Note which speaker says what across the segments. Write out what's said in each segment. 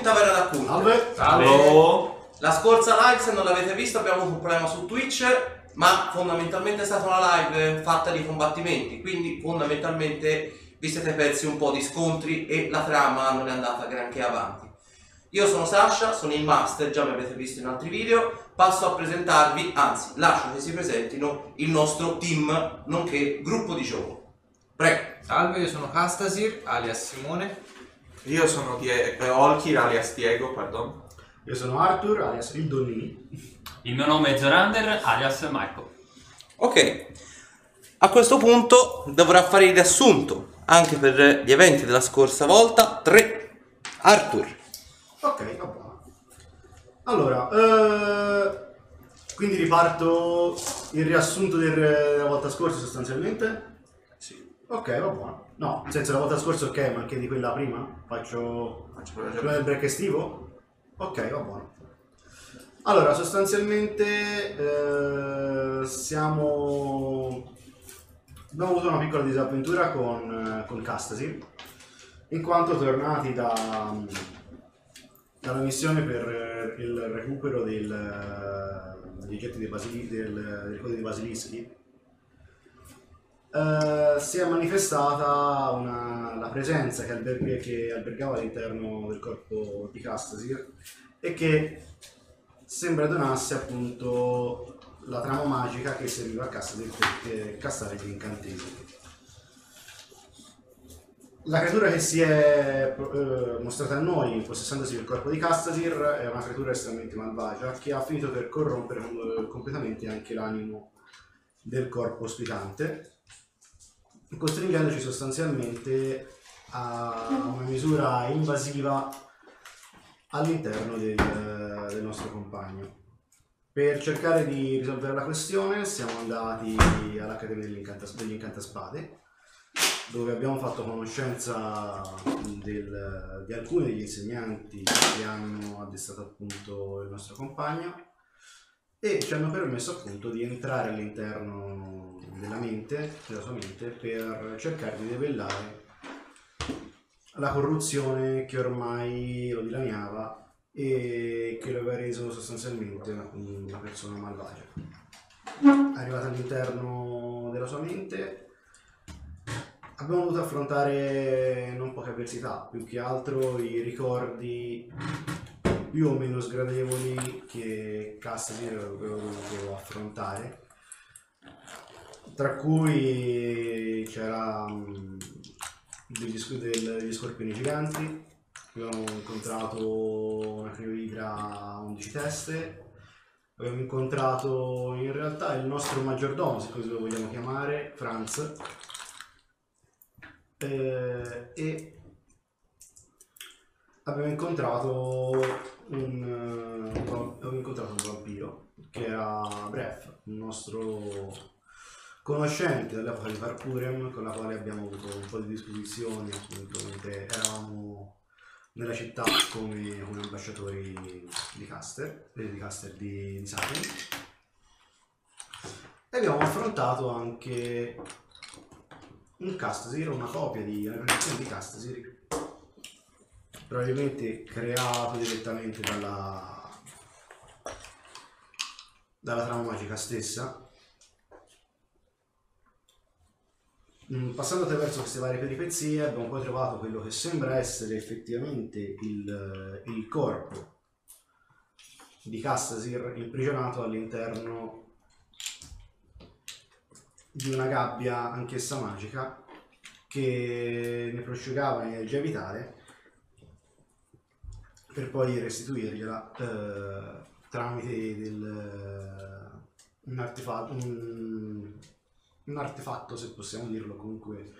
Speaker 1: tutti.
Speaker 2: Salve.
Speaker 3: Salve.
Speaker 1: La scorsa live, se non l'avete vista, abbiamo avuto un problema su Twitch, ma fondamentalmente è stata una live fatta di combattimenti, quindi fondamentalmente vi siete persi un po' di scontri e la trama non è andata granché avanti. Io sono Sasha, sono il master, già mi avete visto in altri video, passo a presentarvi, anzi lascio che si presentino il nostro team, nonché gruppo di gioco. Prego.
Speaker 3: Salve, io sono Castasir, alias Simone.
Speaker 4: Io sono Die- eh, Olkir alias Diego, pardon.
Speaker 2: Io sono Arthur, alias il Donnini.
Speaker 5: Il mio nome è Zorander, alias Marco.
Speaker 1: Ok, a questo punto dovrà fare il riassunto anche per gli eventi della scorsa volta. 3. Arthur.
Speaker 2: Ok, va buono. Allora, eh, quindi riparto il riassunto del- della volta scorsa sostanzialmente? Sì. Ok, va buono. No, nel senso la volta scorsa ok, ma anche di quella prima? Faccio
Speaker 4: Faccio quella
Speaker 2: Quello
Speaker 4: già-
Speaker 2: del break estivo? Ok, va buono. Allora, sostanzialmente eh, siamo... Abbiamo avuto una piccola disavventura con, eh, con Castasi, in quanto tornati da, dalla missione per eh, il recupero del, eh, degli oggetti dei basili, del, del codice di Basilischi, eh, si è manifestata una- la presenza che, alberg- che albergava all'interno del corpo di Castasir e che sembra donasse appunto la trama magica che serviva a Castasir per eh, castare gli incantesimi. La creatura che si è eh, mostrata a noi, possessandosi del corpo di Castasir, è una creatura estremamente malvagia che ha finito per corrompere eh, completamente anche l'animo del corpo ospitante costringendoci sostanzialmente a una misura invasiva all'interno del, eh, del nostro compagno. Per cercare di risolvere la questione siamo andati all'Accademia degli, Incanta- degli Incantaspade, dove abbiamo fatto conoscenza del- di alcuni degli insegnanti che hanno addestrato appunto il nostro compagno e ci hanno permesso appunto di entrare all'interno della mente, della sua mente, per cercare di debellare la corruzione che ormai lo dilaniava e che lo aveva reso sostanzialmente una, una persona malvagia. Arrivata all'interno della sua mente abbiamo dovuto affrontare non poche avversità, più che altro i ricordi più o meno sgradevoli che Cassidy aveva dovuto affrontare. Tra cui c'era mm, degli, sc- del- degli scorpioni giganti, abbiamo incontrato una crioidra a 11 teste, abbiamo incontrato in realtà il nostro maggiordomo, se così lo vogliamo chiamare, Franz, eh, e abbiamo incontrato un, eh, un va- abbiamo incontrato un vampiro che era Bref, un nostro conoscente dell'epoca di Parkurem con la quale abbiamo avuto un po' di disposizioni appunto mentre eravamo nella città come, come ambasciatori di Caster, eh, di, Caster di, di Saturn. E abbiamo affrontato anche un Castasir, una copia di una creazione di Castasir, probabilmente creato direttamente dalla, dalla trama magica stessa. Mm, Passando attraverso queste varie peripezie abbiamo poi trovato quello che sembra essere effettivamente il, il corpo di Castasir imprigionato all'interno di una gabbia anch'essa magica che ne prosciugava l'energia vitale per poi restituirgliela eh, tramite del, eh, un, artefatto, un, un artefatto, se possiamo dirlo, comunque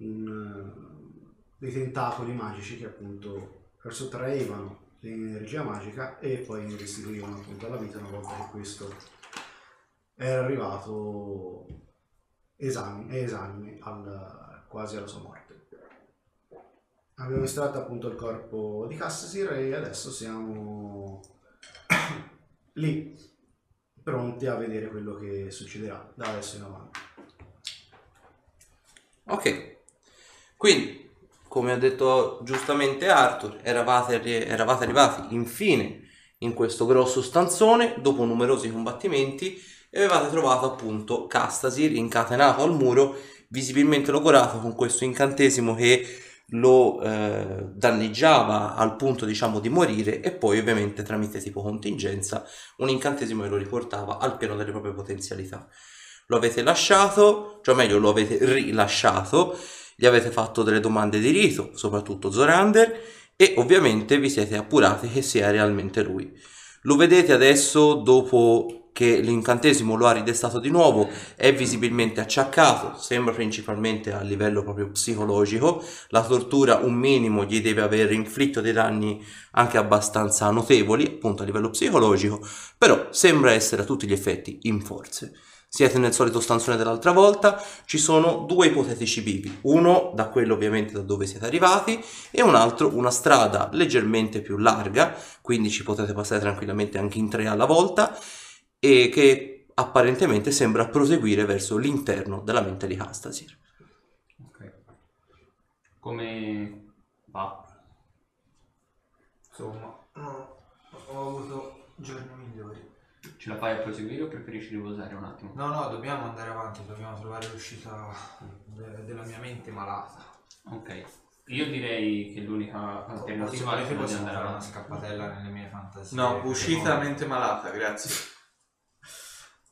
Speaker 2: un, eh, dei tentacoli magici che appunto sottraevano l'energia magica e poi ne restituivano appunto alla vita una volta che questo era arrivato esami, esami al, quasi alla sua morte. Abbiamo estratto appunto il corpo di Cassasir e adesso siamo lì, pronti a vedere quello che succederà da adesso in avanti.
Speaker 1: Ok. Quindi,
Speaker 6: come ha detto giustamente Arthur, eravate, eravate arrivati infine in questo grosso stanzone dopo numerosi combattimenti e avevate trovato appunto Castasir incatenato al muro, visibilmente logorato con questo incantesimo che lo eh, danneggiava al punto diciamo di morire e poi ovviamente tramite tipo contingenza un incantesimo che lo riportava al piano delle proprie potenzialità. Lo avete lasciato, cioè meglio lo avete rilasciato, gli avete fatto delle domande di rito, soprattutto Zorander, e ovviamente vi siete appurati che sia realmente lui. Lo vedete adesso dopo che l'incantesimo lo ha ridestato di nuovo, è visibilmente acciaccato, sembra principalmente a livello proprio psicologico, la tortura un minimo gli deve aver inflitto dei danni anche abbastanza notevoli, appunto a livello psicologico, però sembra essere a tutti gli effetti in forze. Siete nel solito stanzone dell'altra volta, ci sono due ipotetici bivi, uno da quello ovviamente da dove siete arrivati e un altro una strada leggermente più larga, quindi ci potete passare tranquillamente anche in tre alla volta e che apparentemente sembra proseguire verso l'interno della mente di Castasir.
Speaker 5: Ok. Come va?
Speaker 3: Insomma, no, ho avuto giorni migliori.
Speaker 5: Ce la fai a proseguire o preferisci riposare un attimo?
Speaker 3: No, no, dobbiamo andare avanti, dobbiamo trovare l'uscita de- della mia mente malata.
Speaker 5: Ok. Io direi che l'unica alternativa è
Speaker 3: Forse
Speaker 5: quella di
Speaker 3: possiamo
Speaker 5: andare
Speaker 3: fare una
Speaker 5: avanti.
Speaker 3: scappatella nelle mie fantasie.
Speaker 4: No, uscita
Speaker 3: uscita
Speaker 4: mente malata, grazie.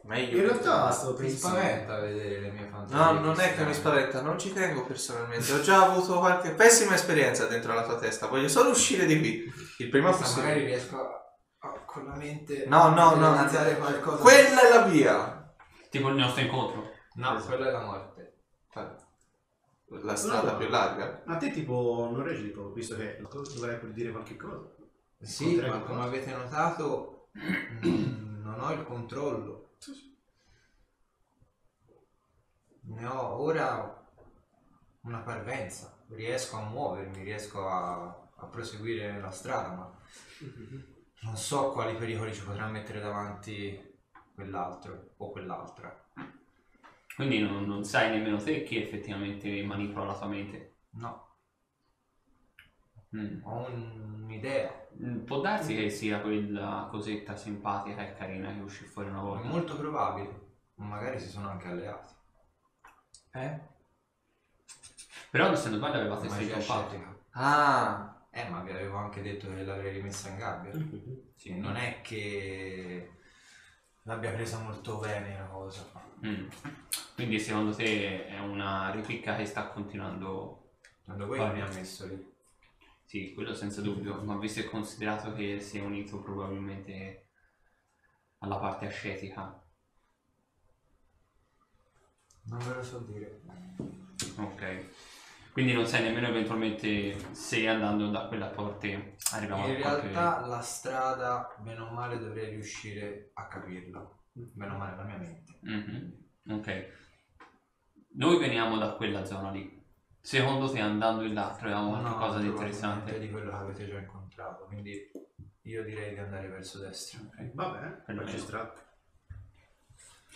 Speaker 4: Meglio.
Speaker 2: In realtà stavo
Speaker 3: Mi
Speaker 2: pensando...
Speaker 3: spaventa vedere le mie fantasie.
Speaker 4: No, non è che mi
Speaker 3: strane.
Speaker 4: spaventa, non ci tengo personalmente. Ho già avuto qualche pessima esperienza dentro la tua testa. Voglio solo uscire di qui. Il prima
Speaker 3: Questa magari
Speaker 4: possibile.
Speaker 3: riesco a, a- con la mente
Speaker 4: No, no, no.
Speaker 3: realizzare qualcosa.
Speaker 4: Quella è la via.
Speaker 5: Tipo il nostro incontro.
Speaker 3: No, quella è la morte.
Speaker 4: La strada
Speaker 2: No.
Speaker 4: più larga.
Speaker 2: Ma te tipo non reggi, tipo, visto che dovrei pur dire qualche cosa.
Speaker 3: Sì,
Speaker 2: Potrei-
Speaker 3: ma come avete notato mm, non ho il controllo. Ne ho ora una parvenza. Riesco a muovermi, riesco a, a proseguire la strada, ma non so quali pericoli ci potrà mettere davanti quell'altro o quell'altra.
Speaker 5: Quindi non, non sai nemmeno te chi effettivamente manipola la tua mente.
Speaker 3: No,
Speaker 5: Mm.
Speaker 3: ho un'idea.
Speaker 5: Mm, Può darsi che sia quella cosetta simpatica e carina che uscì fuori una
Speaker 3: È
Speaker 5: volta.
Speaker 3: molto probabile. Magari si sono anche alleati.
Speaker 4: Eh?
Speaker 5: Però se non sbaglio avevate
Speaker 3: Magia
Speaker 5: scelto un patto.
Speaker 3: ascetica.
Speaker 4: Ah.
Speaker 3: Eh, ma vi avevo anche detto che l'avrei rimessa in gabbia.
Speaker 5: Sì,
Speaker 3: Non è che l'abbia presa molto bene la cosa.
Speaker 5: Mm. Quindi secondo te è una ripicca che sta continuando?
Speaker 3: Quando poi
Speaker 5: Vai.
Speaker 3: mi ha messo lì.
Speaker 5: Sì, quello senza dubbio, ma visto e considerato che si è unito probabilmente alla parte ascetica.
Speaker 3: Non ve lo so dire.
Speaker 5: Ok. Quindi non sai nemmeno eventualmente se andando da quella parte arriviamo
Speaker 3: In
Speaker 5: a qualche...
Speaker 3: realtà la strada, meno male, dovrei riuscire a capirla. Meno male la mia mente.
Speaker 5: Mhm, Ok. Noi veniamo da quella zona lì. Secondo te andando in là troviamo
Speaker 3: No,
Speaker 5: qualcosa di
Speaker 3: probabilmente
Speaker 5: interessante?
Speaker 3: di quello che avete già incontrato. Quindi io direi di andare verso destra.
Speaker 5: Ok.
Speaker 2: Vabbè, eh,
Speaker 5: Per
Speaker 2: non
Speaker 5: me
Speaker 2: ci
Speaker 5: no.
Speaker 2: sta.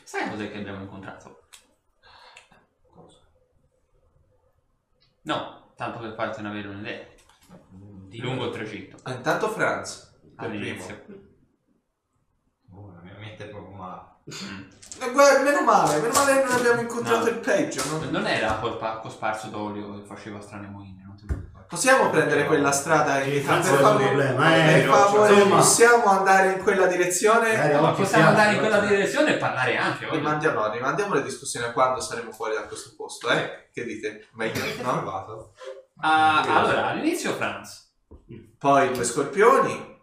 Speaker 5: Sai cos'è che abbiamo incontrato?
Speaker 3: Cosa?
Speaker 5: No, tanto per fartene avere un'idea.
Speaker 3: Di
Speaker 5: Lungo il tragitto.
Speaker 4: Ah, Intanto Franz. Per primo.
Speaker 5: All'inizio.
Speaker 3: Oh, la mia mente è proprio malata.
Speaker 5: Mm.
Speaker 4: Eh, guarda, meno male, meno male che non abbiamo incontrato
Speaker 5: No.
Speaker 4: il peggio. no?
Speaker 5: Non era colpa cosparso d'olio che faceva strane moine, non ti preoccupare.
Speaker 4: Possiamo prendere quella strada in
Speaker 2: Eh, Franz
Speaker 4: per
Speaker 2: è il
Speaker 4: Eh, favore?
Speaker 2: problema, eh,
Speaker 4: Per
Speaker 2: no,
Speaker 4: favore,
Speaker 2: insomma.
Speaker 4: possiamo andare in quella direzione?
Speaker 2: Magari
Speaker 5: Ma
Speaker 2: occhi
Speaker 5: possiamo
Speaker 2: fiati,
Speaker 5: andare in quella
Speaker 2: guarda.
Speaker 5: direzione e parlare anche, voglio-
Speaker 4: Rimandiamo, no, rimandiamo le discussioni a quando saremo fuori da questo posto, eh? Che dite? Meglio,
Speaker 3: Avete
Speaker 4: no?
Speaker 3: provato?
Speaker 5: Ah, allora, all'inizio Franz,
Speaker 4: Poi due scorpioni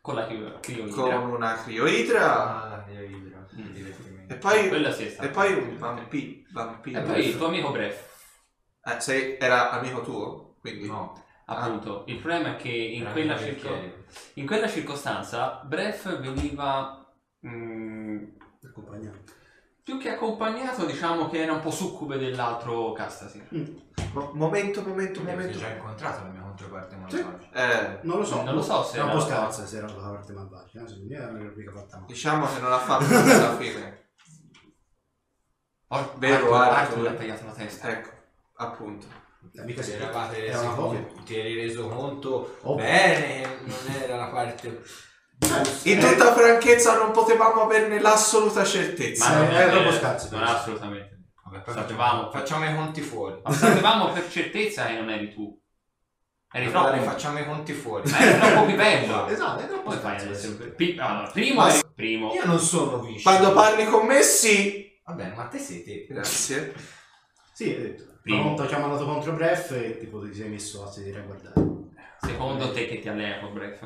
Speaker 5: con la chi-
Speaker 4: con
Speaker 5: crioidra.
Speaker 4: una crioidra
Speaker 3: Ah, io idra.
Speaker 5: Mm.
Speaker 3: Divertimento.
Speaker 4: e poi,
Speaker 5: Quella sì è stata.
Speaker 4: e poi un vampi- vampiro.
Speaker 5: E poi il tuo amico Bref.
Speaker 4: Eh, sei- era amico tuo, quindi...
Speaker 3: No,
Speaker 4: Ah.
Speaker 5: Appunto, il problema è che in
Speaker 3: era
Speaker 5: quella,
Speaker 3: mio
Speaker 5: circo-
Speaker 3: bicchiere.
Speaker 5: in quella circostanza Bref veniva mm,
Speaker 2: Accompagnante.
Speaker 5: più che accompagnato, diciamo che era un po' succube dell'altro Castasir.
Speaker 4: Mo- momento, momento,
Speaker 3: Tu mi avevi
Speaker 4: momento.
Speaker 3: già incontrato la mia controparte malvagia.
Speaker 4: Eh,
Speaker 2: Non lo so.
Speaker 5: Non lo so se
Speaker 2: Era un
Speaker 5: era-
Speaker 2: po' scarsa se era la parte malvagia. eh, Secondo me era una replica fatta male. Eh,
Speaker 4: diciamo che non l'ha fatto fino alla fine.
Speaker 5: Or-
Speaker 4: Vero,
Speaker 5: Arthur,
Speaker 2: Ah,
Speaker 4: Arthur.
Speaker 5: Arthur gli ha tagliato la testa.
Speaker 4: Ecco, appunto.
Speaker 2: Eh, mica
Speaker 3: ti
Speaker 2: si
Speaker 3: eravate
Speaker 2: era
Speaker 3: resi
Speaker 2: una copia.
Speaker 3: conto- ti eri reso conto
Speaker 2: Oh.
Speaker 3: bene che non era la parte giusta.
Speaker 4: In tutta franchezza non potevamo averne l'assoluta certezza.
Speaker 2: Ma-
Speaker 5: non
Speaker 2: eh,
Speaker 5: vero,
Speaker 2: troppo scarsi,
Speaker 5: Non
Speaker 2: penso.
Speaker 5: assolutamente.
Speaker 3: Vabbè, poi
Speaker 5: Sapevamo.
Speaker 3: facciamo, facciamo i conti fuori.
Speaker 5: Ma sapevamo per certezza che non eri tu. Eri
Speaker 3: Allora,
Speaker 5: troppo.
Speaker 3: facciamo i conti fuori.
Speaker 5: Ma eri troppo pivello.
Speaker 2: Esatto, è troppo
Speaker 5: Come fai ad
Speaker 2: scarso.
Speaker 5: essere un pi- allora, primo,
Speaker 3: Ma-
Speaker 5: eri- primo.
Speaker 3: Io non sono viscio.
Speaker 4: Quando parli con me, sì.
Speaker 3: Va bene, ma te sei te. Eh.
Speaker 4: Grazie.
Speaker 2: Sì, hai detto.
Speaker 5: Primo.
Speaker 2: Una volta che ha mandato contro Bref e tipo ti sei messo a sedere a guardare.
Speaker 5: Secondo te che ti allea con Bref?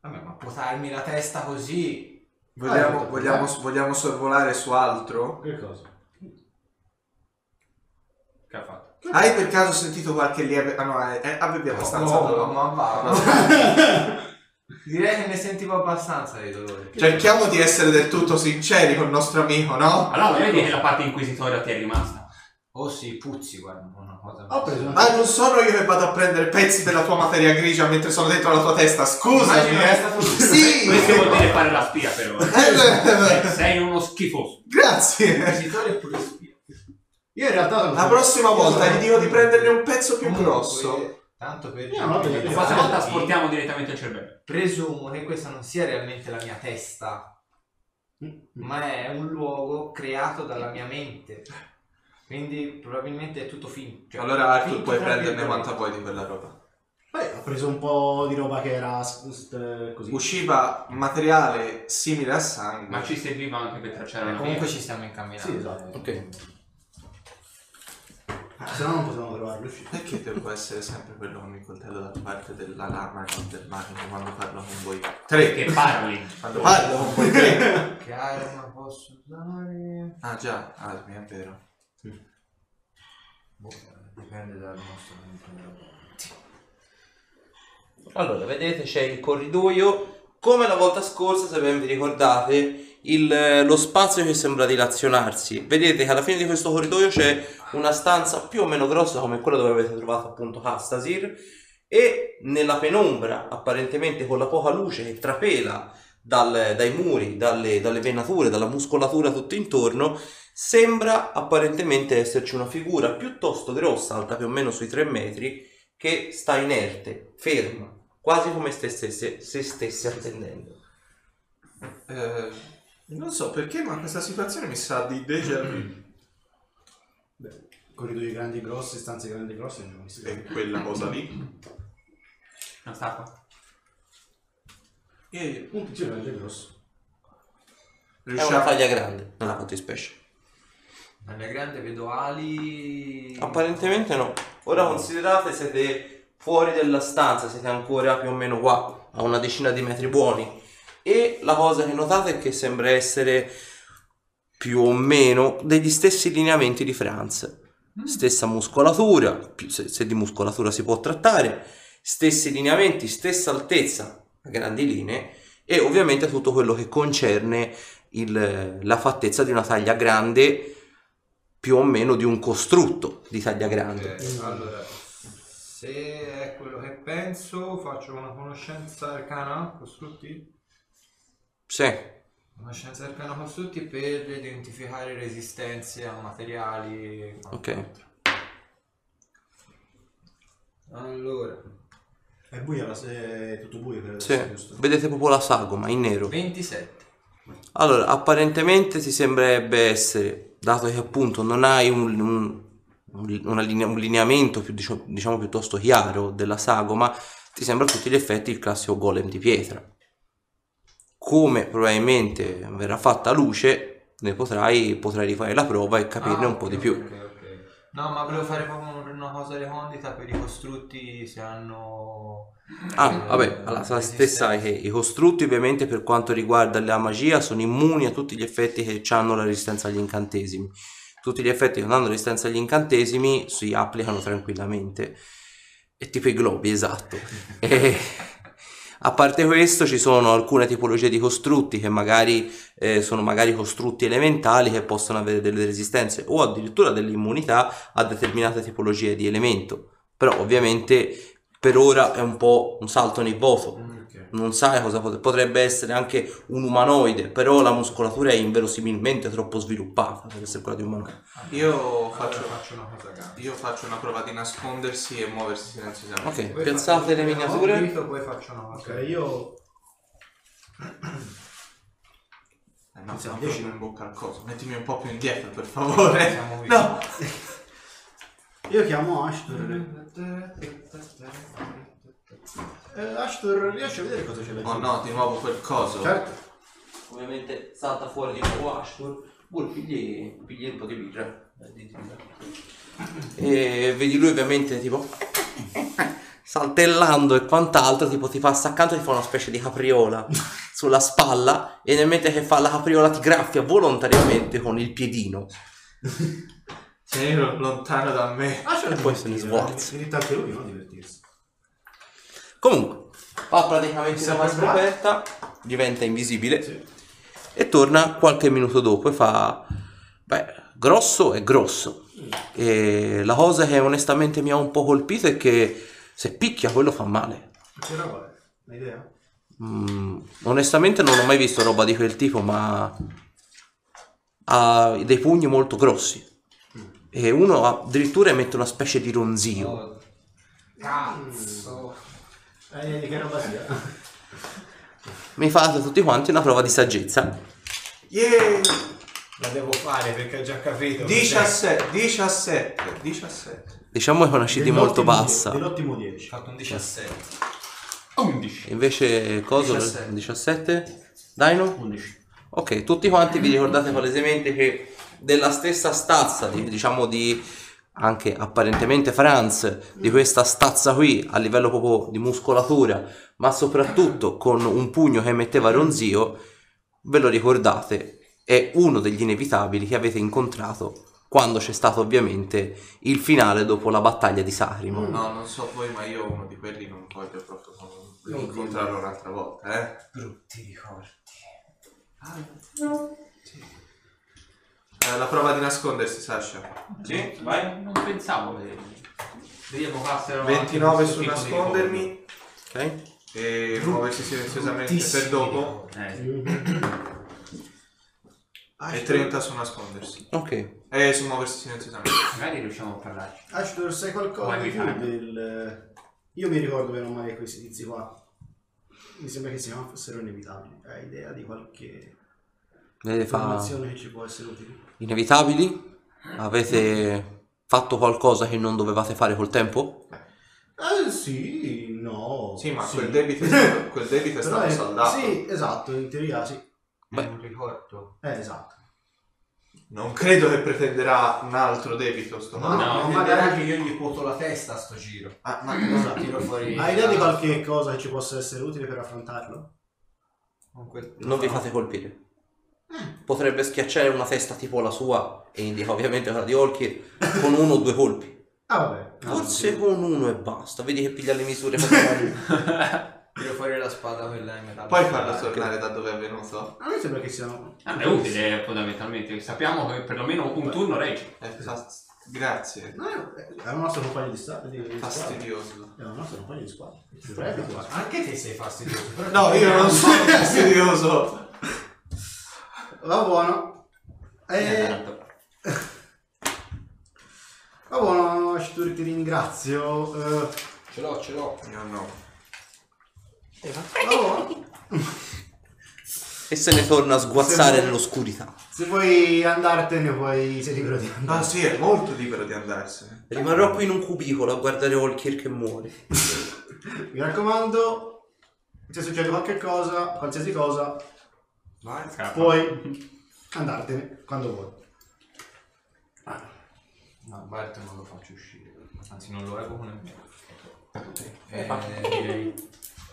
Speaker 3: Vabbè, ma potarmi la testa così.
Speaker 4: Vogliamo,
Speaker 2: Ah,
Speaker 4: vogliamo-
Speaker 2: dai.
Speaker 4: vogliamo sorvolare su altro?
Speaker 2: Che cosa?
Speaker 5: Che ha fatto?
Speaker 4: Hai per caso sentito qualche lieve... Ah no, eh, eh, avevi abbastanza
Speaker 3: Oh,
Speaker 4: dolore.
Speaker 3: ma va, ma Direi che ne sentivo abbastanza dei dolori.
Speaker 4: Cerchiamo di essere del tutto sinceri con il nostro amico, no?
Speaker 5: Allora, vedi che la parte inquisitoria ti è rimasta.
Speaker 3: Oh sì, puzzi, guarda, una cosa.
Speaker 2: Ho preso una...
Speaker 4: Ma non sono io che vado a prendere pezzi della tua materia grigia mentre sono dentro la tua testa, scusami,
Speaker 3: Immagino che sia
Speaker 4: eh.
Speaker 3: stato lui.
Speaker 4: Sì!
Speaker 5: Questo vuol dire fare la spia per ora.
Speaker 4: Eh,
Speaker 5: Eh, Sei uno schifoso.
Speaker 4: Grazie.
Speaker 3: Inquisitore oppure spia.
Speaker 2: Io in realtà... sono-
Speaker 4: La prossima
Speaker 2: Io
Speaker 4: volta
Speaker 2: sono-
Speaker 4: gli dico di prenderne un pezzo più
Speaker 3: Comunque,
Speaker 4: grosso.
Speaker 3: Tanto per
Speaker 2: Io non ho detto.
Speaker 5: La
Speaker 2: Eh,
Speaker 5: prossima volta
Speaker 3: Sì.
Speaker 5: sportiamo direttamente il cervello.
Speaker 3: Presumo che questa non sia realmente la mia testa,
Speaker 2: Mm.
Speaker 3: ma è un luogo creato dalla mia mente. Quindi probabilmente è tutto finto. Cioè, finto, tra virgolette.
Speaker 4: vuoi di quella roba.
Speaker 2: Poi ho preso un po' di roba che era s- s- così.
Speaker 4: Usciva materiale simile a sangue.
Speaker 5: Ma ci serviva anche per tracciare
Speaker 3: Eh,
Speaker 5: una
Speaker 3: comunque
Speaker 5: via.
Speaker 3: ci stiamo incamminando.
Speaker 2: Sì, esatto. Ah,
Speaker 4: Ok.
Speaker 2: Se no non potevamo trovarlo uscito.
Speaker 4: Perché devo essere sempre quello con il coltello dalla parte della lama e non del manico quando parlo con voi?
Speaker 5: Perché parli.
Speaker 4: Quando parlo con voi tre.
Speaker 3: Che arma posso usare?
Speaker 4: ah già, armi, è vero.
Speaker 3: Boh, dipende dal nostro punto di vista.
Speaker 6: Allora, vedete c'è il corridoio. Come la volta scorsa, se ben vi ricordate, il, eh, lo spazio che sembra dilazionarsi. Vedete che alla fine di questo corridoio c'è una stanza più o meno grossa come quella dove avete trovato appunto Castasir e nella penombra, apparentemente con la poca luce che trapela dal- dai muri, dalle, dalle venature, dalla muscolatura tutto intorno, sembra apparentemente esserci una figura piuttosto grossa, alta più o meno sui 3 metri, che sta inerte, ferma, quasi come se stesse, se stesse attendendo.
Speaker 4: Eh, non so perché, ma questa situazione mi sa di déjà vu.
Speaker 2: Beh, corridoi grandi e grossi, stanze grandi e grosse, non si
Speaker 4: È quella cosa lì.
Speaker 5: Non sta qua.
Speaker 4: Io
Speaker 2: Un piccino grande e grosso.
Speaker 6: È
Speaker 3: Eh,
Speaker 6: una
Speaker 4: riusciamo...
Speaker 6: taglia grande, nella fattispecie.
Speaker 3: Nella grande vedo ali.
Speaker 6: Apparentemente no. Ora considerate siete fuori della stanza, siete ancora più o meno qua, a una decina di metri buoni. E la cosa che notate è che sembra essere più o meno degli stessi lineamenti di Franz. Stessa muscolatura, più- se, se di muscolatura si può trattare, stessi lineamenti, stessa altezza, a grandi linee, e ovviamente tutto quello che concerne il- la fattezza di una taglia grande più o meno di un costrutto di taglia grande.
Speaker 3: Eh, allora, se è quello che penso, faccio una conoscenza arcana costrutti.
Speaker 6: Sì.
Speaker 3: Conoscenza arcana costrutti per identificare resistenze a materiali. e quant'altro. Allora,
Speaker 2: È buio, la- è tutto buio per adesso,
Speaker 6: Sì,
Speaker 2: giusto?
Speaker 6: vedete proprio la sagoma in nero.
Speaker 3: 27.
Speaker 6: Allora, apparentemente ti sembrerebbe essere, dato che appunto non hai un, un- un- una linea- un lineamento più, dicio- diciamo piuttosto chiaro della sagoma, ti sembra a tutti gli effetti il classico golem di pietra. Come probabilmente verrà fatta luce, ne potrai, potrai rifare la prova e capirne
Speaker 3: Ah,
Speaker 6: un po'
Speaker 3: ok,
Speaker 6: di più.
Speaker 3: ok, ok. No, ma volevo fare proprio un- una cosa recondita per i costrutti se hanno.
Speaker 6: Ah,
Speaker 3: eh,
Speaker 6: vabbè, allora, la stessa è
Speaker 3: resistenze.
Speaker 6: che i costrutti ovviamente per quanto riguarda la magia sono immuni a tutti gli effetti che hanno la resistenza agli incantesimi. Tutti gli effetti che non hanno resistenza agli incantesimi si applicano tranquillamente. È tipo i globi, esatto. E- A parte questo, ci sono alcune tipologie di costrutti che magari eh, sono magari costrutti elementali che possono avere delle resistenze o addirittura delle immunità a determinate tipologie di elemento. Però ovviamente per ora è un po' un salto nel vuoto.
Speaker 3: Mm, ok.
Speaker 6: non sai cosa pot- potrebbe essere anche un umanoide, però la muscolatura è inverosimilmente troppo sviluppata per essere quella di un umanoide.
Speaker 4: Io
Speaker 3: Allora
Speaker 4: faccio,
Speaker 3: faccio una cosa grande.
Speaker 4: io faccio una prova di nascondersi e muoversi silenziosamente.
Speaker 6: Ok,
Speaker 3: Poi
Speaker 6: pensate
Speaker 3: faccio
Speaker 6: alle
Speaker 3: una
Speaker 6: miniature.
Speaker 3: compito, Poi faccio una cosa.
Speaker 2: Ok, io
Speaker 4: Eh, no,
Speaker 2: Siamo
Speaker 4: siamo
Speaker 2: dieci.
Speaker 4: proprio in bocca al coso. Mettimi un po' più indietro, per favore.
Speaker 3: Siamo vivi.
Speaker 4: No!
Speaker 2: Io chiamo Ashtur. Eh, Ashtur, riesci a vedere cosa c'è là
Speaker 4: Oh
Speaker 2: giù?
Speaker 4: no, di nuovo quel coso.
Speaker 2: Certo.
Speaker 6: Ovviamente salta fuori di nuovo Ashton, pure pigli, pigli un po' di birra. E vedi lui ovviamente tipo saltellando e quant'altro, tipo ti passa accanto e ti fa una specie di capriola sulla spalla e nel mentre che fa la capriola ti graffia volontariamente con il piedino.
Speaker 4: Tienilo lontano da me.
Speaker 2: Ashtur è
Speaker 6: poi se ne
Speaker 2: divertito,
Speaker 6: svolazza.
Speaker 2: eh. Diritto anche lui, no? Divertirsi.
Speaker 6: Comunque, fa praticamente
Speaker 2: Mi
Speaker 6: una
Speaker 2: sembra
Speaker 6: mano scoperta, diventa invisibile
Speaker 2: Sì.
Speaker 6: e torna qualche minuto dopo e fa... Beh, grosso è grosso. E la cosa che onestamente mi ha un po' colpito è che se picchia quello fa male.
Speaker 2: C'era quale? Hai idea?
Speaker 6: Mm, onestamente non ho mai visto roba di quel tipo, ma ha dei pugni molto grossi. E uno addirittura emette una specie di ronzio.
Speaker 3: Oh, Cazzo.
Speaker 2: Hai idea di Eh, che roba sia?
Speaker 3: Eh,
Speaker 6: Mi fate tutti quanti una prova di saggezza.
Speaker 4: Yeah!
Speaker 3: La devo fare perché ho già capito.
Speaker 4: 17, 17, 17.
Speaker 6: Diciamo che è una CD molto
Speaker 2: Dell'ottimo
Speaker 6: bassa.
Speaker 2: die- Dell'ottimo 10.
Speaker 3: Ho fatto un 17.
Speaker 5: 11.
Speaker 6: Invece cosa?
Speaker 4: 17.
Speaker 6: 17? Dino?
Speaker 5: 11.
Speaker 6: Ok, tutti quanti vi ricordate palesemente che della stessa stazza, di- diciamo di anche apparentemente Franz, di questa stazza qui a livello proprio di muscolatura, ma soprattutto con un pugno che emetteva Ronzio, ve lo ricordate, è uno degli inevitabili che avete incontrato quando c'è stato ovviamente il finale dopo la battaglia di Sacrimo.
Speaker 4: No, non so voi, ma io uno di quelli non voglio proprio con-
Speaker 2: Non
Speaker 4: incontrarlo un'altra volta, eh.
Speaker 3: Brutti ricordi.
Speaker 4: Eh, La prova di nascondersi, Sasha.
Speaker 5: Sì, vai. Non pensavo che... Vediamo passare
Speaker 4: 29 su nascondermi
Speaker 6: Ok?
Speaker 4: e muoversi silenziosamente per
Speaker 3: Bruttissimi
Speaker 4: dopo.
Speaker 3: ricordi.
Speaker 5: Eh,
Speaker 4: E
Speaker 2: Ashtur-
Speaker 4: 30 su nascondersi.
Speaker 6: Ok.
Speaker 4: E su muoversi silenziosamente.
Speaker 5: magari riusciamo a parlarci.
Speaker 2: Ashtur, sai qualcosa
Speaker 5: Come
Speaker 2: di
Speaker 5: mi
Speaker 2: più
Speaker 5: fai?
Speaker 2: del... eh, Io mi ricordo che non mai questi tizi qua. Mi sembra che siano fossero inevitabili. Hai idea di qualche Ah.
Speaker 6: Vedete, fa
Speaker 2: informazione che ci può essere utile?
Speaker 6: inevitabili? Avete fatto qualcosa che non dovevate fare col tempo?
Speaker 2: Eh sì, no.
Speaker 4: Sì, ma quel debito è stato, quel debito è
Speaker 2: Però
Speaker 4: stato saldato.
Speaker 2: Sì, esatto, in teoria sì.
Speaker 6: Beh.
Speaker 3: Non ricordo.
Speaker 2: Eh, esatto.
Speaker 4: Non credo che pretenderà un altro debito sto
Speaker 2: No,
Speaker 4: no.
Speaker 2: no,
Speaker 3: ma
Speaker 2: magari-
Speaker 3: magari io gli poto la testa a sto giro.
Speaker 4: Ah, ma
Speaker 3: Esatto. Tiro fuori.
Speaker 2: Hai idea di qualche cosa che ci possa essere utile per affrontarlo?
Speaker 3: Con quel-
Speaker 6: Non vi fate colpire. Potrebbe schiacciare una testa tipo la sua, e indica ovviamente quella di Holkir, con uno o due colpi.
Speaker 2: Ah, vabbè.
Speaker 6: Forse con uno e basta. Vedi che piglia le misure. proprio da lui.
Speaker 3: Tiro fuori la spada quella in metallo.
Speaker 4: Puoi farlo tornare da dove è venuto?
Speaker 2: A me sembra che siano...
Speaker 5: Ah, ma è utile fondamentalmente, sappiamo che perlomeno un turno regge.
Speaker 4: Eh, fa- grazie.
Speaker 2: No, è è un nostro compagno di strada. Di, di squadra.
Speaker 4: Fastidioso.
Speaker 2: È un nostro compagno di squadra. Prego, guarda.
Speaker 3: Anche te sei fastidioso. però-
Speaker 4: No, io non sono fastidioso.
Speaker 2: Va buono. Eh,
Speaker 5: Esatto.
Speaker 2: va buono, Ashtur, ti ringrazio. Eh,
Speaker 3: Ce l'ho, ce l'ho.
Speaker 4: Io no.
Speaker 2: va buono.
Speaker 6: e se ne torna a sguazzare
Speaker 2: Se-
Speaker 6: nell'oscurità.
Speaker 2: Se vuoi andartene, puoi sei libero di andare.
Speaker 4: Ah sì, è molto libero di andarsene.
Speaker 6: Rimarrò qui in un cubicolo a guardare Holkir che muore.
Speaker 2: Mi raccomando, se succede qualche cosa, qualsiasi cosa,
Speaker 3: Vai.
Speaker 2: puoi andartene quando vuoi.
Speaker 3: No, Bart non lo faccio uscire. Anzi, non lo evoco nemmeno.
Speaker 5: direi.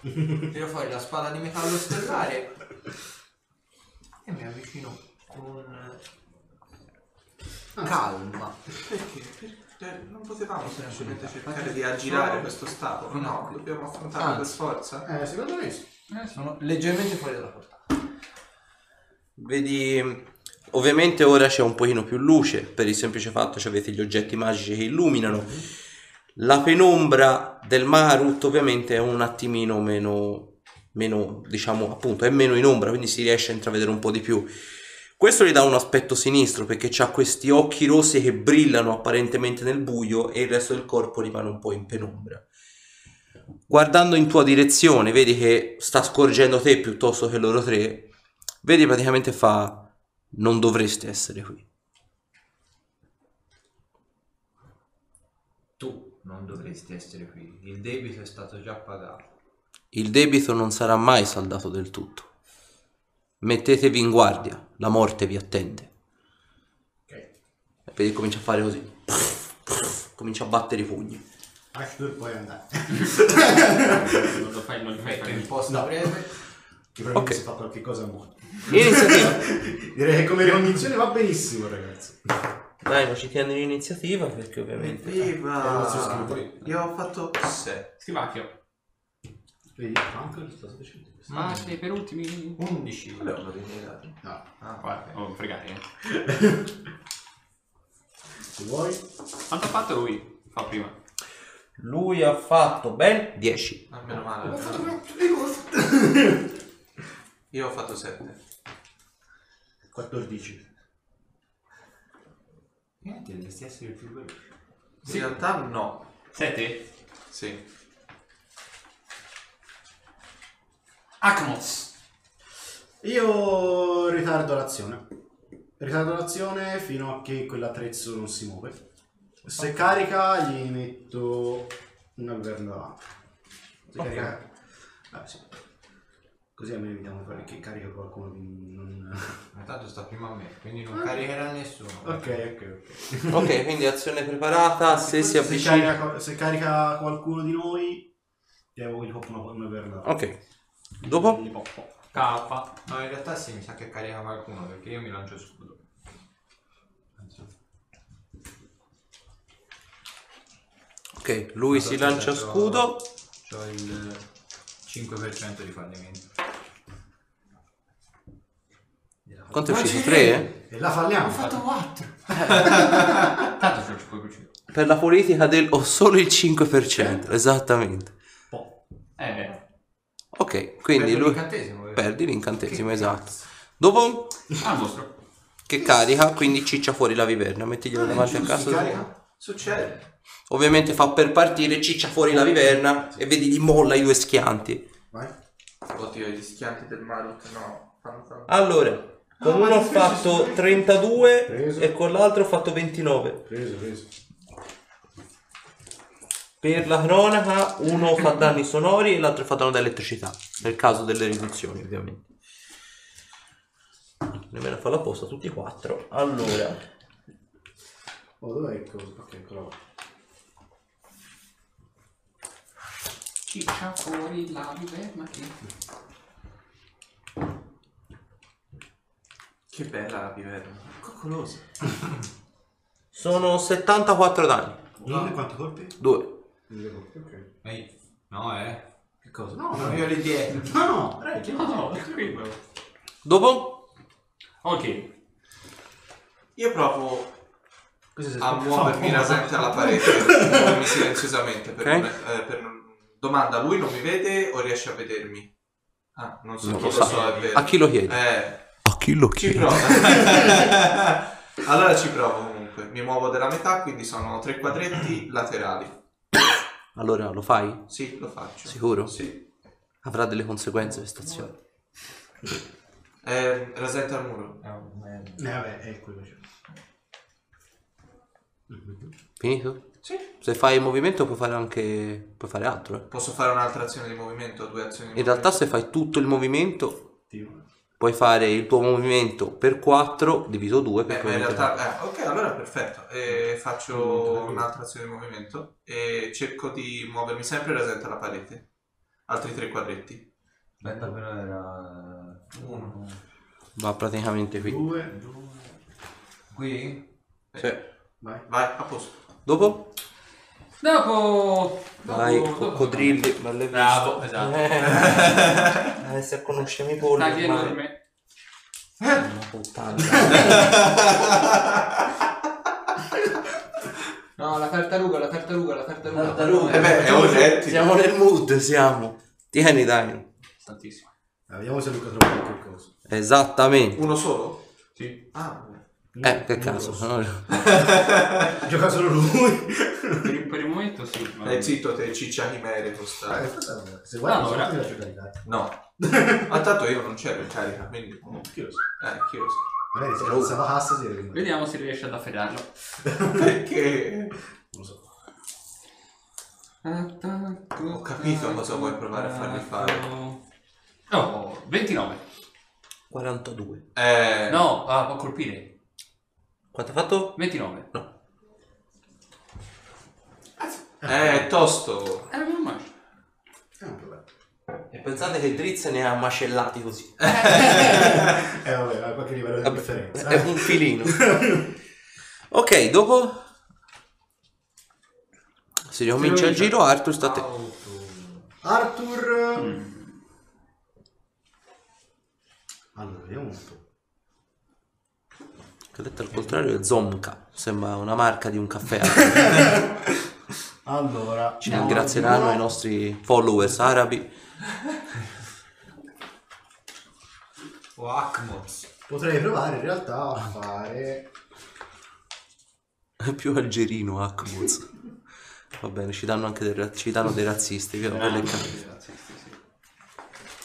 Speaker 3: Eh, tiro fuori la spada di metallo stellare e mi avvicino con eh, calma.
Speaker 4: Cioè, non potevamo semplicemente cercare di aggirare questo stato. No, dobbiamo affrontarlo per forza.
Speaker 2: Eh, secondo me sì.
Speaker 3: Eh, sono leggermente fuori dalla portata.
Speaker 6: Vedi, ovviamente ora c'è un pochino più luce per il semplice fatto che avete gli oggetti magici che illuminano. La penombra del Marut ovviamente è un attimino meno meno, diciamo, appunto, è meno in ombra, quindi si riesce a intravedere un po' di più. Questo gli dà un aspetto sinistro perché ha questi occhi rossi che brillano apparentemente nel buio e il resto del corpo rimane un po' in penombra. Guardando in tua direzione, vedi che sta scorgendo te piuttosto che loro tre, vedi praticamente fa non dovreste essere qui.
Speaker 3: Tu non dovresti essere qui. Il debito è stato già pagato.
Speaker 6: Il debito non sarà mai saldato del tutto. Mettetevi in guardia, la morte vi attende.
Speaker 2: Ok.
Speaker 6: E vedi comincia a fare così. Comincia a battere i pugni.
Speaker 2: Arthur puoi andare.
Speaker 5: Non lo fai, non
Speaker 3: Metto
Speaker 5: lo fai fare
Speaker 3: in
Speaker 5: niente.
Speaker 3: posto
Speaker 2: No.
Speaker 3: breve.
Speaker 2: Che probabilmente
Speaker 6: Ok.
Speaker 2: si fa qualche cosa molto.
Speaker 6: Iniziativa.
Speaker 2: Direi che come ricognizione va benissimo, ragazzi.
Speaker 6: Dai, ma ci tieni l'iniziativa perché ovviamente...
Speaker 2: È il nostro scopo.
Speaker 4: Viva! Io ho fatto 7.
Speaker 5: Schivacchio.
Speaker 2: Vedi, fa anche questo sto facendo questo.
Speaker 5: Ma sei per ultimi
Speaker 3: 11.
Speaker 2: No,
Speaker 4: Ah,
Speaker 5: Guarda, oh, fregare. eh.
Speaker 2: se vuoi.
Speaker 5: Quanto ha fatto lui? Fa prima.
Speaker 6: Lui ha fatto ben 10.
Speaker 4: ah, meno male. Io ho fatto 7.
Speaker 2: 14.
Speaker 3: Niente, dovresti essere più veloce.
Speaker 4: In realtà no.
Speaker 5: Sette?
Speaker 4: Sì.
Speaker 5: Acmos.
Speaker 2: Io ritardo l'azione. Ritardo l'azione fino a che quell'attrezzo non si muove. Se carica gli metto una governo davanti. Se
Speaker 4: Ok.
Speaker 2: carica... Ah, sì. Così almeno evitiamo di fare che carica qualcuno di non...
Speaker 3: Ma tanto sta prima a me, quindi non caricherà nessuno.
Speaker 2: ok, ok, ok.
Speaker 6: Ok, quindi azione
Speaker 2: Ah,
Speaker 6: preparata. Se si avvicina...
Speaker 2: carica, se carica qualcuno di noi, devo gli poppo una, una governo davanti.
Speaker 6: Ok. Dopo?
Speaker 2: Gli poppo.
Speaker 5: K.
Speaker 3: No, in realtà sì, mi sa che carica qualcuno perché io mi lancio scudo.
Speaker 6: Ok, lui si lancia a scudo.
Speaker 3: C'ho il 5% di fallimento.
Speaker 6: Quanto è uscito? eh? 3?
Speaker 2: E la falliamo.
Speaker 3: 4.
Speaker 5: Tanto ce lo ci puoi cucire.
Speaker 6: Per la politica del ho solo il 5%. Esattamente.
Speaker 5: Eh, vero.
Speaker 6: Ok, quindi lui...
Speaker 3: L'incantesimo, eh. vero?
Speaker 6: Perdi l'incantesimo, esatto. Dopo
Speaker 5: Ah, il mostro.
Speaker 6: che carica, quindi ciccia fuori la viverna. Mettiglielo davanti a
Speaker 2: Eh, Si
Speaker 6: casa.
Speaker 2: carica?
Speaker 4: Succede.
Speaker 6: Ovviamente fa per partire, ciccia fuori la viverna e vedi gli molla i due schianti.
Speaker 2: Vai.
Speaker 4: Oddio, gli schianti del Marut no. Fanno tanto.
Speaker 6: Allora,
Speaker 2: Ah,
Speaker 6: con uno ho fatto 32
Speaker 2: Preso.
Speaker 6: e con l'altro ho fatto 29.
Speaker 2: Preso, preso.
Speaker 6: Per la cronaca uno fa danni sonori e l'altro fa danno da elettricità, nel caso delle riduzioni ovviamente. Nemmeno fa la posta tutti e quattro. Allora,
Speaker 2: Oh, dov'è il coso? Ok, eccolo qua.
Speaker 5: Ciccia fuori la viverna che...
Speaker 4: Che bella la piverna. Coccolosa.
Speaker 6: sono 74 danni.
Speaker 2: Quindi quanti colpi?
Speaker 6: Due.
Speaker 2: Ah. Mille colpi, ok.
Speaker 3: Ehi, no, eh.
Speaker 2: Che cosa? No,
Speaker 3: No, io lì dietro.
Speaker 2: No, no.
Speaker 5: No, tranquillo.
Speaker 6: Dopo?
Speaker 5: Ok.
Speaker 4: Io provo
Speaker 2: Così
Speaker 4: a muovermi rasente alla parete, muovermi silenziosamente per,
Speaker 6: Ok.
Speaker 4: non- eh, per non- Domanda, lui non mi vede o riesce a vedermi? Ah, non so,
Speaker 6: Non lo
Speaker 4: chi lo
Speaker 6: sa.
Speaker 4: so, è vero.
Speaker 6: A chi lo chiedi?
Speaker 4: Eh,
Speaker 6: A chi lo
Speaker 4: ci
Speaker 6: chiedi?
Speaker 4: provo. allora ci provo comunque. Mi muovo della metà, quindi sono tre quadretti laterali.
Speaker 6: Allora, lo fai?
Speaker 4: Sì, lo faccio.
Speaker 6: Sicuro?
Speaker 4: Sì.
Speaker 6: Avrà delle conseguenze questa azione.
Speaker 4: Eh, rasente al muro.
Speaker 2: Eh, vabbè, è quello c'è. Mhm.
Speaker 6: Finito?
Speaker 4: Sì.
Speaker 6: Se fai il movimento puoi fare anche... puoi fare altro. eh.
Speaker 4: Posso fare un'altra azione di movimento, due azioni di
Speaker 6: In realtà se fai tutto il movimento
Speaker 2: Tipo.
Speaker 6: puoi fare il tuo movimento per 4 diviso 2
Speaker 4: Eh,
Speaker 6: perché
Speaker 4: ma in
Speaker 6: ovviamente-
Speaker 4: realtà, eh, ok, allora perfetto.
Speaker 5: Mm.
Speaker 4: Eh, faccio
Speaker 2: Movimento.
Speaker 4: un'altra azione di movimento e cerco di muovermi sempre rasente alla parete. Altri tre quadretti.
Speaker 3: Aspetta, però era... Uno.
Speaker 6: va praticamente qui.
Speaker 2: Due.
Speaker 3: Qui?
Speaker 6: Cioè,
Speaker 2: Vai.
Speaker 4: Vai, a posto.
Speaker 6: dopo
Speaker 5: Dopo...
Speaker 6: vai
Speaker 5: dopo-
Speaker 6: coccodrilli, ma l'hai
Speaker 5: Bravo,
Speaker 6: visto?
Speaker 5: esatto.
Speaker 6: Eh, Adesso a conoscere i polli.
Speaker 5: Dai, che
Speaker 6: ormai. Eh,
Speaker 5: enorme.
Speaker 6: Una puttana.
Speaker 3: No, la tartaruga, la
Speaker 5: Eh,
Speaker 3: tartaruga, la tartaruga.
Speaker 6: Tartaruga.
Speaker 4: Eh beh, è un rettile.
Speaker 6: siamo nel mood, siamo. Tieni dai.
Speaker 5: tantissimo.
Speaker 2: Eh, vediamo se Luca trova qualcosa.
Speaker 6: Esattamente.
Speaker 4: Uno solo? Sì. Ah,
Speaker 6: Eh, che
Speaker 2: Non
Speaker 6: cazzo.
Speaker 2: lo so. Gioca solo lui.
Speaker 5: Per il, per il momento sì. va
Speaker 4: eh,
Speaker 5: bene.
Speaker 4: zitto te, ciccia chimere,
Speaker 2: Eh,
Speaker 4: costa.
Speaker 2: vabbè, se guardi,
Speaker 5: Allora.
Speaker 2: ti lascio caricare.
Speaker 4: No. Ma tanto io non c'ero in carica, quindi...
Speaker 5: Mm.
Speaker 4: Eh,
Speaker 2: Chi lo sa?
Speaker 4: chi lo sa.
Speaker 2: Magari se pensava cassa si rimane. Non
Speaker 5: Vediamo se riesce ad afferrarlo.
Speaker 4: Perché...
Speaker 2: lo so.
Speaker 5: Ho
Speaker 4: capito cosa vuoi provare a farmi fare.
Speaker 5: Oh, 29.
Speaker 6: 42.
Speaker 4: Eh...
Speaker 5: No, ah, può colpire.
Speaker 6: Quanto ha fatto?
Speaker 5: 29.
Speaker 2: Ah.
Speaker 4: Eh, tosto.
Speaker 5: Era un maggio.
Speaker 2: È un problema.
Speaker 6: E pensate che Drizze ne ha macellati così.
Speaker 2: Eh vabbè, Eh. ma qualche livello di
Speaker 6: Vabbè,
Speaker 2: differenza.
Speaker 6: È un filino. Eh. ok, dopo... Si ricomincia il giro, Arthur sta a te.
Speaker 3: Auto.
Speaker 2: Arthur.
Speaker 5: Mm.
Speaker 2: Allora, vediamo un po'.
Speaker 6: Che ho detto al contrario è Zomka. Sembra una marca di un caffè.
Speaker 2: Allora,
Speaker 6: Ci
Speaker 2: no,
Speaker 6: ringrazieranno
Speaker 2: no.
Speaker 6: i nostri followers arabi.
Speaker 3: O Akmos.
Speaker 2: Potrei provare in realtà a fare.
Speaker 6: Più algerino, Akmuz. Va bene, ci danno anche dei, ra- ci danno dei razzisti. via, quello è cap-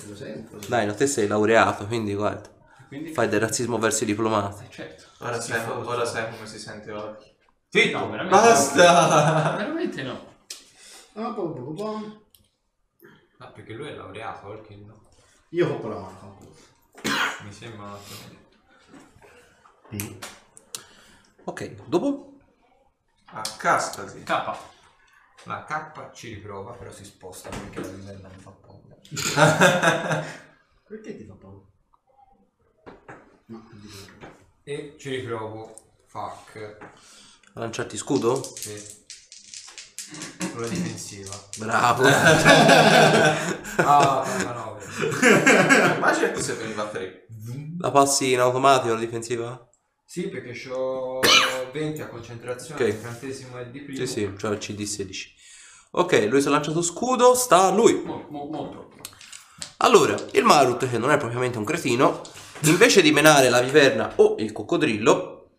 Speaker 2: Lo sento.
Speaker 6: Dai, no, te sei laureato, quindi guarda.
Speaker 5: Quindi...
Speaker 6: Fai del razzismo verso i diplomati.
Speaker 5: Eh, Certo.
Speaker 4: Ora sai, ora sai come si sente oggi.
Speaker 5: No, veramente.
Speaker 4: Basta!
Speaker 5: Veramente no.
Speaker 2: Ah, pom, pom, pom.
Speaker 3: No, perché Ah, lui è laureato, Orkin no.
Speaker 2: Io ho con la mano.
Speaker 3: Mi sembra un attimo.
Speaker 6: Ok, dopo?
Speaker 4: A Ah, castasi.
Speaker 5: K.
Speaker 3: La K ci riprova, però si sposta perché la Lisella mi fa paura.
Speaker 2: Perché ti fa paura? No, non ti fa paura.
Speaker 3: E ci riprovo. Fuck.
Speaker 6: A lanciarti scudo?
Speaker 3: Sì. Sulla difensiva.
Speaker 6: Bravo.
Speaker 3: Ah, 39.
Speaker 4: Immagina che se veniva a tre.
Speaker 6: La passi in automatico la difensiva?
Speaker 3: Sì, perché c'ho 20 a concentrazione,
Speaker 6: Ok.
Speaker 3: il trentesimo è di primo.
Speaker 6: Sì, sì, cioè il CD16. Ok, lui si è lanciato scudo, sta a lui.
Speaker 5: Mo- mo- Molto.
Speaker 6: Allora, il Marut, che non è propriamente un cretino, invece di menare la viverna o il coccodrillo,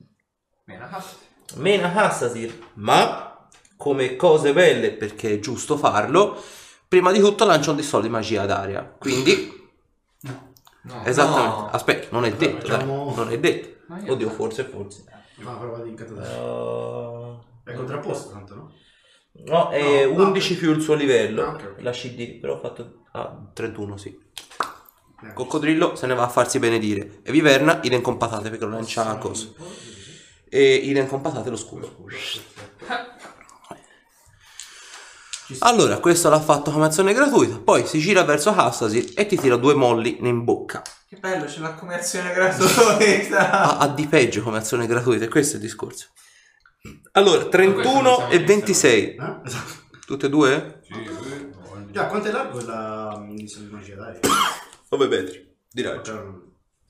Speaker 5: Mena
Speaker 3: ah,
Speaker 5: cazzo.
Speaker 6: mena Hassasir. Ma, come cose belle, perché è giusto farlo, prima di tutto lancia un dissolvo di magia d'aria. Quindi,
Speaker 3: No,
Speaker 6: esattamente,
Speaker 3: no.
Speaker 6: aspetta, non è detto, dai,
Speaker 2: facciamo-
Speaker 6: non è detto.
Speaker 5: Ma io-
Speaker 6: Oddio, forse, forse.
Speaker 2: Fa una prova di incantatorio.
Speaker 6: Eh,
Speaker 2: È contrapposto tanto, no?
Speaker 6: No, è
Speaker 2: No, no.
Speaker 6: 11 più il suo livello,
Speaker 2: Ah, ok, ok.
Speaker 6: la CD, però ho fatto... Ah, 31, sì.
Speaker 2: Eh,
Speaker 6: Coccodrillo se ne va a farsi benedire. E Viverna, idem con patate, perché non lancia
Speaker 2: sì,
Speaker 6: cose.
Speaker 2: un po' così.
Speaker 6: E idem con patate lo scudo. Allora, questo l'ha fatto come azione gratuita, poi si gira verso Hassasir e ti tira due molli in bocca. Ah,
Speaker 4: Che bello, ce l'ha come azione gratuita.
Speaker 6: Ha, ha di peggio come azione gratuita, e questo è il discorso. Allora, 31 e 26.
Speaker 2: Eh?
Speaker 6: Tutte e due?
Speaker 3: Sì, eh, voglio.
Speaker 5: Cioè,
Speaker 2: Già, quanto è largo la missione di magia, dai?
Speaker 6: 9 metri. Di raggio.
Speaker 2: Cioè, non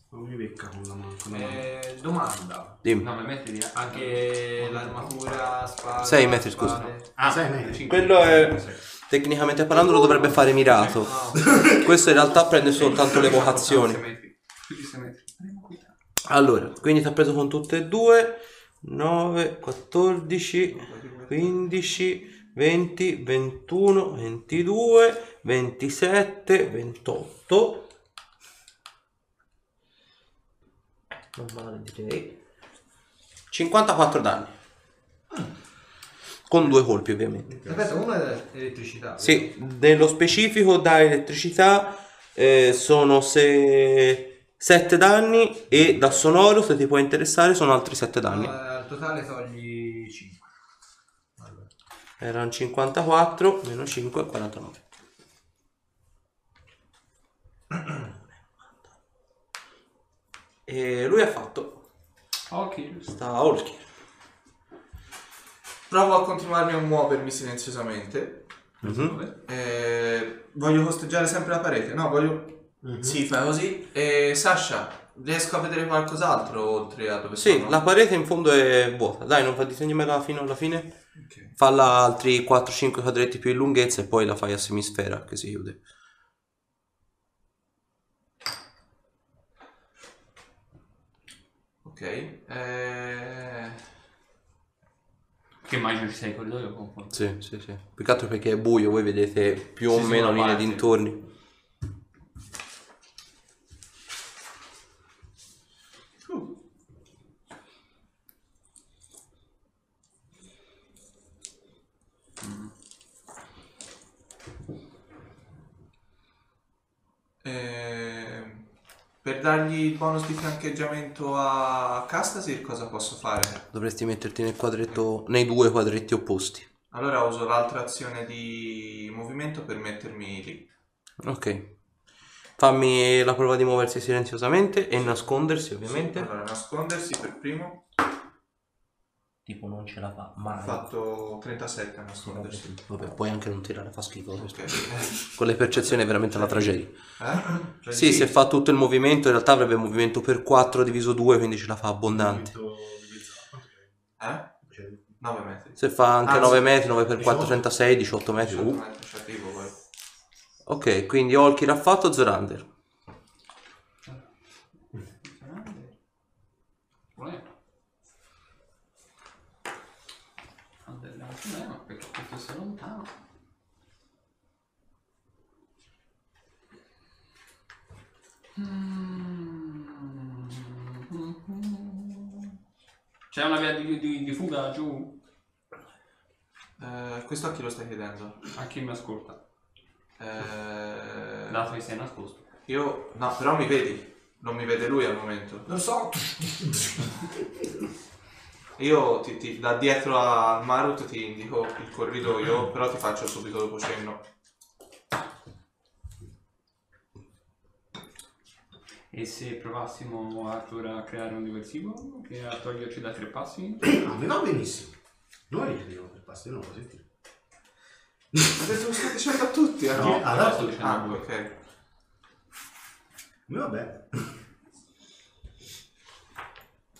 Speaker 2: non mi becca con la mano. con la mano.
Speaker 3: Eh, domanda.
Speaker 6: Dimmi.
Speaker 5: No, ma metti di
Speaker 3: Anche l'armatura, spada...
Speaker 6: Sei metri, scusa.
Speaker 3: spade.
Speaker 5: Ah,
Speaker 2: Sei metri.
Speaker 5: cinque.
Speaker 6: Quello è- Tecnicamente parlando lo dovrebbe fare mirato. Questo in realtà prende soltanto le vocazioni.
Speaker 5: Tutti sei metri. Andiamo qui.
Speaker 6: Allora, quindi ti ha preso con tutte e due 9, 14, 15, 20, 21, 22, 27, 28. Non male direi. 54 danni. Con due colpi ovviamente.
Speaker 3: Aspetta, uno è elettricità.
Speaker 6: Sì, nello specifico da elettricità eh, sono 7 danni e da sonoro, se ti può interessare, sono altri 7
Speaker 3: vero?
Speaker 6: danni.
Speaker 3: No, eh, al totale togli 5. Allora.
Speaker 6: Erano 54, meno 5, 49. E lui ha fatto,
Speaker 5: Ok.
Speaker 6: sta a Olkir.
Speaker 4: Provo a continuarmi a muovermi silenziosamente.
Speaker 6: Mhm.
Speaker 4: Eh, voglio costeggiare sempre la parete. No, voglio...
Speaker 2: Mhm.
Speaker 4: Sì, fai così. Eh, Sasha, riesco a vedere qualcos'altro oltre a dove
Speaker 6: Sì,
Speaker 4: sono?
Speaker 6: la parete in fondo è vuota. Dai, non fa disegnamela fino alla fine.
Speaker 4: Ok.
Speaker 6: Falla altri 4-5 quadretti più in lunghezza e poi la fai a semisfera che si chiude.
Speaker 4: Ok. Eh...
Speaker 5: Che immagino ci sia il corridoio con con-
Speaker 6: Sì, sì, sì. Più che altro perché è buio, voi vedete più o
Speaker 5: Ci sono
Speaker 6: meno linee
Speaker 5: parti.
Speaker 6: dintorni.
Speaker 4: Ehm, per dargli il bonus di fiancheggiamento a Castasir cosa posso fare?
Speaker 6: Dovresti metterti nel quadretto, nei due quadretti opposti.
Speaker 4: Allora uso l'altra azione di movimento per mettermi lì.
Speaker 6: Ok. Fammi la prova di muoversi silenziosamente e nascondersi, ovviamente.
Speaker 4: Allora nascondersi per primo.
Speaker 7: Tipo non ce la fa
Speaker 4: Ho
Speaker 7: mai.
Speaker 4: fatto 37 a nascondersi.
Speaker 6: Vabbè, puoi anche non tirare, fa schifo.
Speaker 4: Ok.
Speaker 6: Con le percezioni è veramente una tragedia.
Speaker 4: Eh? Cioè,
Speaker 6: Sì, se fa tutto il movimento, in realtà avrebbe movimento per 4 diviso 2, quindi ce la fa abbondante.
Speaker 2: Movimento di Zara, quanto che è?
Speaker 4: Eh?
Speaker 2: Cioè,
Speaker 4: 9 metri.
Speaker 6: Se fa anche
Speaker 4: Anzi,
Speaker 6: 9 metri, 9 per 4,
Speaker 7: diciamo
Speaker 2: 18.
Speaker 6: 36, 18 metri.
Speaker 4: 18
Speaker 6: uh.
Speaker 4: metri ci arrivo poi.
Speaker 6: Ok, quindi Olkir ha fatto Zorander.
Speaker 5: Uè. Ah, bella, eh, ma perché tutto sei lontano? C'è una via di, di- di fuga giù?
Speaker 4: Eh, questo a chi lo stai chiedendo?
Speaker 5: A chi mi ascolta?
Speaker 4: Eh,
Speaker 5: Dato che sei nascosto.
Speaker 4: Io... No, però mi vedi. Non mi vede lui al momento.
Speaker 3: Lo so.
Speaker 4: Io ti, ti- da dietro al Marut ti indico il corridoio, però ti faccio subito dopo cenno.
Speaker 5: E se provassimo Arthur a creare un diversivo che a toglierci da tre passi?
Speaker 2: A me Ah, va benissimo. Noi li chiediamo per passi, non lo senti.
Speaker 4: Ma detto lo sto dicendo a tutti, eh?
Speaker 2: No.
Speaker 5: Ah,
Speaker 2: allora-
Speaker 5: sto dicendo a
Speaker 4: Ah,
Speaker 5: voi.
Speaker 4: ok.
Speaker 2: A me va bene.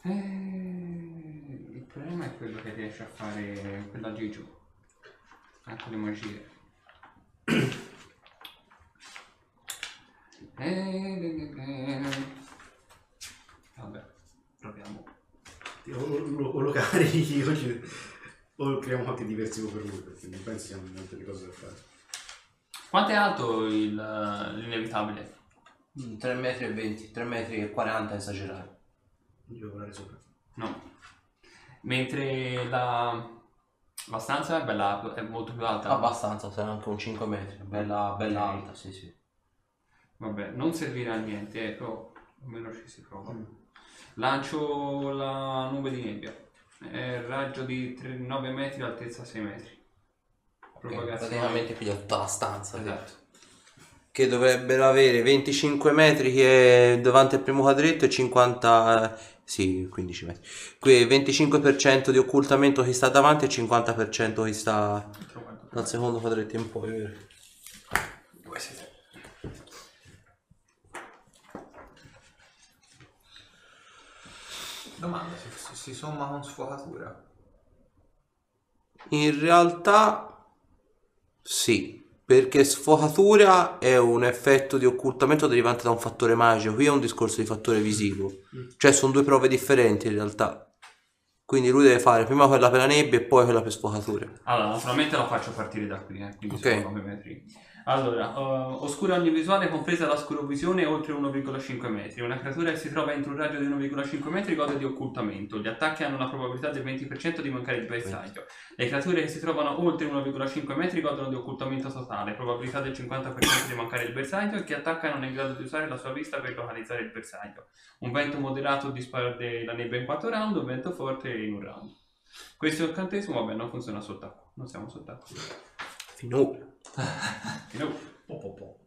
Speaker 5: Eh, il problema è quello che riesce a fare quella giù giù. Anche le magie. Eh, eh, eh, eh. Vabbè, proviamo.
Speaker 2: O, o- lo, o lo carichi o, ci- o creiamo qualche diversivo per lui, perché non penso siano molte le cose da fare.
Speaker 5: Quanto è alto il, eh, l'inevitabile?
Speaker 7: 3 Mm, metri e 20, 3 metri e 40 è esagerato.
Speaker 2: Io devo volare sopra.
Speaker 5: No. Mentre la, la stanza è, bella, è molto più alta.
Speaker 6: Ah,
Speaker 7: Abbastanza, sarà anche un 5 metri, bella, bella alta, sì sì.
Speaker 5: Vabbè, non servirà a niente, però almeno ci si prova. Lancio la nube di nebbia. È raggio di 3 9 metri, altezza 6 metri. Propagazione.
Speaker 7: Praticamente piglia tutta la stanza. sì.
Speaker 5: Esatto.
Speaker 6: Che dovrebbero avere 25 metri che è davanti al primo quadretto e 50... Sì, 15 metri. Qui 25% di occultamento che sta davanti e 50% che sta dal secondo quadretto in poi, vero?
Speaker 3: Domanda.
Speaker 4: Si, si somma con sfocatura.
Speaker 6: In realtà sì, perché sfocatura è un effetto di occultamento derivante da un fattore magico, qui è un discorso di fattore visivo,
Speaker 2: Mm.
Speaker 6: cioè sono due prove differenti in realtà. Quindi lui deve fare prima quella per la nebbia e poi quella per sfocatura.
Speaker 5: Allora, naturalmente la faccio partire da qui, eh, quindi
Speaker 6: Ok.
Speaker 5: sono 9 metri. Allora, eh, oscura ogni visuale, compresa la scurovisione, oltre 1,5 metri. Una creatura che si trova entro un raggio di 1,5 metri gode di occultamento. Gli attacchi hanno una probabilità del 20% di mancare di bersaglio. Le creature che si trovano oltre 1,5 metri godono di occultamento totale, probabilità del 50% di mancare il bersaglio e chi attacca non è in grado di usare la sua vista per localizzare il bersaglio. Un vento moderato disperde la nebbia in 4 round, un vento forte in un round. Questo incantesimo, vabbè, non funziona sott'acqua. Non siamo sott'acqua.
Speaker 6: Finora.
Speaker 5: No.
Speaker 2: Po, po, po.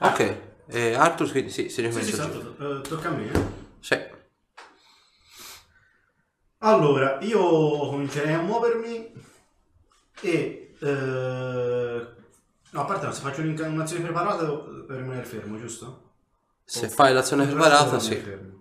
Speaker 6: Ok, eh, Arthur quindi sì, si
Speaker 2: Sì, sì,
Speaker 6: ricomincia. il giro.
Speaker 2: esatto, eh, tocca a me. eh.
Speaker 6: Sì.
Speaker 2: Allora, io comincerei a muovermi e... eh, no, a parte, no, se faccio un'inca- un'azione preparata devo eh, rimanere fermo, giusto?
Speaker 6: Se fai l'azione
Speaker 2: Devo
Speaker 6: preparata,
Speaker 2: rimanere
Speaker 6: sì.
Speaker 2: fermo.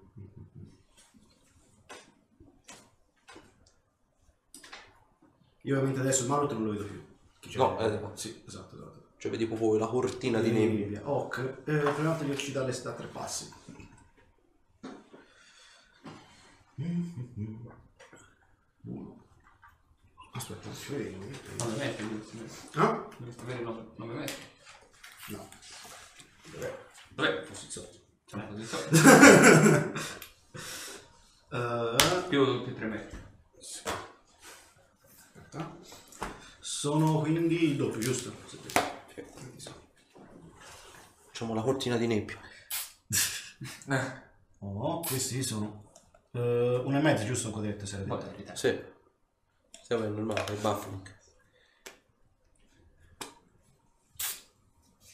Speaker 2: Io ovviamente adesso il Marot non lo vedo più. Chi c'è?
Speaker 6: No, eh, no.
Speaker 2: sì, esatto, esatto.
Speaker 6: Cioè vedi proprio la cortina di nebbia.
Speaker 2: Ok, eh, proviamo a toglierci dalle da tre passi. Uno. Aspetta, ci vediamo.
Speaker 5: 9 metri dovresti avere.
Speaker 2: No?
Speaker 5: Dovresti avere 9, metri.
Speaker 2: No.
Speaker 5: Vabbè, fossi sotto.
Speaker 6: certo.
Speaker 5: Siamo così sotto.
Speaker 2: Eh,
Speaker 5: Più, più 3 metri.
Speaker 2: aspetta. Sono quindi il doppio, giusto? Sì. Mm.
Speaker 6: Facciamo Diciamo, la cortina di nebbia.
Speaker 2: Oh, questi sono... eh, uno e mezzo, giusto? Ho detto, se era detto.
Speaker 5: Poi in realtà.
Speaker 6: Sì. Sì, vabbè, è normale, è buffing.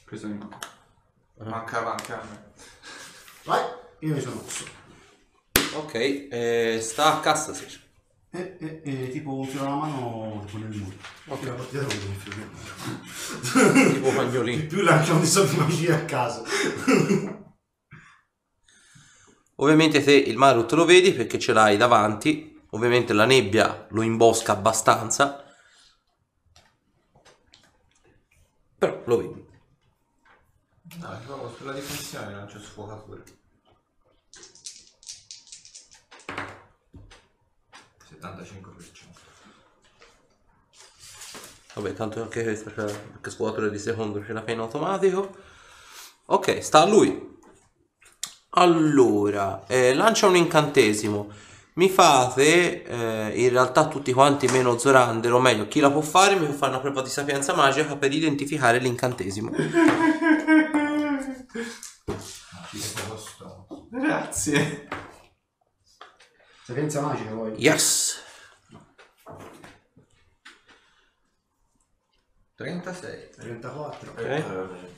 Speaker 5: Preso in mano.
Speaker 4: Mancava anche a me.
Speaker 2: Vai, io mi sono mosso.
Speaker 6: Ok, eh, sta a cassa, sì.
Speaker 2: E, e, e tipo un filo alla mano tipo nel muro. Ok, la partita con un filo nel muro.
Speaker 6: Tipo
Speaker 2: In
Speaker 6: cagnolino.
Speaker 2: più lanciamo di solito magia a caso.
Speaker 6: Ovviamente te il Marut lo vedi perché ce l'hai davanti. Ovviamente la nebbia lo imbosca abbastanza. Però lo vedi.
Speaker 4: No, è proprio sulla difensione lancio sfocatura.
Speaker 3: 75%.
Speaker 6: Vabbè, tanto anche questa c'è perché scuotere di secondo ce la fai in automatico. Ok, sta a lui. Allora, eh, lancia un incantesimo. Mi fate, eh, in realtà tutti quanti meno Zorandero, o meglio, chi la può fare, mi può fare una prova di sapienza magica per identificare l'incantesimo.
Speaker 4: Grazie.
Speaker 2: Sapienza magica poi.
Speaker 6: Yes!
Speaker 4: 36.
Speaker 2: 34.
Speaker 6: Ok.
Speaker 4: Eh,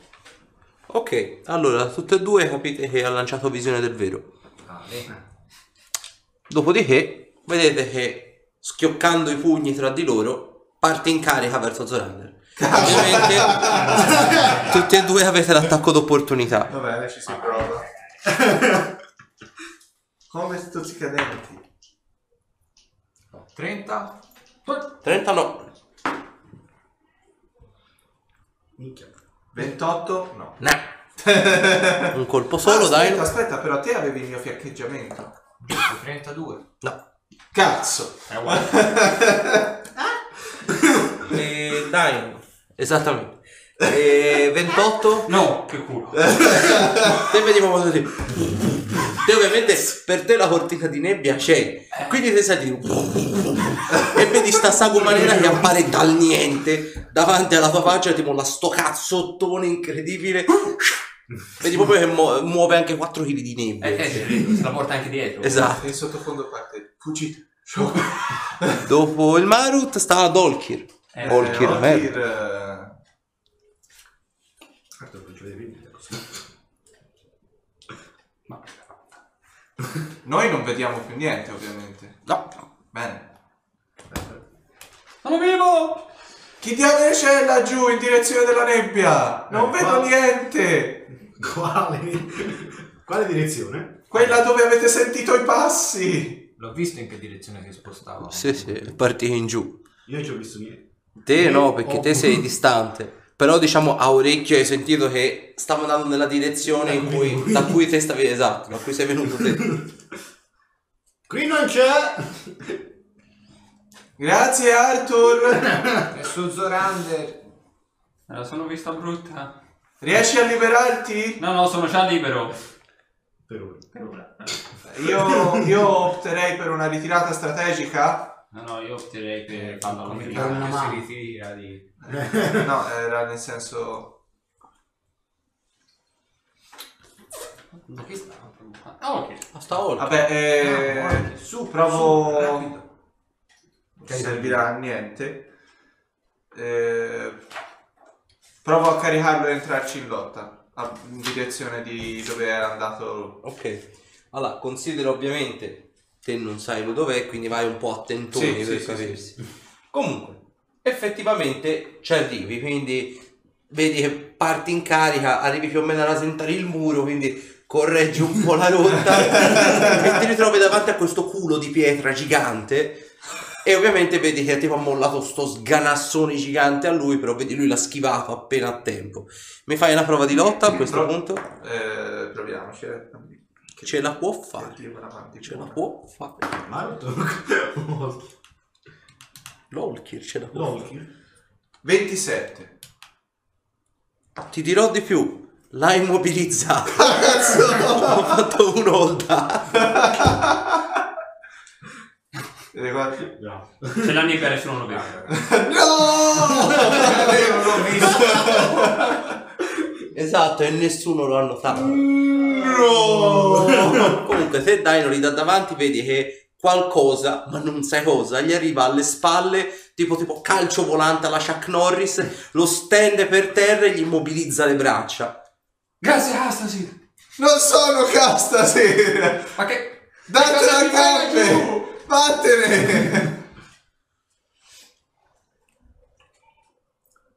Speaker 6: Ok, allora, tutte e due capite che ha lanciato visione del vero.
Speaker 3: Ah, bene.
Speaker 6: Dopodiché vedete che schioccando i pugni tra di loro parte in carica verso Zorander. Ovviamente tutti e due avete l'attacco d'opportunità.
Speaker 4: Va bene, ci si prova. Come stuzzicadenti.
Speaker 3: 30?
Speaker 6: 30 no.
Speaker 2: Minchia.
Speaker 4: 28? No.
Speaker 6: Nah. Un colpo solo,
Speaker 4: aspetta,
Speaker 6: dai.
Speaker 4: Aspetta, però te avevi il mio fiaccheggiamento.
Speaker 3: Giusto, 32.
Speaker 6: No.
Speaker 4: Cazzo.
Speaker 6: E dai. Esattamente. E 28?
Speaker 5: No, che culo.
Speaker 6: Eh, Te vedi come così. Te ovviamente per te la cortina di nebbia c'è. Quindi te senti e vedi sta sagomaniera che appare dal niente davanti alla tua faccia tipo una sto cazzottone incredibile. Vedi proprio che mu- muove anche 4 kg di nebbia.
Speaker 5: Eh, eh, sì, se la porta anche dietro.
Speaker 6: Esatto.
Speaker 4: In sottofondo parte. Fuggite.
Speaker 6: Dopo il Marut sta ad Olkir.
Speaker 5: Eh,
Speaker 6: Olkir,
Speaker 4: Eh,
Speaker 6: merda.
Speaker 4: Olkir,
Speaker 2: Certo, non ci vede più niente così.
Speaker 4: eh, Noi non vediamo più niente, ovviamente.
Speaker 6: No.
Speaker 4: Bene.
Speaker 5: Sono vivo!
Speaker 4: Chi diavolo c'è laggiù in direzione della nebbia? Non
Speaker 2: Eh,
Speaker 4: vedo
Speaker 2: qua-
Speaker 4: niente.
Speaker 2: Quale? Quale direzione?
Speaker 4: Quella dove avete sentito i passi.
Speaker 3: L'ho visto in che direzione si spostava. Eh,
Speaker 6: Sì, sì, è partito in giù.
Speaker 2: Io non ci ho visto niente.
Speaker 6: Te no, perché te sei distante. Però diciamo a orecchio hai sentito che stava andando nella direzione in cui, da cui te stavi esatto, da cui sei venuto te.
Speaker 2: Qui non c'è!
Speaker 4: Grazie Arthur.
Speaker 3: E su Zorander.
Speaker 5: Allora, sono vista brutta.
Speaker 4: Riesci a liberarti?
Speaker 5: No, no, sono già libero.
Speaker 2: Per ora.
Speaker 5: Per ora.
Speaker 4: Io, io opterei per una ritirata strategica.
Speaker 5: No, no, io opterei per farla alla
Speaker 3: Come
Speaker 5: fine.
Speaker 2: fa? una
Speaker 3: che
Speaker 2: mano.
Speaker 3: si ritira di...
Speaker 4: No, era nel senso...
Speaker 5: Ma che sta? Ah, ok.
Speaker 6: Sta oltre.
Speaker 4: Vabbè, eh,
Speaker 3: Ah, buono.
Speaker 4: su, provo...
Speaker 3: Su, rapido.
Speaker 4: Non servirà a niente. Eh, provo a caricarlo e entrarci in lotta. a- in direzione di dove era andato.
Speaker 6: Ok, allora considera ovviamente te non sai lui dov'è, quindi vai un po' attentoni
Speaker 4: Sì,
Speaker 6: per
Speaker 4: sì, sì,
Speaker 6: capirsi. Comunque, effettivamente ci arrivi, quindi vedi che parti in carica, arrivi più o meno a rasentare il muro, quindi correggi un po' la rotta e ti ritrovi davanti a questo culo di pietra gigante. E ovviamente vedi che tipo ha mollato sto sganassone gigante a lui, però vedi lui l'ha schivato appena a tempo. Mi fai una prova di lotta a questo
Speaker 4: Pro-
Speaker 6: punto?
Speaker 4: Eh, proviamoci. eh.
Speaker 6: Ce la può
Speaker 4: Che
Speaker 6: fare.
Speaker 4: Dio va avanti.
Speaker 6: Ce la
Speaker 4: buona.
Speaker 6: può fare.
Speaker 2: Martok.
Speaker 6: L'Olkir ce la può
Speaker 2: Lolkir.
Speaker 4: 27.
Speaker 6: fare. Ti dirò di più. L'ha immobilizzato. Ho fatto un hold up.
Speaker 4: E guardi.
Speaker 5: Bravo. Se la nebbia nessuno lo vede.
Speaker 4: No! l'ho visto.
Speaker 6: Esatto, e nessuno lo ha notato.
Speaker 4: No!
Speaker 6: Comunque, se Dainori da davanti vedi che qualcosa, ma non sai cosa, gli arriva alle spalle, tipo, tipo calcio volante alla Chuck Norris, lo stende per terra e gli immobilizza le braccia.
Speaker 5: Grazie, ah, Astasi.
Speaker 4: Non sono casta stasera.
Speaker 5: Ma che...
Speaker 4: Date
Speaker 5: cosa
Speaker 4: la
Speaker 5: mi fai
Speaker 4: cappe. Vattene.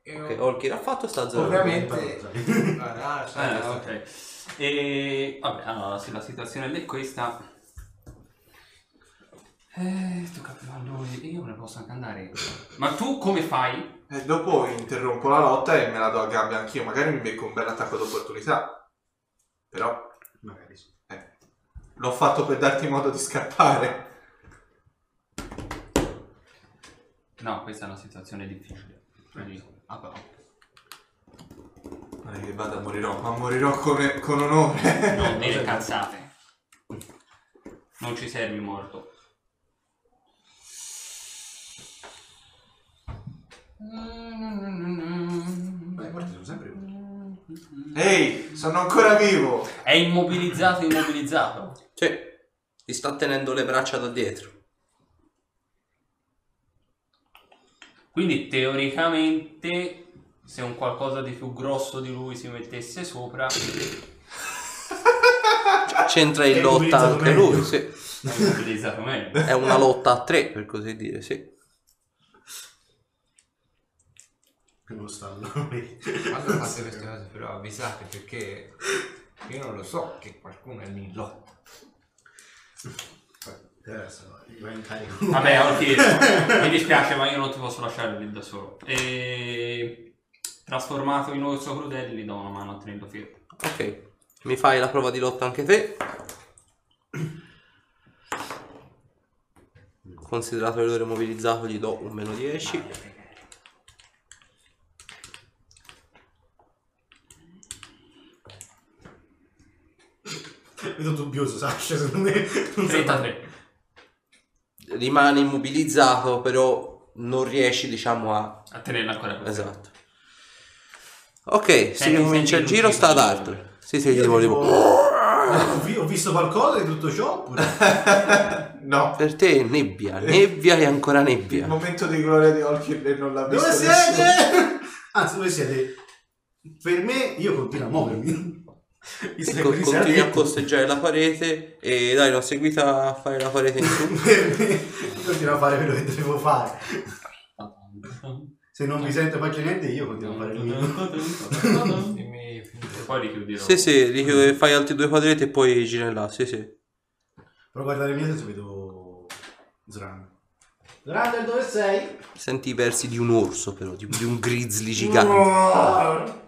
Speaker 6: Ok, Olkir ha fatto sta zona.
Speaker 3: Ovviamente. Ah, no,
Speaker 5: Eh,
Speaker 3: aspetta, aspetta.
Speaker 5: ok. E... Vabbè, allora, se la situazione è questa... Eh, tocca prima a lui. Io me ne posso anche andare. Ma tu come fai?
Speaker 4: E Eh, dopo interrompo la lotta e me la do a gambe anch'io. Magari mi becco un bel attacco d'opportunità. Però
Speaker 2: Magari sì.
Speaker 4: eh, l'ho fatto per darti modo di scappare.
Speaker 5: No, questa è una situazione difficile. Quindi,
Speaker 4: Non è che vada morirò, ma morirò come- con onore.
Speaker 5: non dire cazzate. Non ci servi morto.
Speaker 2: Beh, i morti sono sempre utili.
Speaker 4: Ehi, sono ancora vivo.
Speaker 5: È immobilizzato, immobilizzato.
Speaker 6: Sì, ti sta tenendo le braccia da dietro.
Speaker 5: Quindi teoricamente se un qualcosa di più grosso di lui si mettesse sopra,
Speaker 6: C'entra in
Speaker 2: È
Speaker 6: lotta
Speaker 2: immobilizzato
Speaker 6: anche
Speaker 2: meglio.
Speaker 6: lui, sì.
Speaker 5: è immobilizzato meglio.
Speaker 6: È una lotta a tre, per così dire, sì.
Speaker 2: Che non stanno a me.
Speaker 3: Quando fate queste cose però avvisate perché io non lo so che qualcuno è lì in lotta.
Speaker 2: Adesso gli va in carico.
Speaker 5: Vabbè, ok, mi dispiace ma io non ti posso lasciare lì da solo. E trasformato in orso crudele gli do una mano a tenerlo fermo.
Speaker 6: Ok, mi fai la prova di lotta anche te. Considerato che l'ora mobilizzato gli do un meno 10.
Speaker 2: Vedo dubbioso, Sasha, secondo me. Non so.
Speaker 5: 33.
Speaker 6: rimane immobilizzato, però non riesci, diciamo, a.
Speaker 5: A tenerla ancora per
Speaker 6: Esatto. Ok, si
Speaker 5: Senti,
Speaker 6: ricomincia il
Speaker 5: senti,
Speaker 6: giro,
Speaker 5: non
Speaker 6: sta ad
Speaker 5: ti-
Speaker 6: Arthur. Sì, sì,
Speaker 2: Io
Speaker 6: gli volevo.
Speaker 2: tipo, ho vi- ho visto qualcosa di tutto ciò oppure?
Speaker 4: No.
Speaker 6: Per te è nebbia, nebbia e ancora
Speaker 4: Il
Speaker 6: nebbia.
Speaker 4: momento di gloria di Olkir e non l'ha visto.
Speaker 2: Dove
Speaker 4: nessuno.
Speaker 2: siete? Anzi, dove siete? Per me, io continuo a muovermi. Mi
Speaker 6: E
Speaker 2: stai
Speaker 6: co-
Speaker 2: così
Speaker 6: Ecco, continui a
Speaker 2: sereno.
Speaker 6: costeggiare la parete e dai, l'ho seguita a fare la parete in su.
Speaker 2: Per me, continuo a fare quello che devo fare. Se non mi sento faccio niente, io continuo a fare il mio.
Speaker 5: E
Speaker 3: Dimmi
Speaker 5: poi richiuderò.
Speaker 6: Sì, sì, richi- fai altri due quadretti e poi giri in là, sì, sì.
Speaker 2: Però guardare indietro se vedo Zoran. Zoran, dove sei?
Speaker 6: Senti i versi di un orso, però, di, di un grizzly gigante.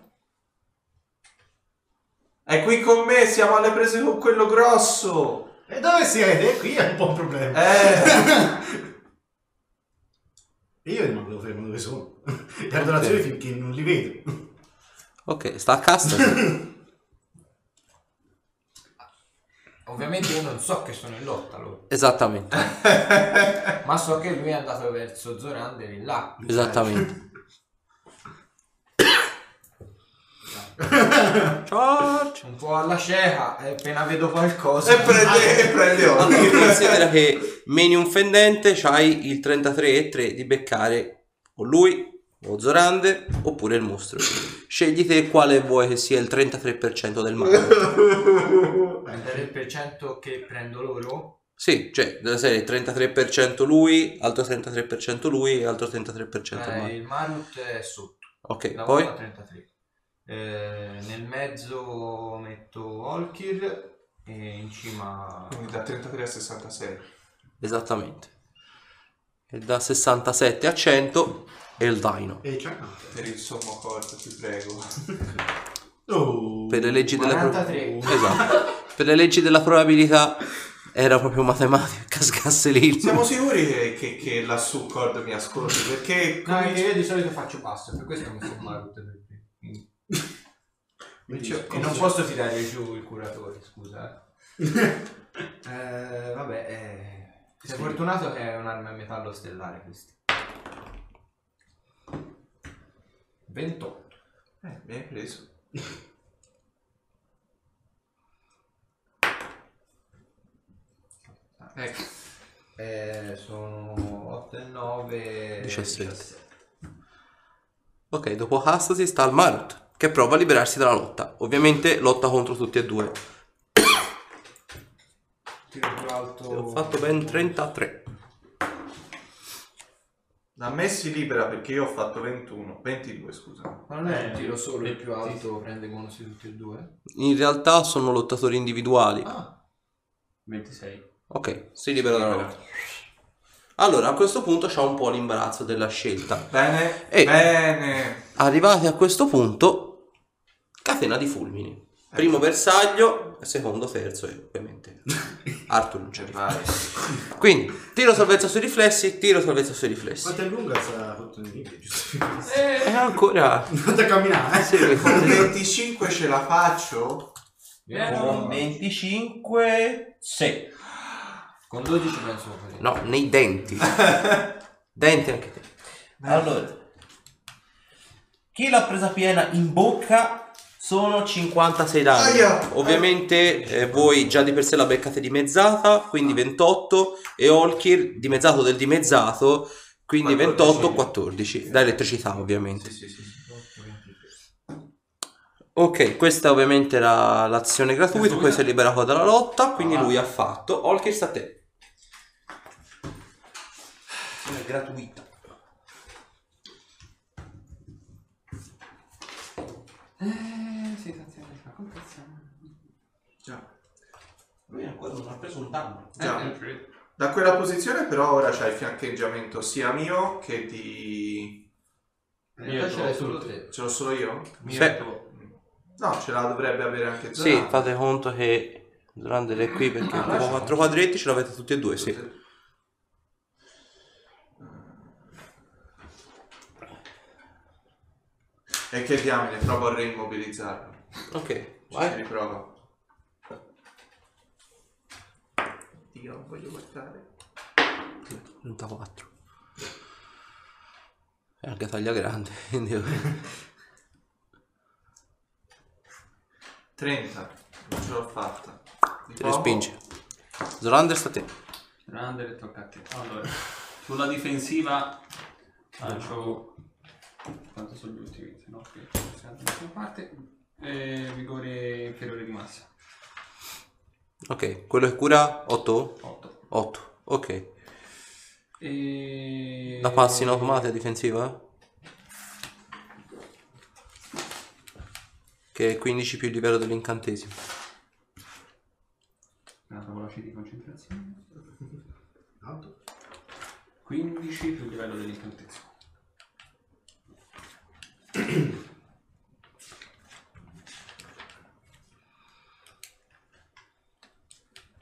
Speaker 4: È qui con me, siamo alle prese con quello grosso.
Speaker 2: E dove siete? Qui è un po' un problema.
Speaker 4: Eh,
Speaker 2: E io rimango fermo dove sono. Guardo la azione finché non li vedo.
Speaker 6: Ok, sta a casa.
Speaker 3: Ovviamente io non so che sono in lotta loro,
Speaker 6: Esattamente.
Speaker 3: ma so che lui è andato verso Zorander in là.
Speaker 6: Esattamente. George!
Speaker 3: Un po' alla cieca e appena vedo qualcosa.
Speaker 4: e prende, e prende
Speaker 6: Allora,
Speaker 4: Olkir.
Speaker 6: considera che Menium Fendente c'hai il 33,3 di beccare o lui, o Zorande, oppure il mostro. Scegli te quale vuoi che sia il 33% del male.
Speaker 3: Prendere il per cento che prendo loro.
Speaker 6: Sì, cioè, della serie 33% lui, altro 33% lui e altro 33% il
Speaker 3: eh,
Speaker 6: male.
Speaker 3: il Marut è sotto,
Speaker 6: Ok, Certo,
Speaker 3: da
Speaker 6: poi
Speaker 3: 1 a 33. Eh, nel mezzo metto Olkir e in cima
Speaker 4: Quindi da 33 a 66.
Speaker 6: esattamente. E da 67 a 100 è il Dino.
Speaker 2: E c'è anche.
Speaker 4: Per il sommo corpo, ti prego.
Speaker 2: Oh.
Speaker 6: Per le leggi della pro-
Speaker 3: 43.
Speaker 6: Esatto. per le leggi della probabilità era proprio matematica, cascasse lì.
Speaker 4: Siamo sicuri che, che, che lassù Cord mi ascolti perché
Speaker 3: No,
Speaker 4: cominci-
Speaker 3: io di solito faccio passo, per questo mi sono Marut
Speaker 2: Cioè,
Speaker 3: E non posso tirare giù il curatore, scusa. eh, vabbè, eh, sei fortunato che è un'arma in metallo stellare questa. 28.
Speaker 4: Eh, mi hai preso.
Speaker 3: Ecco. Eh, sono 8 e 9.
Speaker 6: 17. Ok, dopo Hastasi sta al Marut, che prova a liberarsi dalla lotta. Ovviamente lotta contro tutti e due.
Speaker 3: Tiro più alto.
Speaker 6: Ho fatto ben 33.
Speaker 4: Da me si libera perché io ho fatto 21, 22 scusa.
Speaker 3: Ma non è un
Speaker 5: Eh,
Speaker 3: tiro solo, il
Speaker 5: sì,
Speaker 3: più alto prende bonus di tutti e due?
Speaker 6: In realtà sono lottatori individuali.
Speaker 3: Ah,
Speaker 5: 26.
Speaker 6: Ok, si libera dalla lotta. Allora, a questo punto c'è un po' l'imbarazzo della scelta.
Speaker 4: Bene,
Speaker 6: Eh.
Speaker 4: bene.
Speaker 6: Arrivati a questo punto, catena di fulmini. Primo bersaglio, secondo, terzo e ovviamente Arthur non c'è.
Speaker 4: Cioè, vai.
Speaker 6: Quindi, tiro salvezza sui riflessi, tiro salvezza sui riflessi.
Speaker 2: Quanto è lunga sarà tutto il video, giusto?
Speaker 5: Eh,
Speaker 6: E ancora...
Speaker 2: Andate a camminare. eh?
Speaker 6: Sì,
Speaker 4: Con
Speaker 6: con-
Speaker 4: 25 ce la faccio?
Speaker 6: Eh,
Speaker 7: Con 25, sì.
Speaker 3: Con 12 penso così.
Speaker 6: No, nei denti. denti anche te.
Speaker 7: Allora, chi l'ha presa piena in bocca sono
Speaker 6: 56 danni.
Speaker 4: Aia!
Speaker 6: Ovviamente eh, voi già di per sé la beccate dimezzata, quindi 28 e Olkir dimezzato del dimezzato, quindi 28 14 da elettricità ovviamente.
Speaker 4: Sì, sì, sì.
Speaker 6: Ok, questa ovviamente era l'azione gratuita,
Speaker 5: Gratuita.
Speaker 6: poi si è liberato dalla lotta, quindi lui ha fatto. Olkir sta a te.
Speaker 7: gratuita.
Speaker 5: Eh, sì, attenzione, fa compensazione.
Speaker 4: Già.
Speaker 7: Lui ancora non ha preso un danno.
Speaker 4: Già.
Speaker 5: Eh, eh,
Speaker 4: Da quella posizione però ora c'è il fiancheggiamento sia mio che di...
Speaker 3: In realtà
Speaker 5: Io
Speaker 3: ce l'hai Eh,
Speaker 5: do
Speaker 3: solo
Speaker 5: tutti.
Speaker 3: te.
Speaker 4: Ce l'ho solo io?
Speaker 3: Mio
Speaker 6: Sì.
Speaker 3: e tuo.
Speaker 4: No, ce la dovrebbe avere anche Zoran.
Speaker 6: Sì, fate conto che Durante è qui perché
Speaker 4: Ah,
Speaker 6: dopo
Speaker 4: lascia.
Speaker 6: 4 quadretti ce l'avete tutti e due, Eh, sì.
Speaker 4: E che diamine, provo a reimmobilizzarlo.
Speaker 6: Ok,
Speaker 4: Ci
Speaker 6: vai.
Speaker 4: riprovo. Io non voglio guardare.
Speaker 6: 34. È anche taglia grande, quindi...
Speaker 4: 30. Non ce l'ho fatta. Di
Speaker 6: Ti
Speaker 4: poco?
Speaker 6: respinge. Zorander sta a te.
Speaker 5: Randall, tocca a te. Allora, sulla difensiva lancio... Quanto sono gli ultimi? No, che ci siamo da questa parte. Eh, vigore inferiore di massa.
Speaker 6: Ok, quello che cura 8?
Speaker 5: 8.
Speaker 6: 8. Ok.
Speaker 5: E...
Speaker 6: La passi in automatica difensiva? Che è 15 più il livello dell'incantesimo.
Speaker 5: Una tavola C di concentrazione.
Speaker 2: Tanto.
Speaker 5: 15 più il livello dell'incantesimo.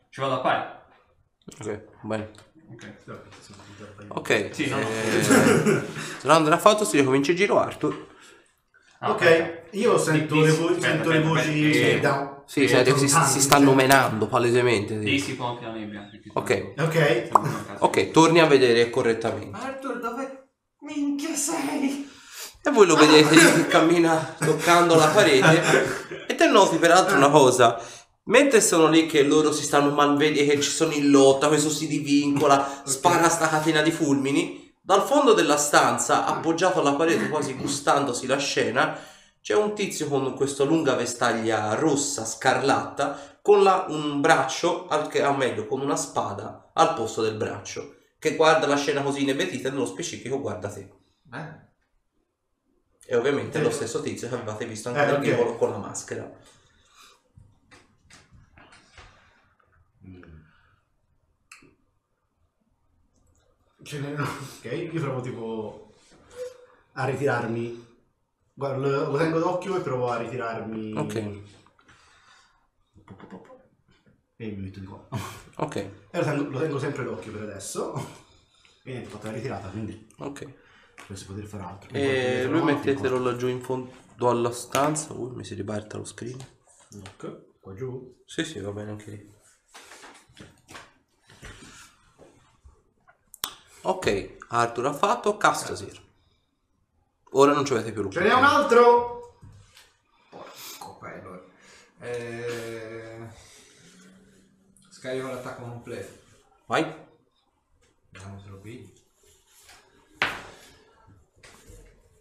Speaker 5: Ci vado a pari.
Speaker 6: Ok, bene.
Speaker 5: Ok.
Speaker 6: Ok.
Speaker 5: Sì, no, no.
Speaker 6: eh, Zorander ha fatto, si ricomincia il giro Arthur.
Speaker 5: Ah,
Speaker 2: ok, io sento le, vo-
Speaker 5: Aspetta,
Speaker 2: sento le
Speaker 5: aspetta,
Speaker 2: voci
Speaker 5: aspetta,
Speaker 2: da-
Speaker 6: Sì, senti che si, si stanno menando palesemente. sì.
Speaker 5: Lì si può anche la nebbia. perché sono-
Speaker 6: Ok.
Speaker 2: Ok.
Speaker 5: sono una casa.
Speaker 6: Ok, torni a vedere correttamente.
Speaker 3: Arthur, dove minchia sei?
Speaker 6: E voi lo vedete lì che cammina toccando la parete. E te noti peraltro una cosa. Mentre sono lì che loro si stanno malvedi che ci sono in lotta, questo si divincola, spara sta catena di fulmini, dal fondo della stanza, appoggiato alla parete, quasi gustandosi la scena, c'è un tizio con questa lunga vestaglia rossa, scarlatta, con la- un braccio, al che- o meglio, con una spada al posto del braccio, che guarda la scena così inebetita e nello specifico guarda te.
Speaker 4: Bene.
Speaker 6: E ovviamente
Speaker 2: Eh.
Speaker 6: lo stesso tizio che avevate visto anche
Speaker 2: Eh,
Speaker 6: dal
Speaker 2: ok.
Speaker 6: ghivolo con la maschera.
Speaker 2: Mm. Ce n'è- Ok, io provo tipo a ritirarmi. Guarda, lo, lo tengo d'occhio e provo a ritirarmi.
Speaker 6: Ok.
Speaker 2: E mi metto di qua.
Speaker 6: Ok,
Speaker 2: E lo tengo, lo tengo sempre d'occhio per adesso. E niente, ho fatto la ritirata, quindi
Speaker 6: ok.
Speaker 2: dovresti poter fare altro.
Speaker 6: E lui
Speaker 2: Avanti,
Speaker 6: mettetelo laggiù in fondo alla stanza. Ui, mi si riparta lo screen.
Speaker 2: qua. Ok, qua giù.
Speaker 6: Sì, sì, va bene anche lì. Ok, Arthur ha fatto Castasir. Ora non ci avete più luce.
Speaker 2: Ce n'è un altro!
Speaker 3: Porco quello. Eh, scarico l'attacco completo.
Speaker 6: Vai.
Speaker 3: Vediamo se lo pigli.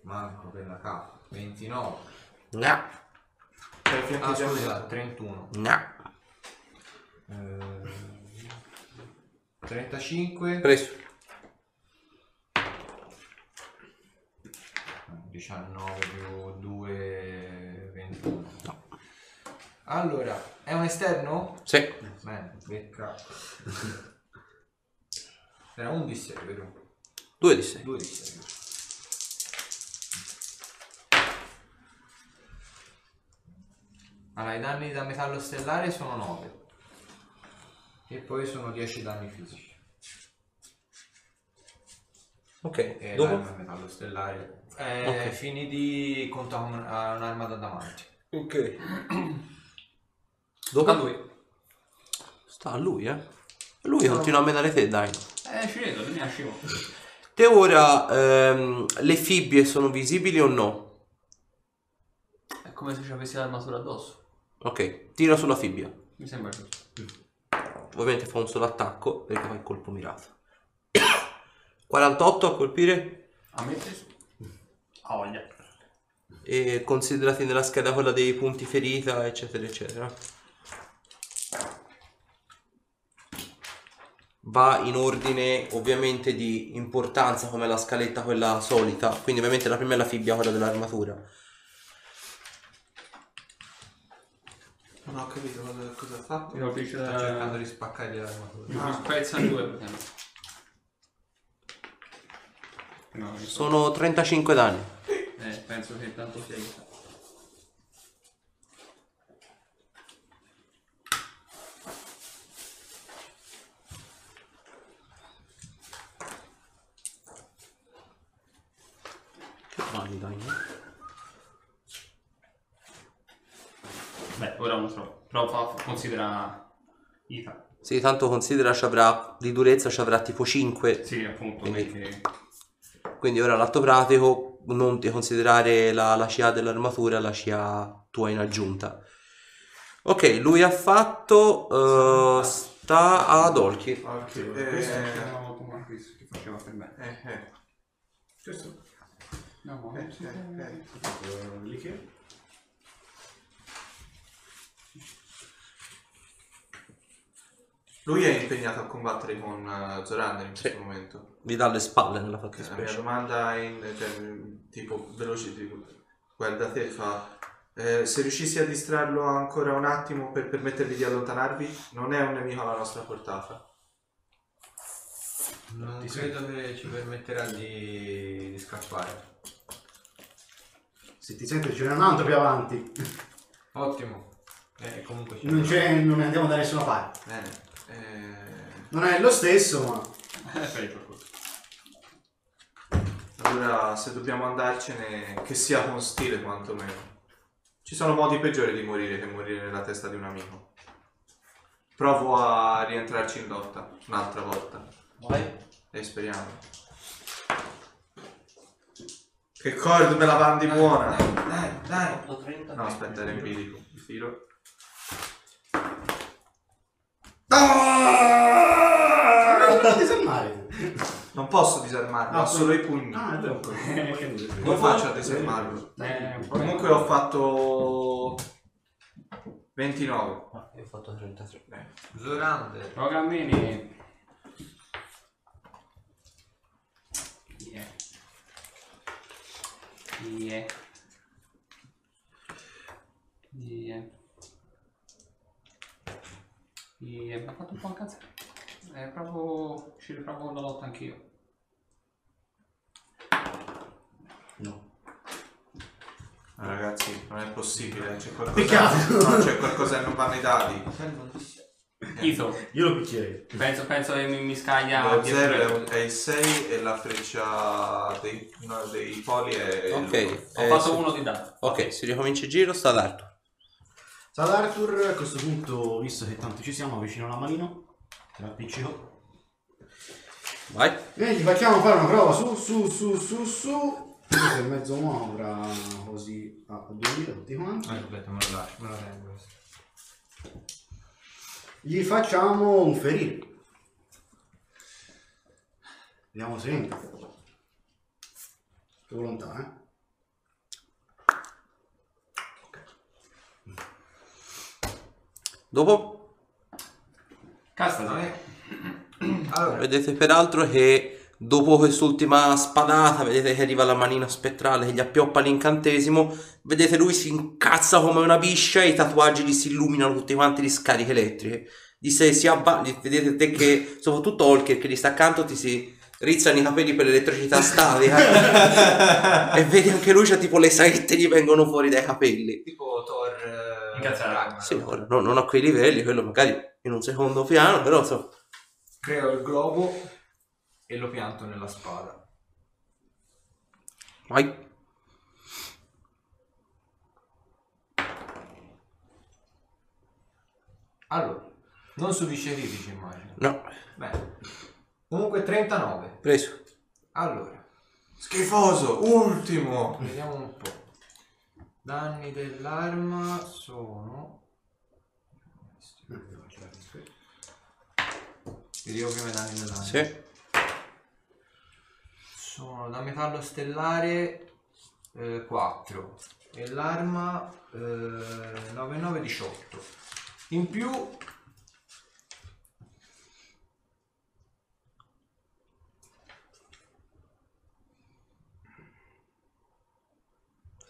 Speaker 3: Manco per la K. 29.
Speaker 6: Gna,
Speaker 4: Per fiancheggiare.
Speaker 3: Ah, scusa, 31.
Speaker 6: gna.
Speaker 3: Eh, 35.
Speaker 6: Preso.
Speaker 3: 19 più 2, 21. Allora, è un esterno?
Speaker 6: Sì.
Speaker 3: Bene, becca. Era un di 6, vero?
Speaker 6: Due di sei.
Speaker 3: 2 di 6. Allora, i danni da metallo stellare sono 9. E poi sono 10 danni fisici.
Speaker 6: Ok,
Speaker 3: E
Speaker 6: dopo.
Speaker 3: l'arma metallo stellare. Eh,
Speaker 6: Ok.
Speaker 3: Fini di conta con ah, un'arma da davanti.
Speaker 6: Ok. Dopo.
Speaker 5: A lui.
Speaker 6: Sta a lui, eh. Lui continua a menare te, dai.
Speaker 5: Eh, ci vedo, ne scemo.
Speaker 6: Te ora ehm, le fibbie sono visibili o no?
Speaker 5: È come se ci avessi l'armatura addosso.
Speaker 6: Ok, tira sulla fibbia.
Speaker 5: Mi sembra giusto.
Speaker 6: Ovviamente fa un solo attacco perché fa il colpo mirato. 48 a colpire
Speaker 5: A me preso. A voglia.
Speaker 6: e considerati nella scheda quella dei punti ferita, eccetera, eccetera. Va in ordine ovviamente di importanza come la scaletta quella solita, quindi ovviamente la prima è la fibbia, quella dell'armatura.
Speaker 4: Non ho capito cosa, cosa ha fatto.
Speaker 5: Mi colpisce
Speaker 3: Sta cercando
Speaker 5: da...
Speaker 3: di spaccare l'armatura.
Speaker 5: Mi spezza in due, per esempio. No, mi so-
Speaker 6: Sono 35 danni.
Speaker 5: Eh, penso che tanto sia aiutato.
Speaker 6: Che danni dai?
Speaker 5: Beh, ora non trovo. Però fa, considera Ita.
Speaker 6: Sì, tanto considera ci avrà di durezza ci avrà tipo 5
Speaker 5: Sì, appunto,
Speaker 6: Quindi-
Speaker 5: perché...
Speaker 6: Quindi ora l'atto pratico non ti considerare la, la CA dell'armatura, la CA tua in aggiunta. Ok, lui ha fatto. eh, sta ad Olki.
Speaker 4: Ok,
Speaker 5: Questo
Speaker 4: eh,
Speaker 5: c'era molto male, questo che faceva per me.
Speaker 4: eh, eh,
Speaker 2: Questo.
Speaker 5: No, ma...
Speaker 4: eh, eh, eh.
Speaker 2: Eh, Lì che?
Speaker 4: Lui è impegnato a combattere con eh, Zorander in questo
Speaker 6: Sì.
Speaker 4: momento.
Speaker 6: Vi dà le spalle nella
Speaker 4: Eh, La mia
Speaker 6: fattispecie.
Speaker 4: domanda è in, cioè, tipo veloce, tipo, guarda te fa. eh, se riuscissi a distrarlo ancora un attimo per permettervi di allontanarvi, non è un nemico alla nostra portata.
Speaker 3: Non credo che ci permetterà di, di scappare.
Speaker 2: Se ti senti ce n'è un altro più avanti.
Speaker 3: Ottimo. Eh, comunque ci
Speaker 2: Non, c'è, non ne andiamo da nessuna parte.
Speaker 4: Bene. eh,
Speaker 2: Non è lo stesso, ma.
Speaker 5: Eh, per il percorso.
Speaker 4: allora, se dobbiamo andarcene, che sia con stile quantomeno. Ci sono modi peggiori di morire che morire nella testa di un amico. Provo a rientrarci in lotta un'altra volta.
Speaker 7: Vai.
Speaker 4: E speriamo. Che cord me la bandi buona!
Speaker 3: Dai, dai.
Speaker 7: 8.30.
Speaker 4: No, aspetta, era in bilico. Tiro.
Speaker 2: Non ti disarmare.
Speaker 4: Non posso disarmarlo,
Speaker 2: No,
Speaker 4: ho Ah! solo i pugni.
Speaker 2: Ah, è vero.
Speaker 4: Come faccio a disarmarlo?
Speaker 5: Eh, un po'
Speaker 4: Comunque ho fatto 29.
Speaker 7: Ah, Io ho fatto 33.
Speaker 4: Bene.
Speaker 3: Zorande.
Speaker 5: Programmini. Yeah. Yeah. Yeah. Yeah, mi ha fatto un po' incazzare. Eh, provo... ci riprovo la lotta anch'io.
Speaker 2: No.
Speaker 4: Ah, Ragazzi, non è possibile, c'è qualcosa.
Speaker 2: Picchiato!
Speaker 4: No, c'è qualcosa che non vanno i dadi.
Speaker 3: Servono-
Speaker 4: È
Speaker 5: Ito,
Speaker 2: Io lo picchierei.
Speaker 5: penso, penso che mi, mi scaglia
Speaker 4: Lo
Speaker 5: dietro.
Speaker 4: zero è, un- è il 6 e la freccia dei, no, dei poli è
Speaker 6: Ok,
Speaker 4: il uno.
Speaker 5: Ho
Speaker 6: eh,
Speaker 5: fatto
Speaker 6: sì.
Speaker 5: uno di dato.
Speaker 6: Ok, si ricomincia il giro, sta ad Arthur.
Speaker 2: Sad Arthur, a questo punto, visto che tanto ci siamo, avvicino la manino, te l'appiccico.
Speaker 6: Vai.
Speaker 2: Quindi facciamo fare una prova su, su, su, su, su. Questo è mezzo maura, così a due vite tutti quanti.
Speaker 3: Ah, aspetta, me lo lascio, me lo tengo questo.
Speaker 2: Gli facciamo un ferire. Vediamo se entra. Che volontà, eh?
Speaker 6: Dopo
Speaker 5: Casta,
Speaker 3: Allora,
Speaker 6: vedete peraltro che dopo quest'ultima spadata, vedete che arriva la manina spettrale che gli appioppa l'incantesimo, vedete lui si incazza come una biscia e i tatuaggi gli si illuminano tutti quanti di scariche elettriche. Gli se- si abba- gli- vedete te che, soprattutto Holker che gli sta accanto, ti si rizzano i capelli per l'elettricità statica e vedi anche lui c'ha tipo le saette gli vengono fuori dai capelli.
Speaker 3: tipo Thor eh,
Speaker 5: Incazzare.
Speaker 3: Ragnarok.
Speaker 6: Sì, ora, no- non a quei livelli, quello magari in un secondo piano, però so,
Speaker 3: Creo il globo e lo pianto nella spada.
Speaker 6: vai.
Speaker 3: Allora, non subisce critici immagino.
Speaker 6: No,
Speaker 3: Bene. Comunque 39.
Speaker 6: preso.
Speaker 3: Allora,
Speaker 4: Schifoso, ultimo.
Speaker 3: vediamo un po'. Danni dell'arma sono... Ti dico prima i danni dell'arma.
Speaker 6: Sì.
Speaker 3: Sono da metallo stellare 4 e l'arma eh, 9918. In più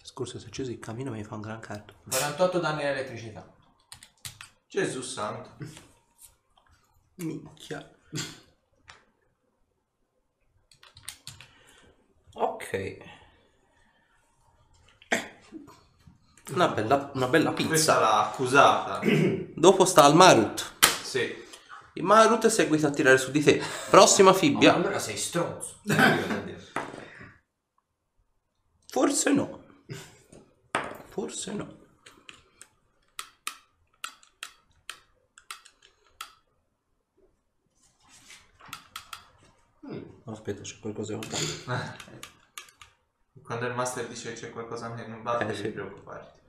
Speaker 6: Scusa, se ci il cammino mi fa un gran carto.
Speaker 3: 48 danni all'elettricità.
Speaker 4: Gesù santo.
Speaker 6: Minchia. ok. Una bella, una bella
Speaker 4: Questa
Speaker 6: pizza.
Speaker 4: l'ha accusata.
Speaker 6: Dopo sta al Marut.
Speaker 4: sì.
Speaker 6: Il Marut è seguito a tirare su di te. Prossima
Speaker 3: Oh,
Speaker 6: fibbia.
Speaker 3: allora sei stronzo. Eh, io da dire.
Speaker 6: Forse no. Forse no. No, aspetta, c'è qualcosa che non va.
Speaker 4: Quando il master dice che c'è qualcosa che non va,
Speaker 6: Eh,
Speaker 4: devi
Speaker 6: sì.
Speaker 4: preoccuparti.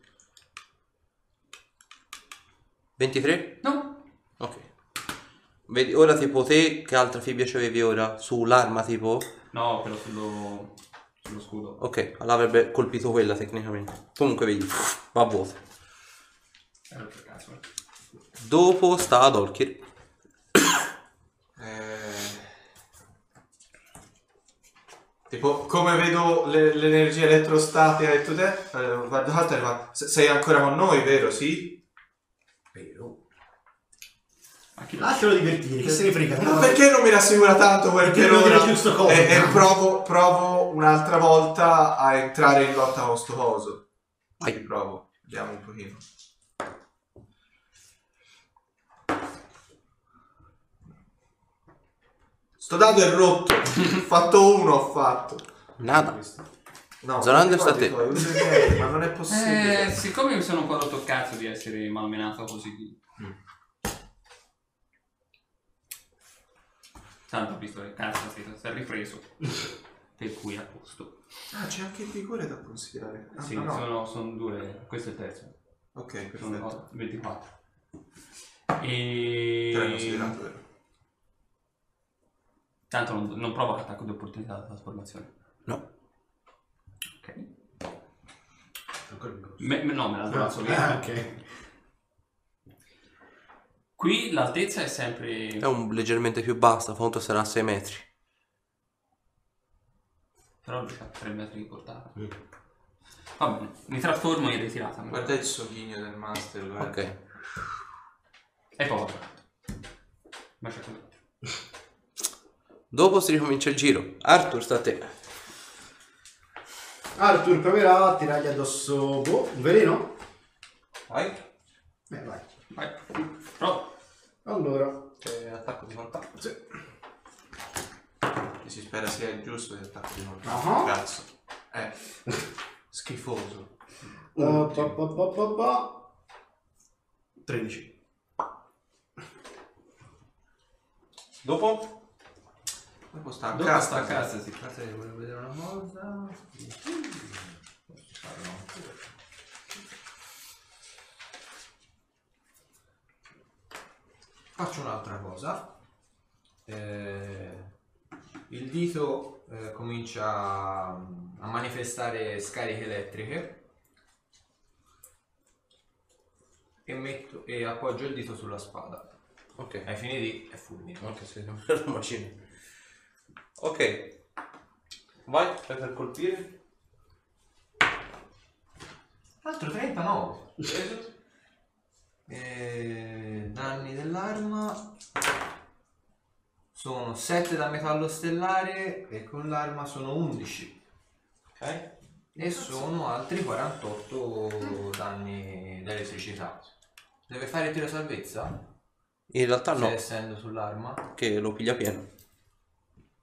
Speaker 6: 23?
Speaker 5: No.
Speaker 6: Ok. Vedi, ora tipo te, che altra fibbia c'avevi ora? Sull'arma tipo?
Speaker 5: No, quello sullo, sullo scudo.
Speaker 6: Ok, allora avrebbe colpito quella tecnicamente. Comunque vedi, va a vuoto.
Speaker 5: Era per caso. eh.
Speaker 6: Dopo sta ad Olkir.
Speaker 4: Eh, Tipo, come vedo le- l'energia elettrostatica e tutto, eh, guardo Walter, ma se- sei ancora con noi, vero? Sì?
Speaker 2: Vero.
Speaker 5: Ma
Speaker 4: Ah,
Speaker 5: chi lo
Speaker 2: Lascialo divertire, che se ne frega.
Speaker 4: Ma perché non mi rassicura tanto quel
Speaker 2: Perché non
Speaker 4: per
Speaker 2: dire
Speaker 4: ora?
Speaker 2: più sto coso?
Speaker 4: E, e Eh, provo, provo un'altra volta a entrare in lotta con sto coso.
Speaker 6: Vai.
Speaker 4: Ci provo, vediamo un pochino. Sto dado è rotto, ho fatto uno ho fatto.
Speaker 6: Nada.
Speaker 4: No,
Speaker 6: Zorander
Speaker 4: non
Speaker 6: sta a te.
Speaker 4: ricordi i tuoi, non ricordi, ma non è possibile.
Speaker 5: Eh, siccome mi sono un po' rotto il cazzo di essere malmenato così. Tanto ho visto che cazzo si si è ripreso. per cui è a posto.
Speaker 4: Ah, c'è anche il vigore da considerare. Ah,
Speaker 5: Sì,
Speaker 4: no, no.
Speaker 5: sono, sono due. Questo è il terzo.
Speaker 4: Ok,
Speaker 5: Sono
Speaker 4: perfetto. Cioè,
Speaker 5: otto- 24.
Speaker 4: Però è
Speaker 5: E...
Speaker 4: considerato, vero?
Speaker 5: Tanto non, non provo l'attacco di opportunità della trasformazione.
Speaker 6: No.
Speaker 5: Ok. Me- me- no, me la sbalzo io.
Speaker 2: Ah, ok.
Speaker 5: Qui l'altezza è sempre...
Speaker 6: È un leggermente più bassa, appunto sarà a 6 metri.
Speaker 5: Però lui ha 3 metri di portata.
Speaker 2: Mm.
Speaker 5: Va bene, mi trasformo in ritirata.
Speaker 4: Guarda il sogghigno del master, guarda.
Speaker 6: Ok.
Speaker 5: E poi vado. Ma c'è quello.
Speaker 6: Dopo si ricomincia il giro. Arthur sta a te.
Speaker 2: Arthur proverà a tirargli addosso boh, un veleno.
Speaker 4: Vai.
Speaker 2: Eh, vai.
Speaker 5: Vai. Pro.
Speaker 2: Allora,
Speaker 1: Che attacco di contatto.
Speaker 2: sì.
Speaker 4: E si spera sia il giusto di attacco di contatto.
Speaker 2: Ah.
Speaker 4: Cazzo. Eh. Schifoso.
Speaker 2: Uh, pa, pa, pa, pa, pa. 13.
Speaker 1: Dopo?
Speaker 4: Dopo sta a
Speaker 5: Dopo
Speaker 4: casa.
Speaker 5: sta a casa, sì.
Speaker 3: Aspetta, io volevo vedere una cosa. Posso farlo ancora? Faccio un'altra cosa. Eh, il dito eh, comincia a a manifestare scariche elettriche e, metto, e appoggio il dito sulla spada.
Speaker 1: Ok.
Speaker 3: Ai fini di è fulmine.
Speaker 1: Ok, sì, la macina. Ok. Vai, fai per colpire.
Speaker 3: Altro 39. Eh, danni dell'arma sono 7 da metallo stellare e con l'arma sono 11
Speaker 1: Ok.
Speaker 3: e sono altri 48 danni da elettricità. Deve fare il tiro salvezza?
Speaker 6: In realtà
Speaker 3: Se
Speaker 6: no,
Speaker 3: essendo sull'arma.
Speaker 6: che lo piglia pieno.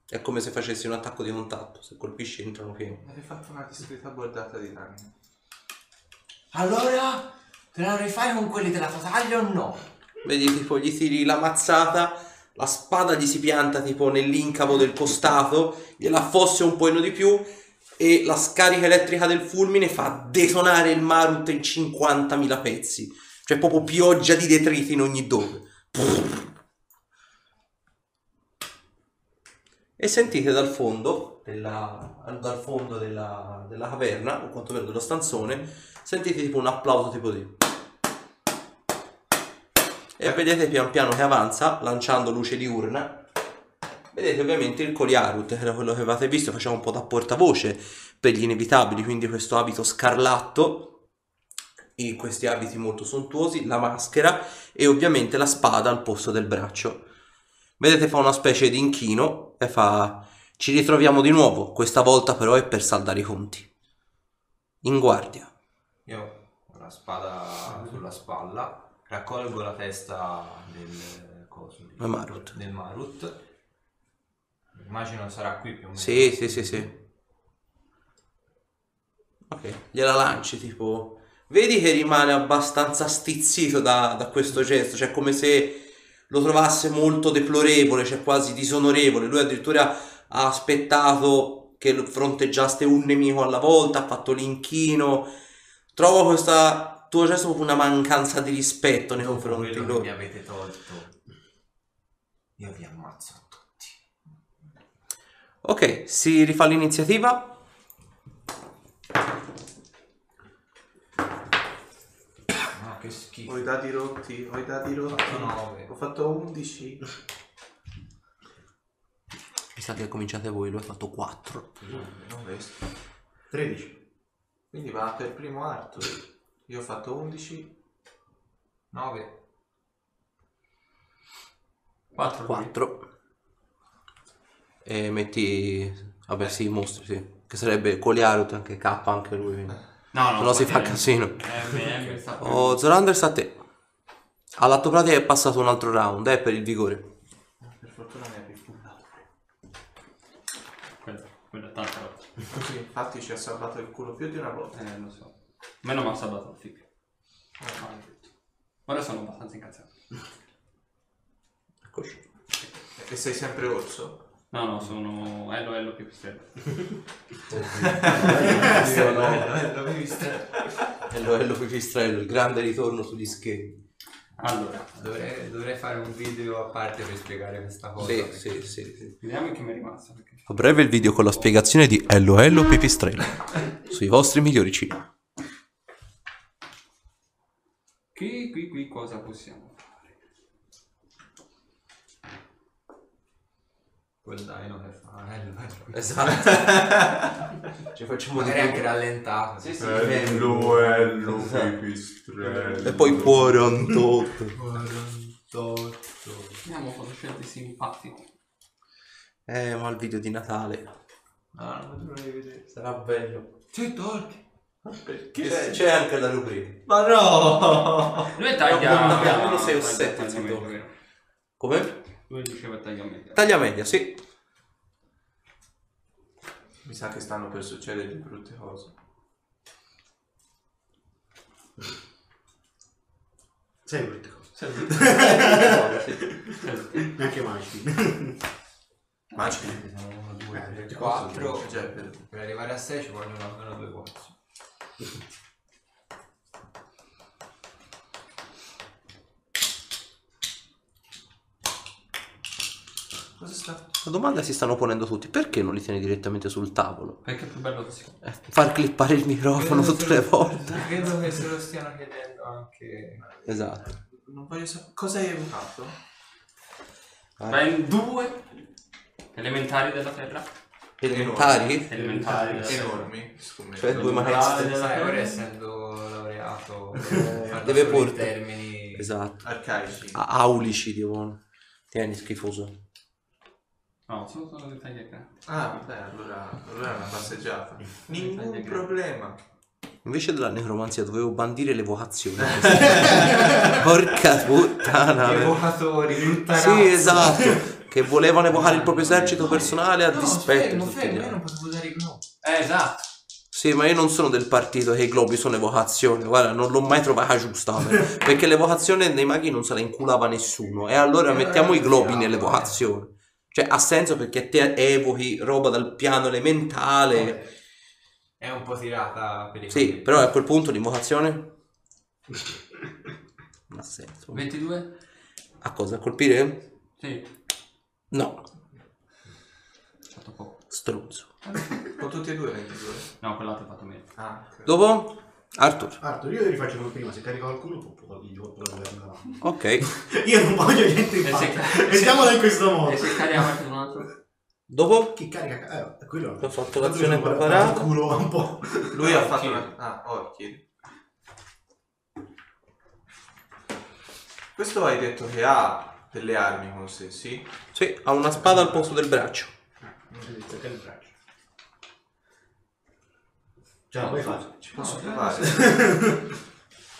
Speaker 6: È come se facessi un attacco di contatto, se colpisci entrano pieno.
Speaker 4: Avete fatto una discreta bordata di danni.
Speaker 3: Allora, te la rifai con quelli della fataglia o no?
Speaker 6: Vedi tipo gli tiri la mazzata, la spada gli si pianta tipo nell'incavo del costato, gliela affossia un pochino di più e la scarica elettrica del fulmine fa detonare il Marut in 50.000 pezzi. Cioè proprio pioggia di detriti in ogni dove. E sentite dal fondo, della- dal fondo della, della caverna, o quantomeno dello stanzone, sentite tipo un applauso tipo di... E vedete pian piano che avanza, lanciando luce diurna. Vedete ovviamente il Coliarut, che era quello che avevate visto, faceva un po' da portavoce per gli inevitabili, quindi questo abito scarlatto, i- questi abiti molto sontuosi, la maschera e ovviamente la spada al posto del braccio. Vedete fa una specie di inchino e fa ci ritroviamo di nuovo, questa volta però è per saldare i conti. In guardia.
Speaker 3: Io ho la spada sulla spalla, raccolgo la testa del coso di-
Speaker 6: Del Marut.
Speaker 3: del Marut. Immagino sarà qui più o meno.
Speaker 6: Sì, sì, sì, sì. Ok, gliela lanci tipo... Vedi che rimane abbastanza stizzito da, da questo gesto, cioè come se lo trovasse molto deplorevole, cioè quasi disonorevole. Lui addirittura ha aspettato che lo- fronteggiaste un nemico alla volta, ha fatto l'inchino. Trovo questo tuo gesto proprio una mancanza di rispetto nei confronti
Speaker 3: Quello
Speaker 6: di
Speaker 3: che mi
Speaker 6: loro.
Speaker 3: avete tolto. Io vi ammazzo a tutti.
Speaker 6: Ok, si rifà l'iniziativa.
Speaker 3: No, che
Speaker 4: Ho i
Speaker 3: schifo.
Speaker 4: dadi rotti, ho i dadi rotti.
Speaker 3: Ho fatto nove.
Speaker 4: Ho fatto 11.
Speaker 6: Mi sa che cominciate voi, lui ha fatto 4.
Speaker 4: Non questo.
Speaker 2: 13.
Speaker 4: Quindi va per primo Arthur. Io ho fatto 11.
Speaker 3: 9.
Speaker 5: 4.
Speaker 6: 4 e metti vabbè sì i mostri sì che sarebbe Coliarut anche K anche lui quindi.
Speaker 5: No, no.
Speaker 6: se no si fa
Speaker 5: eh,
Speaker 6: casino
Speaker 5: MM sta per-
Speaker 6: oh, Zorander sta a te all'atto pratico è passato un altro round eh, per il vigore
Speaker 4: Per fortuna mi ha rifiutato.
Speaker 5: Quella, quella è tanta roba.
Speaker 4: Sì, infatti ci ha salvato il culo più di una volta.
Speaker 5: Eh, lo so. Meno ma ha salvato il figlio. Eh, maledetto. Ora sono abbastanza incazzato.
Speaker 6: eccoci
Speaker 4: E sei sempre orso?
Speaker 5: No, no, sono Ello Ello più stella.
Speaker 3: L'avevi stretto.
Speaker 6: Ello Ello Pipistrello il grande ritorno sugli schermi
Speaker 5: Allora,
Speaker 3: Dovrei, dovrei fare un video a parte per spiegare questa cosa.
Speaker 6: sì
Speaker 3: perché-
Speaker 6: sì sì, sì.
Speaker 5: vediamo che mi è rimasto. Perché...
Speaker 6: a breve il video con la spiegazione di Ello Ello Pipistrello sui vostri migliori cibi
Speaker 5: Qui, qui, qui cosa possiamo fare?
Speaker 3: Quel dino che fa. eh, lo è.
Speaker 6: esatto ci facciamo
Speaker 3: Magari anche rallentato.
Speaker 5: Sì, sì,
Speaker 6: Ello,
Speaker 4: ello,
Speaker 3: Esatto.
Speaker 6: e poi 48
Speaker 5: Andiamo con lo scelte simpatico.
Speaker 6: Eh, ma il video di Natale
Speaker 3: No,
Speaker 5: Ah,
Speaker 3: non vedo l'ora di vedere.
Speaker 6: sarà bello.
Speaker 3: Sei torti.
Speaker 4: Perché?
Speaker 6: C'è, c'è anche la rubrica.
Speaker 4: Ma no!
Speaker 5: Noi
Speaker 6: È un
Speaker 5: taglia...
Speaker 6: buon Natale, uno sei o sette,
Speaker 5: taglia
Speaker 6: tipo.
Speaker 5: meglio, vero?
Speaker 6: Come?
Speaker 5: Lui diceva tagliamento.
Speaker 6: Taglia media, sì.
Speaker 4: Mi sa che stanno per succedere di brutte cose.
Speaker 2: Sei brutte cose.
Speaker 5: Senti.
Speaker 2: Neanche mai.
Speaker 4: Ma
Speaker 3: Siamo uno, due,
Speaker 2: Eh,
Speaker 3: tre,
Speaker 2: ti
Speaker 3: quattro.
Speaker 4: posso dire,
Speaker 6: eh.
Speaker 4: cioè, per-
Speaker 3: Per arrivare a 6 ci vogliono almeno due pozzi.
Speaker 4: Cosa sta?
Speaker 6: La domanda si stanno ponendo tutti, perché non li tieni direttamente sul tavolo?
Speaker 5: Perché è più bello così.
Speaker 6: Eh, far clippare il microfono tutte le volte.
Speaker 3: Credo che se lo stiano chiedendo anche.
Speaker 6: Esatto.
Speaker 4: Non voglio sapere. Cosa hai evocato?
Speaker 5: Ben due elementari della terra.
Speaker 6: Elementari?
Speaker 5: Elementari della terra.
Speaker 4: Eh, Enormi. Scommetto.
Speaker 6: Cioè, due
Speaker 5: ma-
Speaker 3: Ah,
Speaker 6: maestre.
Speaker 5: della
Speaker 3: sai, ora
Speaker 5: terra.
Speaker 3: essendo laureato parlo
Speaker 6: Eh, deve
Speaker 3: solo in
Speaker 6: portare.
Speaker 3: termini
Speaker 6: Esatto.
Speaker 4: Arcaici.
Speaker 6: A- aulici, tipo. Tieni, schifoso.
Speaker 5: No, sono solo dettagli grandi.
Speaker 4: Ah, vabbè, allora, allora è una passeggiata. Nessun
Speaker 5: Tagliagrana.
Speaker 4: problema.
Speaker 6: Invece della necromanzia dovevo bandire l'evocazione. Porca puttana.
Speaker 3: evocatori, brutta
Speaker 6: esatto. Sì,
Speaker 3: razza.
Speaker 6: esatto. Che volevano evocare il proprio esercito personale a
Speaker 3: No,
Speaker 6: dispetto.
Speaker 3: fermo,
Speaker 6: di tutti gli
Speaker 3: fermo, io
Speaker 6: altri.
Speaker 3: non posso usare i gnomi.
Speaker 5: Eh, esatto.
Speaker 6: Sì, ma io non sono del partito che i globi sono evocazione. Guarda, non l'ho mai trovata giusta. per- perché l'evocazione dei maghi non se la inculava nessuno. E
Speaker 3: Eh,
Speaker 6: allora mettiamo i globi nell'evocazione. Cioè, ha senso perché te evochi roba dal piano elementale.
Speaker 3: È un po' tirata per i
Speaker 6: Sì, però a quel punto l'invocazione. Non ha senso.
Speaker 5: 22?
Speaker 6: A cosa? A colpire?
Speaker 5: Sì.
Speaker 6: No,
Speaker 5: Fatto poco.
Speaker 6: stronzo.
Speaker 4: Con tutti e due 22.
Speaker 5: No, quell'altro è fatto meno.
Speaker 4: Ah, ok.
Speaker 6: Dopo? Arthur.
Speaker 2: Arthur, io li faccio come prima, se carica qualcuno può provargli può provargli.
Speaker 6: Ok.
Speaker 2: Io non voglio niente
Speaker 6: Eh,
Speaker 2: in
Speaker 5: E se-
Speaker 2: faccia. Mettiamola in questo
Speaker 5: E
Speaker 2: modo.
Speaker 5: se cariamo anche un altro?
Speaker 6: Dopo?
Speaker 2: Chi carica? Eh, quello
Speaker 6: Ho fatto l'azione preparata.
Speaker 2: Il culo un po'.
Speaker 4: Lui ha fatto
Speaker 5: Orchid.
Speaker 4: una... Ah, Orchid. Questo hai detto che ha delle armi con sé, sì?
Speaker 6: Sì, ha una spada al posto del braccio.
Speaker 2: Che il braccio. Cioè, puoi fare.
Speaker 4: Ci posso provare?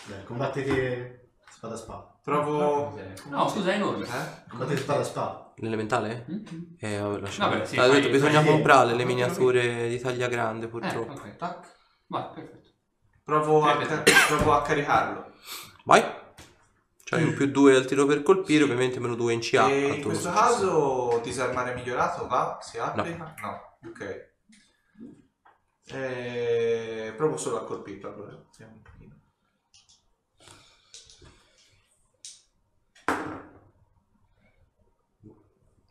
Speaker 2: Dai, combattete spada a spada.
Speaker 4: Provo...
Speaker 5: No, scusa, è enorme.
Speaker 4: Eh?
Speaker 2: Combattete spada a spada.
Speaker 6: L'elementale?
Speaker 5: Mhm.
Speaker 6: Eh, ho lasciato.
Speaker 5: Vabbè, sì,
Speaker 6: ha detto
Speaker 5: fai-
Speaker 6: bisogna
Speaker 2: fai-
Speaker 6: comprare le miniature di taglia grande,
Speaker 5: Eh,
Speaker 6: purtroppo.
Speaker 5: ok, tac. Vai, perfetto.
Speaker 4: Provo a,
Speaker 5: Eh,
Speaker 4: ca- provo a caricarlo.
Speaker 6: Vai. C'hai un più 2 al tiro per colpire, ovviamente meno 2 in CA.
Speaker 4: e
Speaker 6: al
Speaker 4: in
Speaker 6: tuo
Speaker 4: questo
Speaker 6: successo.
Speaker 4: caso disarmare migliorato va? Si applica? No. Ok. Eh, provo solo a colpirlo allora. Vediamo un pochino.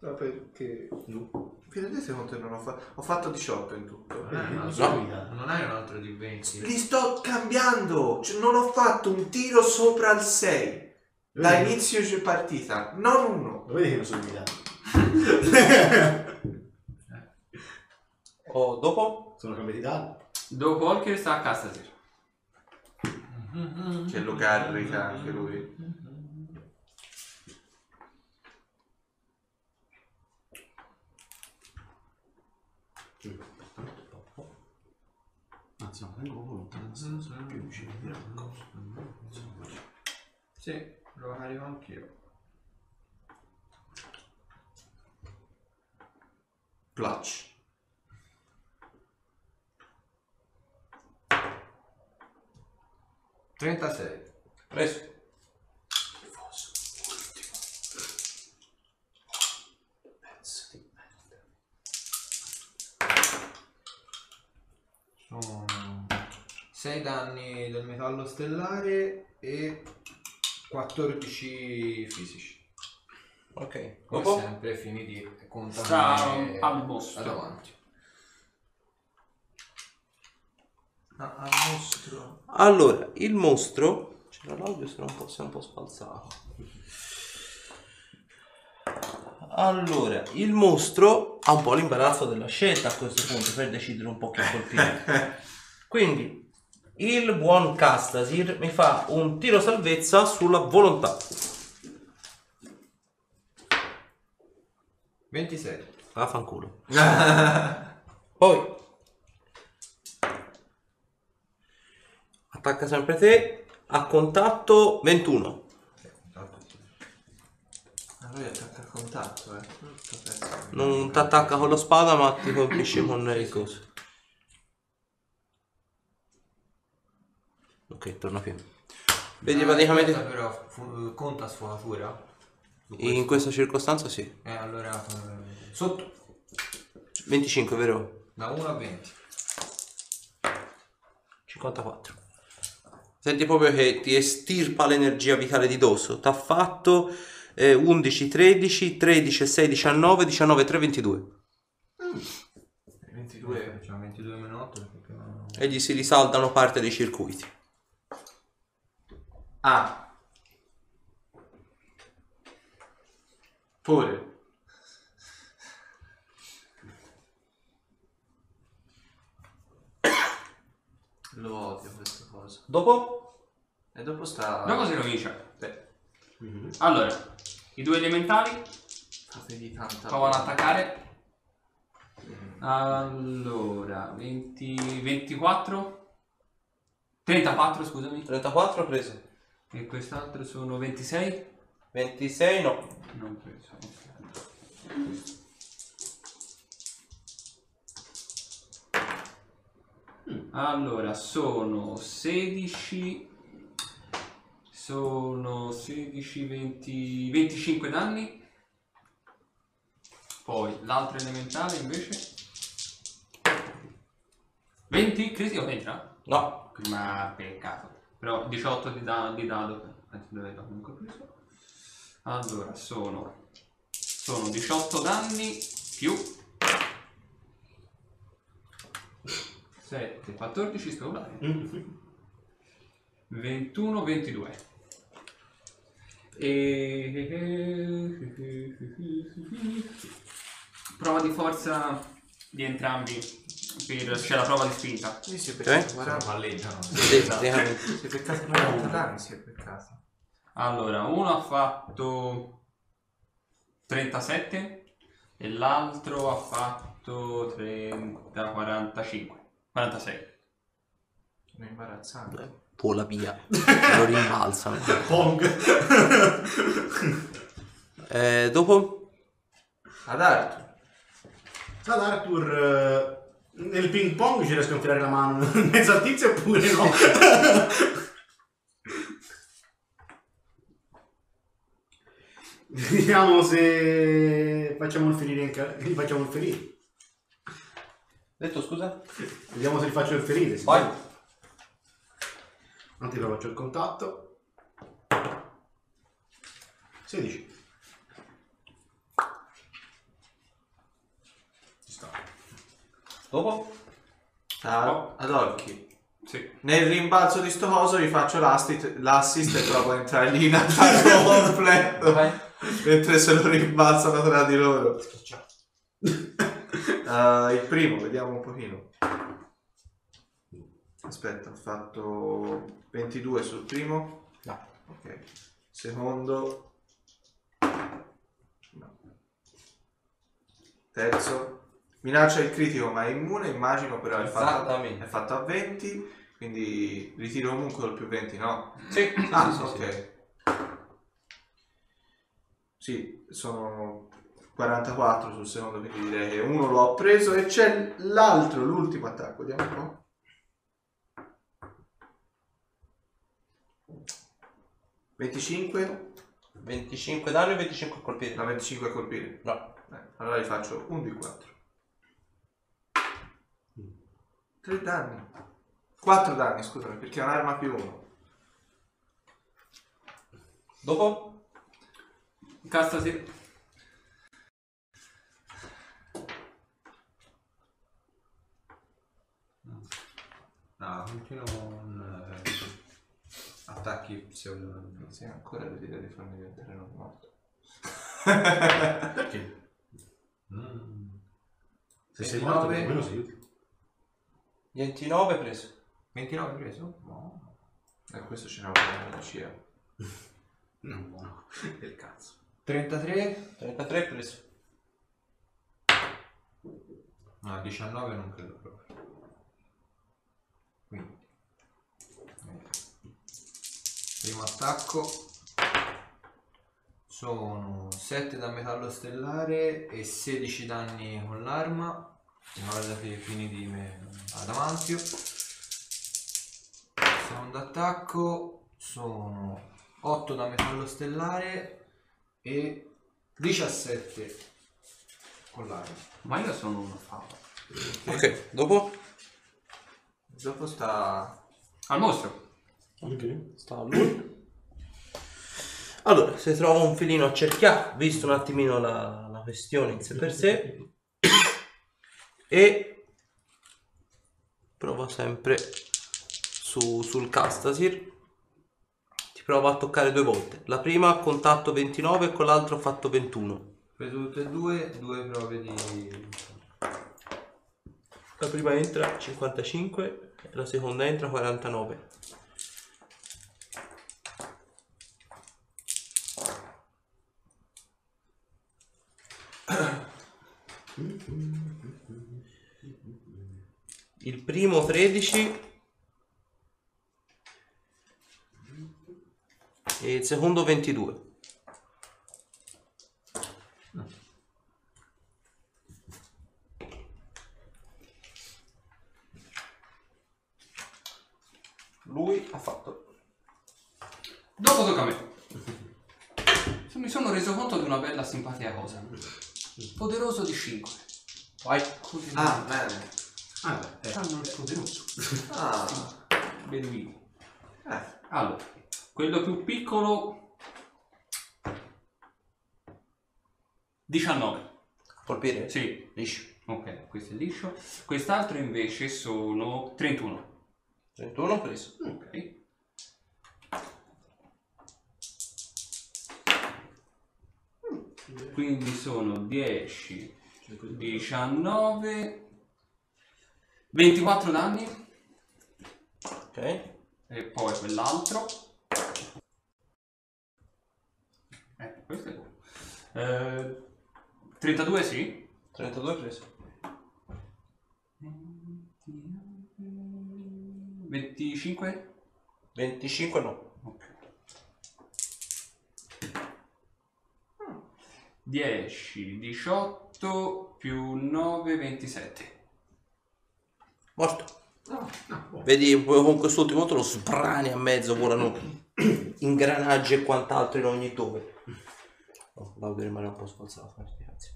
Speaker 4: No, perché... Vi rendete conto che non ho fatto... Ho fatto 18 in tutto.
Speaker 6: No.
Speaker 3: Non hai un altro di 20.
Speaker 4: Li sto cambiando! Cioè, non ho fatto un tiro sopra il 6 da
Speaker 2: Vedi?
Speaker 4: inizio di partita, non uno.
Speaker 2: Lo vedi che non sono guidato?
Speaker 6: Oh, dopo?
Speaker 2: sono cambiati danni.
Speaker 5: Dopo Walker sta a Castasir.
Speaker 4: Che lo carica anche lui.
Speaker 2: Anzi, no, tengo volontà. Più vicino di una cosa.
Speaker 3: Sì, lo carico anch'io.
Speaker 4: Clutch.
Speaker 3: trentasei
Speaker 6: Preso.
Speaker 3: Sono 6 danni del metallo stellare e 14 fisici.
Speaker 6: Ok.
Speaker 3: Come
Speaker 6: Dopo?
Speaker 3: sempre finiti contano
Speaker 5: Sta
Speaker 3: me
Speaker 5: al mostro.
Speaker 3: davanti.
Speaker 4: Ma al mostro.
Speaker 6: Allora, il mostro. C'era l'audio, se no un po', si è un po' sfalsato. Allora, il mostro ha un po' l'imbarazzo della scelta a questo punto per decidere un po' che colpire. Quindi, il buon Castasir mi fa un tiro salvezza sulla volontà.
Speaker 3: 26.
Speaker 6: Vaffanculo. Poi attacca sempre te a contatto 21.
Speaker 3: Tanto.
Speaker 4: lui attacca a contatto, eh. Brutto pezzo.
Speaker 6: Non ti attacca con la spada, ma ti colpisce con il coso. Ok, torna qui. Vedi
Speaker 3: Ah, aspetta,
Speaker 6: praticamente
Speaker 3: Però fu- conta sfumatura. Su
Speaker 6: in
Speaker 3: questo.
Speaker 6: questa circostanza sì.
Speaker 3: Eh, allora. eh, Sotto.
Speaker 6: 25, vero?
Speaker 3: Da 1 a 20.
Speaker 6: 54. Senti proprio che ti estirpa l'energia vitale di dosso. T'ha fatto eh, 11, 13, 13, 6, 19, 19, 3, 22.
Speaker 4: 22.
Speaker 3: Facciamo 22 meno 8 perché no.
Speaker 6: E gli si risaldano parte dei circuiti.
Speaker 4: Ah. Pure.
Speaker 1: Lo odio questa cosa.
Speaker 6: Dopo?
Speaker 1: E dopo sta...
Speaker 5: Dopo si comincia.
Speaker 1: Beh,
Speaker 5: Allora, i due elementali
Speaker 1: fategli tanta...
Speaker 5: provano ad attaccare. Allora, 20, 24, 34 scusami.
Speaker 6: 34 preso.
Speaker 5: E quest'altro sono 26?
Speaker 6: 26 no.
Speaker 5: Non preso. ok. Mm. Allora, sono 16 sono 16 20 25 danni. Poi l'altro elementale invece 20 critico entra?
Speaker 6: No.
Speaker 5: Ma peccato. Però 18 di, da- di dado. eh, Dove l'ho comunque preso? Allora, sono, sono 18 danni più 7, 14 speculari. 21, 22. E... Prova di forza di entrambi. Per... C'è la prova di spinta.
Speaker 4: Sì, si è
Speaker 6: beccato
Speaker 4: beccato
Speaker 3: Ora
Speaker 4: 40.
Speaker 3: palleggiano.
Speaker 6: Sì, praticamente.
Speaker 4: Si è beccato 40 danni, si è beccato.
Speaker 5: Allora, uno ha fatto 37 e l'altro ha fatto 30, 45, 46.
Speaker 4: Sono imbarazzante.
Speaker 6: Beh, Vola via. Lo rimbalzano. Eh, dopo?
Speaker 4: Ad Arthur.
Speaker 2: Ad Arthur, eh, nel ping pong ci riesco a infilare la mano in mezzo al tizio oppure no? Vediamo se facciamo il ferire anche gli facciamo il ferire.
Speaker 6: Detto scusa?
Speaker 2: Vediamo se gli faccio il ferire. sì.
Speaker 6: Vai.
Speaker 2: Tanto io faccio il contatto. 16. Ci sta.
Speaker 6: Dopo?
Speaker 4: Ciao. Ad Orchi.
Speaker 5: Sì.
Speaker 4: Nel rimbalzo di sto coso vi faccio l'assit- l'assist e provo a entrare lì in attacco completo. Mentre se lo rimbalzano tra di loro. Eh, il primo, vediamo un pochino. Aspetta, ho fatto 22 sul primo.
Speaker 6: No.
Speaker 4: Ok. Secondo. No. Terzo. Minaccia il critico ma è immune, immagino però è fatto,
Speaker 1: Esattamente.
Speaker 4: è fatto a 20, quindi ritiro comunque il più 20, no?
Speaker 1: Sì.
Speaker 4: ah, ok. Sì. sono 44 sul secondo, quindi direi che uno lo ho preso e c'è l'altro, l'ultimo attacco, vediamo un po'. «25?»
Speaker 6: 25 danni e 25 colpiti.
Speaker 4: La 25 a colpire?
Speaker 6: No.
Speaker 4: Eh, allora gli faccio 1 di 4. 3 danni. 4 danni, scusami, perché è un'arma più 1.
Speaker 6: Dopo?
Speaker 5: Casta sì.
Speaker 3: No, continuo con eh, attacchi pseudo.
Speaker 4: Sì, ancora l'idea di farmi diventare non morto.
Speaker 2: Perché?
Speaker 3: Mm.
Speaker 2: Se sei morto,
Speaker 3: 29.
Speaker 2: almeno sei utile.
Speaker 6: 29 preso.
Speaker 3: 29 preso? No.
Speaker 4: E Eh, questo ce n'è una lucia.
Speaker 2: No, buono. Del cazzo.
Speaker 3: 33?
Speaker 6: 33 preso.
Speaker 3: No, 19 non credo proprio. Quindi. Eh. Primo attacco. Sono 7 da metallo stellare e 16 danni con l'arma. Una cosa che fini di me- adamantio. Secondo attacco sono 8 da metallo stellare e 17 con l'arma.
Speaker 5: Ma io sono una fava.
Speaker 6: Ok, dopo?
Speaker 4: Dopo sta...
Speaker 5: Al mostro.
Speaker 8: Ok.
Speaker 6: Sta a lui. Allora, se trova un filino accerchiato, visto un attimino la, la questione in sé per sé, e prova sempre su- sul Castasir. Ti prova a toccare due volte. La prima a contatto 29 e con l'altra ho fatto 21.
Speaker 3: Per tutte e due, due prove di...
Speaker 6: La prima entra 55, la seconda entra 49. Il primo 13 e il secondo 22. Lui ha fatto
Speaker 5: Dopo tocca a me. Mi sono reso conto di una bella simpatia cosa. Poderoso di 5.
Speaker 1: Vai.
Speaker 5: Così
Speaker 4: Ah, bene.
Speaker 2: Ah, beh, eh.
Speaker 5: Fanno il poderoso.
Speaker 4: Ah,
Speaker 5: Beduino.
Speaker 4: eh.
Speaker 5: Allora, quello più piccolo 19.
Speaker 6: colpire.
Speaker 5: Sì,
Speaker 6: Liscio.
Speaker 5: ok, questo è liscio. Quest'altro invece sono 31.
Speaker 6: 31 preso.
Speaker 5: Ok. Quindi sono 10, 19, 24 danni
Speaker 6: Ok.
Speaker 5: e poi quell'altro. Ecco, questo è buono. Eh, 32 sì.
Speaker 6: 32 preso.
Speaker 5: 25?
Speaker 6: 25 no.
Speaker 5: Ok. 10, 18 più 9, 27.
Speaker 6: Morto.
Speaker 2: Ah, boh.
Speaker 6: Vedi con quest'ultimo te lo sbrani a mezzo, volano ingranaggi e quant'altro in ogni dove. Oh, L'audio rimane un po' sbalzato. eh, grazie.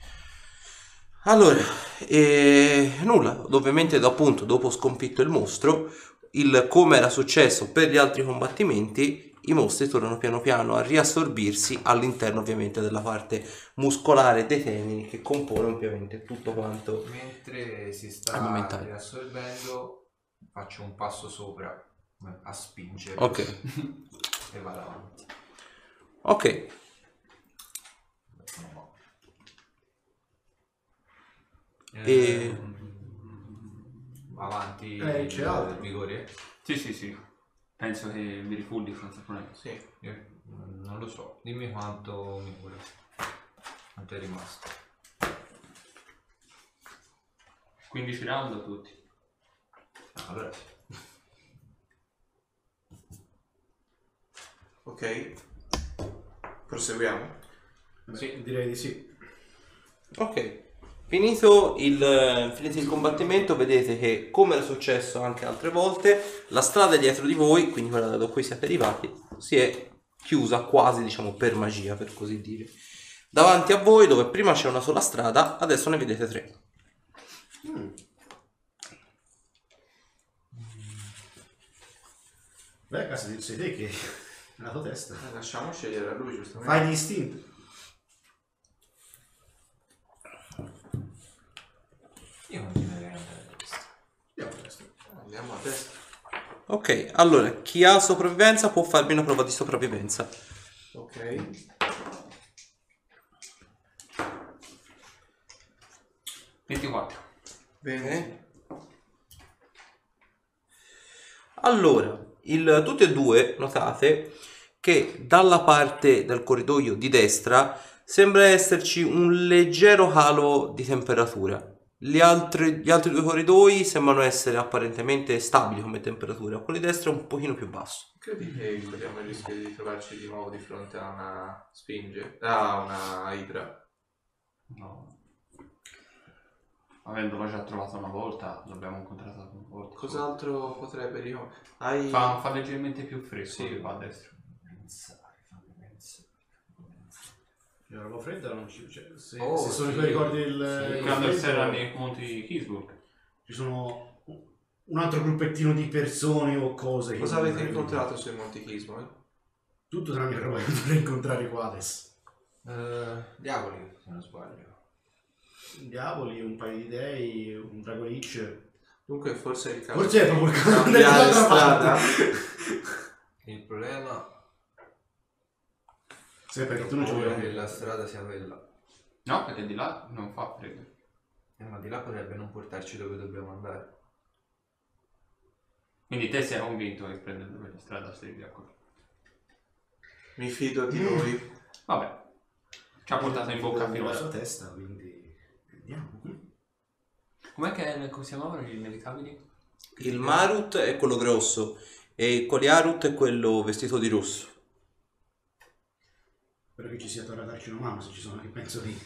Speaker 6: Allora, eh, nulla, ovviamente do- appunto, dopo sconfitto il mostro, il come era successo per gli altri combattimenti, i mostri tornano piano piano a riassorbirsi all'interno ovviamente della parte muscolare dei tendini che compone ovviamente tutto quanto
Speaker 3: Mentre si
Speaker 6: È
Speaker 3: sta
Speaker 6: momentaneo.
Speaker 3: riassorbendo, faccio un passo sopra eh, a spingere
Speaker 6: Ok.
Speaker 3: e vado avanti.
Speaker 6: Ok,
Speaker 3: Non mo-
Speaker 6: E-
Speaker 3: Ehm, Avanti
Speaker 2: Eh, c'è
Speaker 3: il
Speaker 2: altro.
Speaker 3: vigore?
Speaker 5: Sì, sì, sì. Penso che mi rifulli senza problemi.
Speaker 3: Sì. Non lo so, dimmi quanto mi cura. Quanto è rimasto?
Speaker 5: 15 round a tutti.
Speaker 3: Ah, Allora, sì.
Speaker 4: Ok. Proseguiamo.
Speaker 2: Beh, Eh, direi di sì.
Speaker 6: ok. Finito il, finito il combattimento, vedete che, come era successo anche altre volte, la strada dietro di voi, quindi quella da cui siete arrivati, si è chiusa quasi, diciamo, per magia, per così dire. Davanti a voi, dove prima c'era una sola strada, adesso ne vedete tre.
Speaker 2: Beh, cazzo, sei te che nella tua testa.
Speaker 4: Eh, Lasciamo scegliere a lui, giustamente.
Speaker 2: Fai gli istinti.
Speaker 3: io continuerei ad andare a questo.
Speaker 2: Andiamo adesso.
Speaker 4: Andiamo a testa.
Speaker 6: Ok, allora, chi ha sopravvivenza può farmi una prova di sopravvivenza.
Speaker 4: Ok.
Speaker 5: 24.
Speaker 4: Bene.
Speaker 6: Allora, il, tutti e due notate che dalla parte del corridoio di destra sembra esserci un leggero calo di temperatura. Gli altri, gli altri due corridoi sembrano essere apparentemente stabili come temperatura, quello di destra è un pochino più basso.
Speaker 4: Credi che corriamo il rischio di trovarci di nuovo di fronte a una spinge, a una idra?
Speaker 5: No. Avendolo già trovato una volta, l'abbiamo incontrato una volta.
Speaker 4: Cos'altro potrebbe ricom- Hai...
Speaker 5: Fa, fa leggermente più fresco
Speaker 4: Sì.
Speaker 5: di qua a destra.
Speaker 3: Pensare, fammi pensare.
Speaker 2: La roba fredda non ci... Cioè, se,
Speaker 3: Oh,
Speaker 2: se sono
Speaker 3: sì.
Speaker 2: i tuoi ricordi del...
Speaker 3: Sì,
Speaker 2: del
Speaker 5: Quando
Speaker 2: freddo,
Speaker 5: era nei monti di Kingsburg.
Speaker 2: Ci sono un altro gruppettino di persone o cose. che
Speaker 4: Cosa
Speaker 2: non
Speaker 4: avete
Speaker 2: hai-
Speaker 4: incontrato sui Monti Kismol?
Speaker 2: Tutto tranne roba che dovrei incontrare qua adesso.
Speaker 3: Eh, diavoli, se non sbaglio.
Speaker 2: Diavoli, un paio di dei, un drago lich.
Speaker 4: Dunque forse è il caso
Speaker 2: Forse è proprio il
Speaker 4: di
Speaker 2: caso di andare
Speaker 4: cambiare
Speaker 2: dall'altra
Speaker 4: strada.
Speaker 3: Il problema
Speaker 2: Sì, perché tu non ci
Speaker 3: è che
Speaker 2: vuoi
Speaker 3: la strada sia quella.
Speaker 5: No, perché di là non fa freddo.
Speaker 3: Eh, ma di là potrebbe non portarci dove dobbiamo andare.
Speaker 5: Quindi te sei convinto che prendendo quella strada sei d'accordo.
Speaker 4: Mi fido
Speaker 2: Mm.
Speaker 4: di lui.
Speaker 5: Vabbè. Ci ha portato in bocca a
Speaker 2: la
Speaker 5: Pirosca.
Speaker 2: sua testa, quindi... Andiamo.
Speaker 5: Com'è che come si chiamavano gli inevitabili?
Speaker 6: Il Marut è quello grosso e il Coliarut è quello vestito di rosso.
Speaker 2: Spero che ci sia tornato a darci una mano se ci sono, che penso di...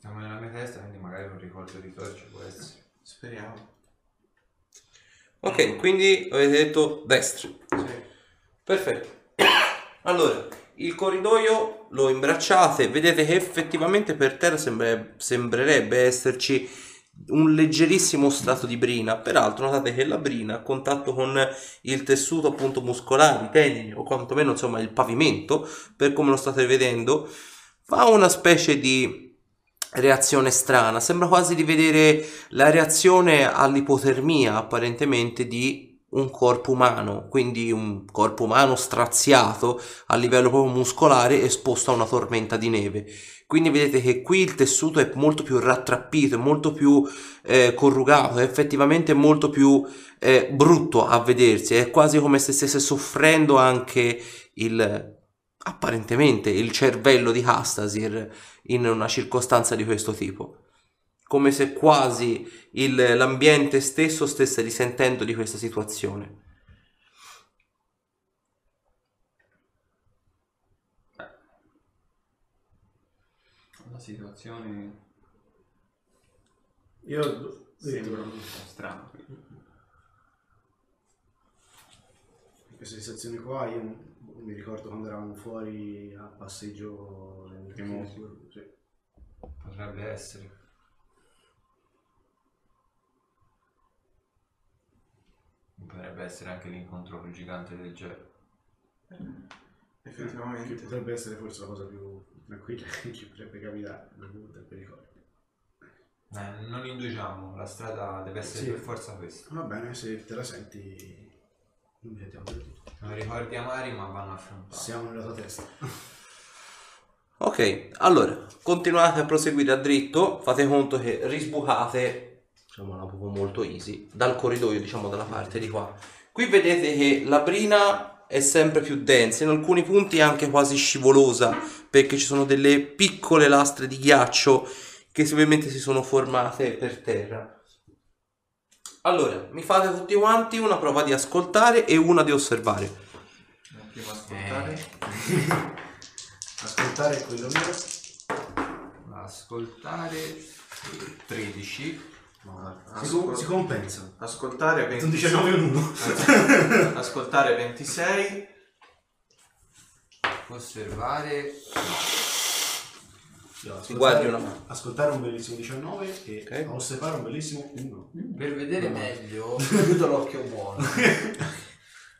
Speaker 3: Siamo nella mia testa, quindi magari non ricordo di cosa ci può essere.
Speaker 4: Speriamo.
Speaker 6: Ok, quindi avete detto destra.
Speaker 4: Sì.
Speaker 6: Perfetto. Allora, il corridoio lo imbracciate, vedete che effettivamente per terra sembra- sembrerebbe esserci un leggerissimo strato di brina. Peraltro, notate che la brina a contatto con il tessuto appunto muscolare, i tendini o quantomeno insomma il pavimento, per come lo state vedendo, fa una specie di reazione strana. Sembra quasi di vedere la reazione all'ipotermia apparentemente di un corpo umano, quindi un corpo umano straziato a livello proprio muscolare esposto a una tormenta di neve. Quindi vedete che qui il tessuto è molto più rattrappito, è molto più eh, corrugato, è effettivamente molto più eh, brutto a vedersi, è quasi come se stesse soffrendo anche il apparentemente il cervello di Hastasir in una circostanza di questo tipo. Come se quasi il- l'ambiente stesso stesse risentendo di questa situazione.
Speaker 5: La situazione
Speaker 2: Io ho
Speaker 5: sembra un
Speaker 2: detto
Speaker 5: po' strana.
Speaker 2: queste sensazioni qua, io non- mi ricordo quando eravamo fuori a passeggio nel
Speaker 5: Primo.
Speaker 2: Sì.
Speaker 3: Potrebbe essere. Potrebbe essere anche l'incontro col gigante del gelo.
Speaker 2: Che
Speaker 4: Effettivamente.
Speaker 2: potrebbe essere forse la cosa più tranquilla che ci potrebbe capitare da tutto per i corpi.
Speaker 3: Eh, non indugiamo, la strada deve essere
Speaker 2: Sì.
Speaker 3: per forza questa.
Speaker 2: Va bene, se te la senti, non mi sentiamo per tutto.
Speaker 3: Non ricordi amari ma vanno affrontati.
Speaker 2: Siamo nella tua testa.
Speaker 6: Ok, allora continuate a proseguire a dritto, fate conto che risbucate, diciamo una proprio molto easy, dal corridoio, diciamo dalla parte di qua. Qui vedete che la brina è sempre più densa, in alcuni punti è anche quasi scivolosa perché ci sono delle piccole lastre di ghiaccio che ovviamente si sono formate per terra. Allora, mi fate tutti quanti una prova di ascoltare e una di osservare.
Speaker 4: Prima ascoltare.
Speaker 2: Eh. Ascoltare è quello mio.
Speaker 3: Ascoltare eh, 13.
Speaker 2: Ma si, co- si compensa.
Speaker 4: Ascoltare
Speaker 2: Sono
Speaker 4: 26.
Speaker 2: 19 e un 1.
Speaker 4: ascoltare eh, 26.
Speaker 3: Osservare.
Speaker 6: Ti guardi una mano.
Speaker 2: Ascoltare un bellissimo 19 e
Speaker 6: Ok.
Speaker 2: osservare un bellissimo 1.
Speaker 3: Per vedere meglio, chiudo l'occhio buono.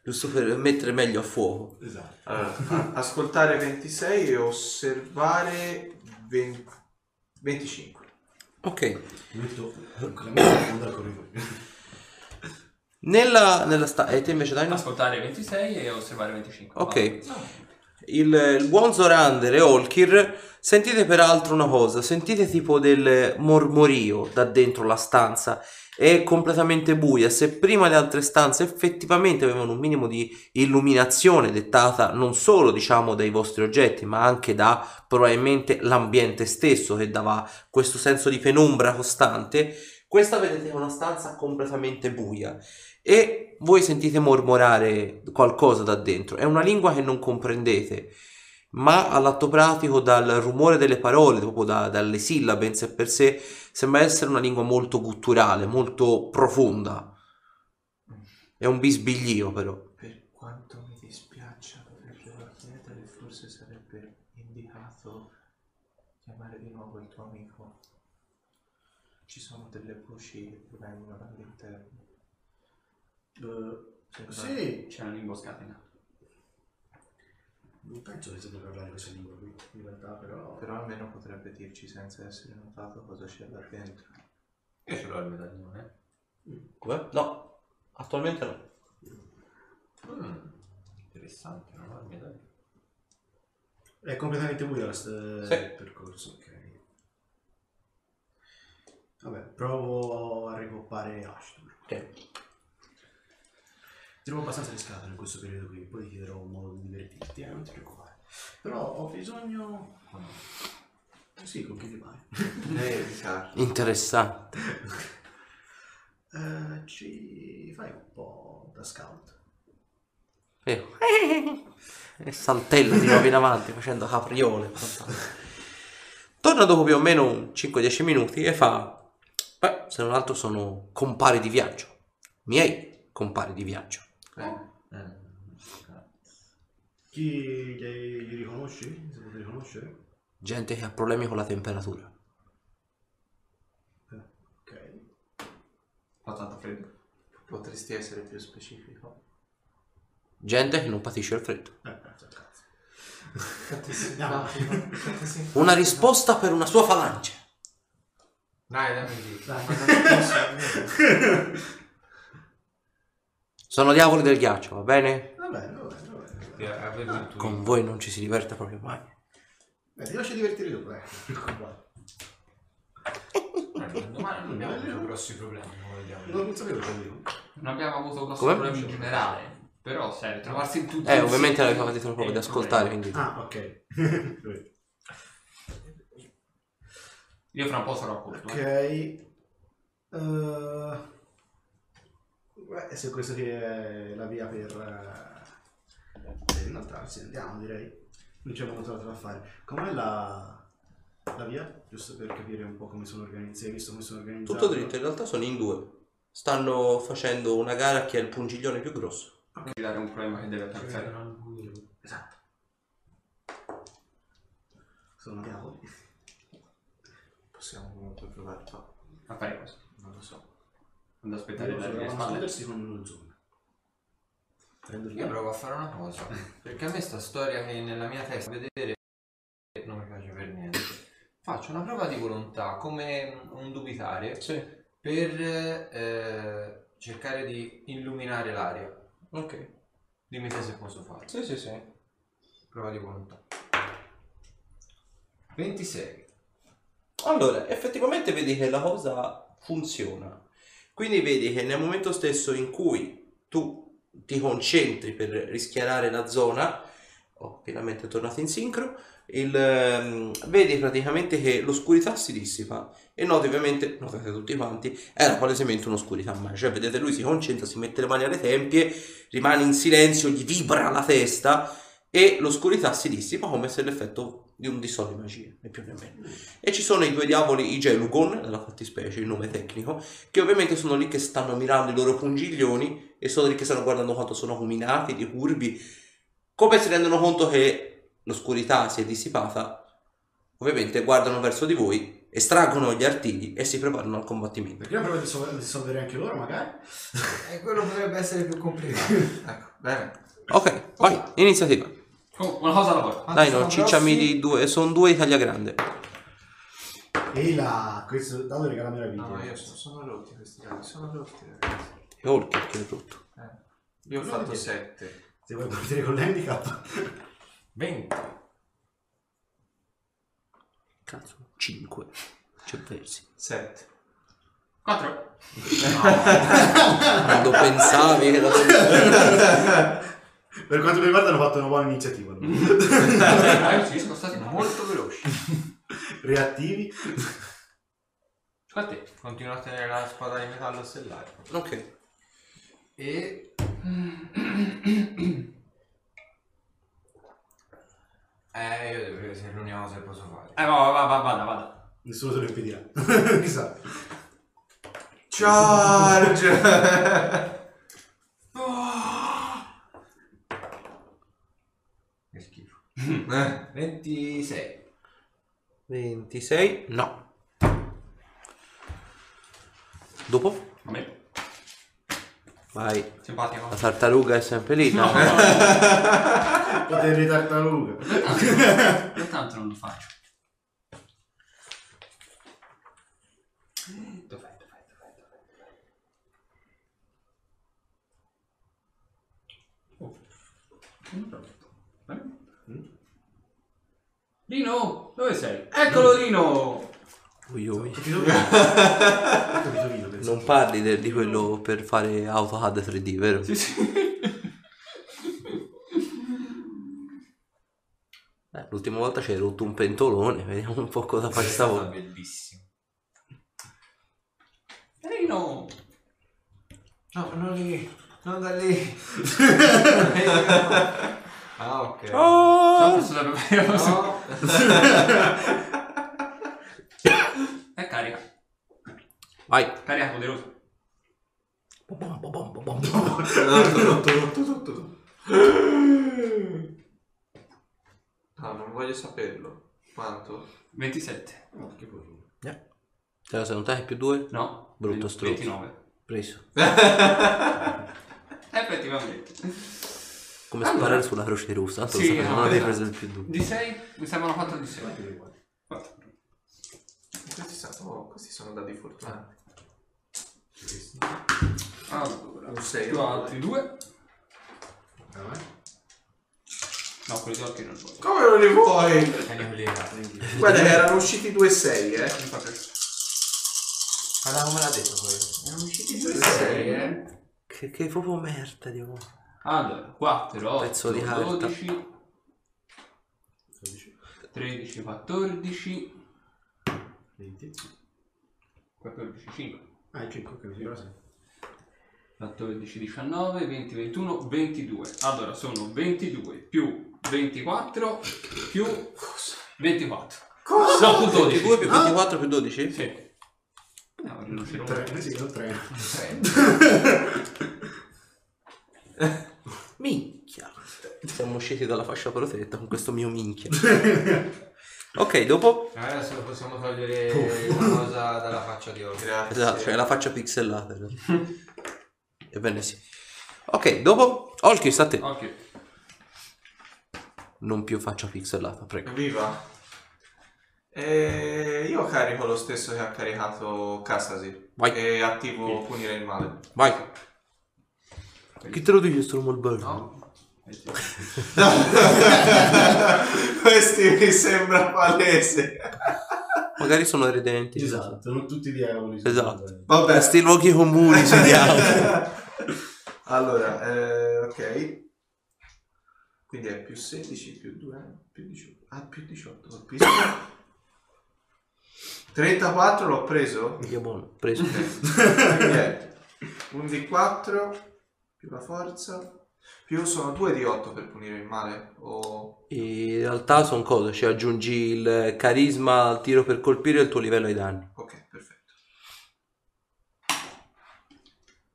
Speaker 6: Giusto per mettere meglio a fuoco.
Speaker 2: Esatto.
Speaker 4: Allora, a- ascoltare 26 e osservare 20 25.
Speaker 6: Ok.
Speaker 2: Metto la mia in fondo al corridoio.
Speaker 6: Nella, nella sta- e te invece dai
Speaker 5: Ascoltare 26 e osservare 25.
Speaker 6: Ok.
Speaker 5: Va.
Speaker 6: il, il buon Zorander e Olkir sentite peraltro una cosa, sentite tipo del mormorio da dentro la stanza, è completamente buia, se prima le altre stanze effettivamente avevano un minimo di illuminazione dettata non solo diciamo dai vostri oggetti ma anche da probabilmente l'ambiente stesso che dava questo senso di penombra costante, questa vedete è una stanza completamente buia e voi sentite mormorare qualcosa da dentro. È una lingua che non comprendete, ma all'atto pratico, dal rumore delle parole, proprio da- dalle sillabe in sé per sé, sembra essere una lingua molto gutturale, molto profonda. È un bisbiglio, però.
Speaker 8: Per quanto mi dispiaccia dover ripetere, forse sarebbe indicato chiamare di nuovo il tuo amico. Ci sono delle voci che vengono dall'interno. Sembra-
Speaker 2: Eh, sì,
Speaker 5: C'è una lingua scatena.
Speaker 2: non penso che si possa parlare questa lingua qui, in realtà, però...
Speaker 8: Però almeno potrebbe dirci senza essere notato cosa c'è là dentro.
Speaker 3: Io ce l'ho il medaglione.
Speaker 6: Come? No, attualmente no.
Speaker 3: Mm, interessante, non ho il medaglione.
Speaker 2: È completamente buio la st- eh,
Speaker 6: Sì.
Speaker 2: il percorso, ok. Vabbè, provo a ricoppare Ashton.
Speaker 6: Ok.
Speaker 2: Tiro abbastanza le scatole in questo periodo qui, poi ti darò un modo di divertirti, eh, non ti preoccupare. Però ho bisogno... Sì, con chi ti pare.
Speaker 4: Lei è di carta.
Speaker 6: Interessante.
Speaker 2: Eh, ci fai un po' da scout.
Speaker 6: Eh. E saltello di nuovo in avanti facendo capriole. Torna dopo più o meno 5-10 minuti e fa: Beh, se non altro sono compari di viaggio. Miei compari di viaggio.
Speaker 2: Chi li, li riconosci? Se potete riconoscere?
Speaker 6: Gente che ha problemi con la temperatura.
Speaker 2: Eh, ok.
Speaker 4: Fa tanto freddo.
Speaker 8: Potresti essere più specifico?
Speaker 6: Gente che non patisce il freddo.
Speaker 2: Eh, cazzo, cazzo.
Speaker 8: No.
Speaker 6: Una risposta per una sua falange.
Speaker 3: Dai, dammi lì.
Speaker 2: Dai.
Speaker 6: Sono diavoli del ghiaccio, va bene?
Speaker 2: Va bene, va bene, va bene. Ah, va
Speaker 3: Ti
Speaker 2: bene.
Speaker 3: avevo il tuo.
Speaker 6: Con voi non ci si diverte proprio mai.
Speaker 2: Beh, ti lascio divertire tu, eh.
Speaker 3: Eh, Domani non abbiamo avuto grossi problemi, non vogliamo.
Speaker 2: Non sapevo che avevo.
Speaker 5: Non abbiamo avuto grossi
Speaker 6: Come?
Speaker 5: problemi in generale. Però, serio, trovarsi in tutti
Speaker 6: Eh,
Speaker 5: insieme-
Speaker 6: ovviamente l'avete fatto proprio di
Speaker 5: Eh,
Speaker 6: ascoltare,
Speaker 5: vabbè.
Speaker 6: quindi.
Speaker 2: Ah, ok.
Speaker 5: Io fra un po' sarò a corto.
Speaker 2: ok. Eh, beh, se questa qui è la via per, eh, per inoltrarsi, andiamo direi. Non c'è molto altro da fare. Com'è la, la via? Giusto per capire un po' come sono organizzati, hai visto come sono organizzato?
Speaker 6: Tutto dritto, in realtà sono in due. Stanno facendo una gara a chi ha il pungiglione più grosso.
Speaker 5: Non dare un problema che deve attrezzare.
Speaker 2: Esatto. Sono diavoli.
Speaker 8: Possiamo comunque provare fa.
Speaker 5: A fare cosa?
Speaker 8: Non lo so.
Speaker 5: Ad aspettare la
Speaker 2: Devono
Speaker 5: mie spalle.
Speaker 2: nascondersi con uno zoom. Prendo il
Speaker 3: Io provo a fare una cosa, perché a me sta storia che nella mia testa vedere non mi piace per niente. Faccio una prova di volontà, come un dubitare, per eh, cercare di illuminare l'aria.
Speaker 6: Ok.
Speaker 3: Dimmi te se posso farlo.
Speaker 6: Sì, sì, sì.
Speaker 3: Prova di volontà. 26.
Speaker 6: Allora, effettivamente vedi che la cosa funziona. Quindi vedi che nel momento stesso in cui tu ti concentri per rischiarare la zona, oh, finalmente è tornato in sincro, il, ehm, vedi praticamente che l'oscurità si dissipa e noti ovviamente, notate tutti quanti, era palesemente un'oscurità magica. Cioè vedete lui si concentra, si mette le mani alle tempie, rimane in silenzio, gli vibra la testa e l'oscurità si dissipa come se l'effetto di un dissolvi magia, né più né meno e ci sono i due diavoli, i Gelugon, nella fattispecie, il nome tecnico, che ovviamente sono lì che stanno mirando i loro pungiglioni e sono lì che stanno guardando quanto sono combinati, di curvi, come si rendono conto che l'oscurità si è dissipata, ovviamente guardano verso di voi, estraggono gli artigli e si preparano al combattimento.
Speaker 2: Perché non provate a sol- risolvere anche loro, magari?
Speaker 3: E Eh, quello potrebbe essere più complicato.
Speaker 4: Ecco, bene.
Speaker 6: Ok, vai, iniziativa.
Speaker 5: Oh, una cosa alla volta.
Speaker 6: Dai, no, cicciami di due, sono due di taglia grande.
Speaker 2: E là, questo dato regala meraviglia.
Speaker 8: No, io sono, sono rotti questi dati, sono rotti ragazzi. Eh.
Speaker 6: E Hulk che è tutto.
Speaker 8: Io ho
Speaker 2: No,
Speaker 8: fatto
Speaker 2: perché-
Speaker 8: 7.
Speaker 2: Se vuoi partire con l'handicap.
Speaker 3: 20.
Speaker 6: Cazzo, 5. C'è persi.
Speaker 4: 7.
Speaker 5: 4.
Speaker 6: Quando pensavi che la
Speaker 2: Per quanto mi riguarda hanno fatto una buona iniziativa. no?
Speaker 5: sì, sono stati molto...
Speaker 3: Molto veloci.
Speaker 2: Reattivi.
Speaker 5: A te.
Speaker 3: Continuo a tenere la spada di metallo stellare.
Speaker 6: Ok.
Speaker 3: E... eh, io devo vedere se è l'unica cosa che posso fare.
Speaker 5: Eh, va, va, va, va, vada, vada.
Speaker 2: Nessuno te lo impedirà. Chissà.
Speaker 4: Charge!
Speaker 3: Che schifo.
Speaker 4: Eh,
Speaker 3: 26.
Speaker 6: 26. No. Dopo?
Speaker 5: A me.
Speaker 6: Vai.
Speaker 5: Simpatico.
Speaker 6: La tartaruga è sempre lì. No.
Speaker 2: Potere tartaruga.
Speaker 5: Io tanto non lo faccio.
Speaker 3: Dov'è? Dov'è? Dov'è? Dov'è?
Speaker 5: Oh. Lino, Mm. dove sei? Eccolo Lino!
Speaker 6: Ui, ui.
Speaker 2: Capitolino, penso.
Speaker 6: Non parli del- di quello per fare AutoCAD 3D, vero?
Speaker 5: Sì, sì.
Speaker 6: Eh, l'ultima volta ci hai rotto un pentolone, vediamo un po' cosa fai
Speaker 3: Stavolta
Speaker 6: stavolta.
Speaker 3: bellissimo.
Speaker 5: Lino!
Speaker 3: No, non lì. Non da lì. ah, ok.
Speaker 5: Ciao,
Speaker 6: Oh!
Speaker 5: posso sapere lo so.
Speaker 3: No.
Speaker 5: È Eh, carica.
Speaker 6: Vai.
Speaker 5: Carica poderosa.
Speaker 4: No, Ah, non voglio saperlo. Quanto?
Speaker 5: 27.
Speaker 6: Eh. Cioè, Te la sei notata più 2?
Speaker 5: No.
Speaker 6: Brutto stronzo.
Speaker 5: 29.
Speaker 6: Preso.
Speaker 5: Effettivamente.
Speaker 6: Come
Speaker 5: Allora.
Speaker 6: sparare sulla croce russa, tanto lo
Speaker 5: Sì,
Speaker 6: sapevo,
Speaker 5: no,
Speaker 6: non avevi
Speaker 5: esatto.
Speaker 6: preso il più 2.
Speaker 5: Di 6 mi sembrano 4 di 6.
Speaker 4: Questi sono, questi sono dadi fortunati.
Speaker 5: Ah, Allora,
Speaker 4: Un sei,
Speaker 5: tu
Speaker 4: no?
Speaker 5: altri due.
Speaker 2: Ah, vai.
Speaker 5: No, quelli di oggi non li voglio.
Speaker 4: Come non li vuoi?
Speaker 3: Tieni quelli là.
Speaker 4: Guarda che erano usciti 2-6, eh.
Speaker 5: Mi fa piacere.
Speaker 3: Guarda come l'ha detto quello. Erano usciti due
Speaker 5: eh?
Speaker 4: sei,
Speaker 3: serie.
Speaker 6: Che, che proprio merda, Dio.
Speaker 5: Allora, 4, 8,
Speaker 6: Pezzo di carta.
Speaker 5: 12, 13, 14,
Speaker 2: 20.
Speaker 5: 14, 5,
Speaker 2: Ah, 5, ok, mi sembra sempre.
Speaker 5: 14, 19, 20, 21, 22. Allora, sono 22 più 24 più 24. Cosa? No, più 12.
Speaker 6: 2 più 24 più 12?
Speaker 5: Sì. No, non c'è nulla.
Speaker 2: 3, eh sì, non 3.
Speaker 6: Minchia. Siamo usciti dalla fascia protetta con questo mio minchia. ok, dopo?
Speaker 3: Eh, adesso possiamo togliere una cosa dalla faccia di oggi.
Speaker 4: Grazie.
Speaker 6: Esatto, cioè la faccia pixellata. in realtà. Ebbene sì. Ok, dopo? Olki, sta a te.
Speaker 5: Ok.
Speaker 6: Non più faccia pixellata, prego.
Speaker 4: Viva! E io carico lo stesso che ha caricato Castasi
Speaker 6: Vai.
Speaker 4: e attivo punire il male.
Speaker 6: Vai. Chi te lo dice sto malbello?
Speaker 5: No. Eh sì.
Speaker 4: Questi mi sembra palese.
Speaker 6: Magari sono redenti.
Speaker 2: Esatto, non tutti i diavoli. sono
Speaker 6: Esatto.
Speaker 2: belli.
Speaker 4: Vabbè,
Speaker 6: Questi luoghi comuni si diavolo.
Speaker 4: allora, eh, ok. Quindi è più 16, più 2, più 18. Ah, più 18. l'ho preso. 34 l'ho preso?
Speaker 6: Io buono, preso.
Speaker 4: Quindi è un di 4 più la forza più sono 2 di 8 per punire il male o
Speaker 6: In realtà sono cosa? Cioè aggiungi il carisma al tiro per colpire e il tuo livello ai danni.
Speaker 4: ok perfetto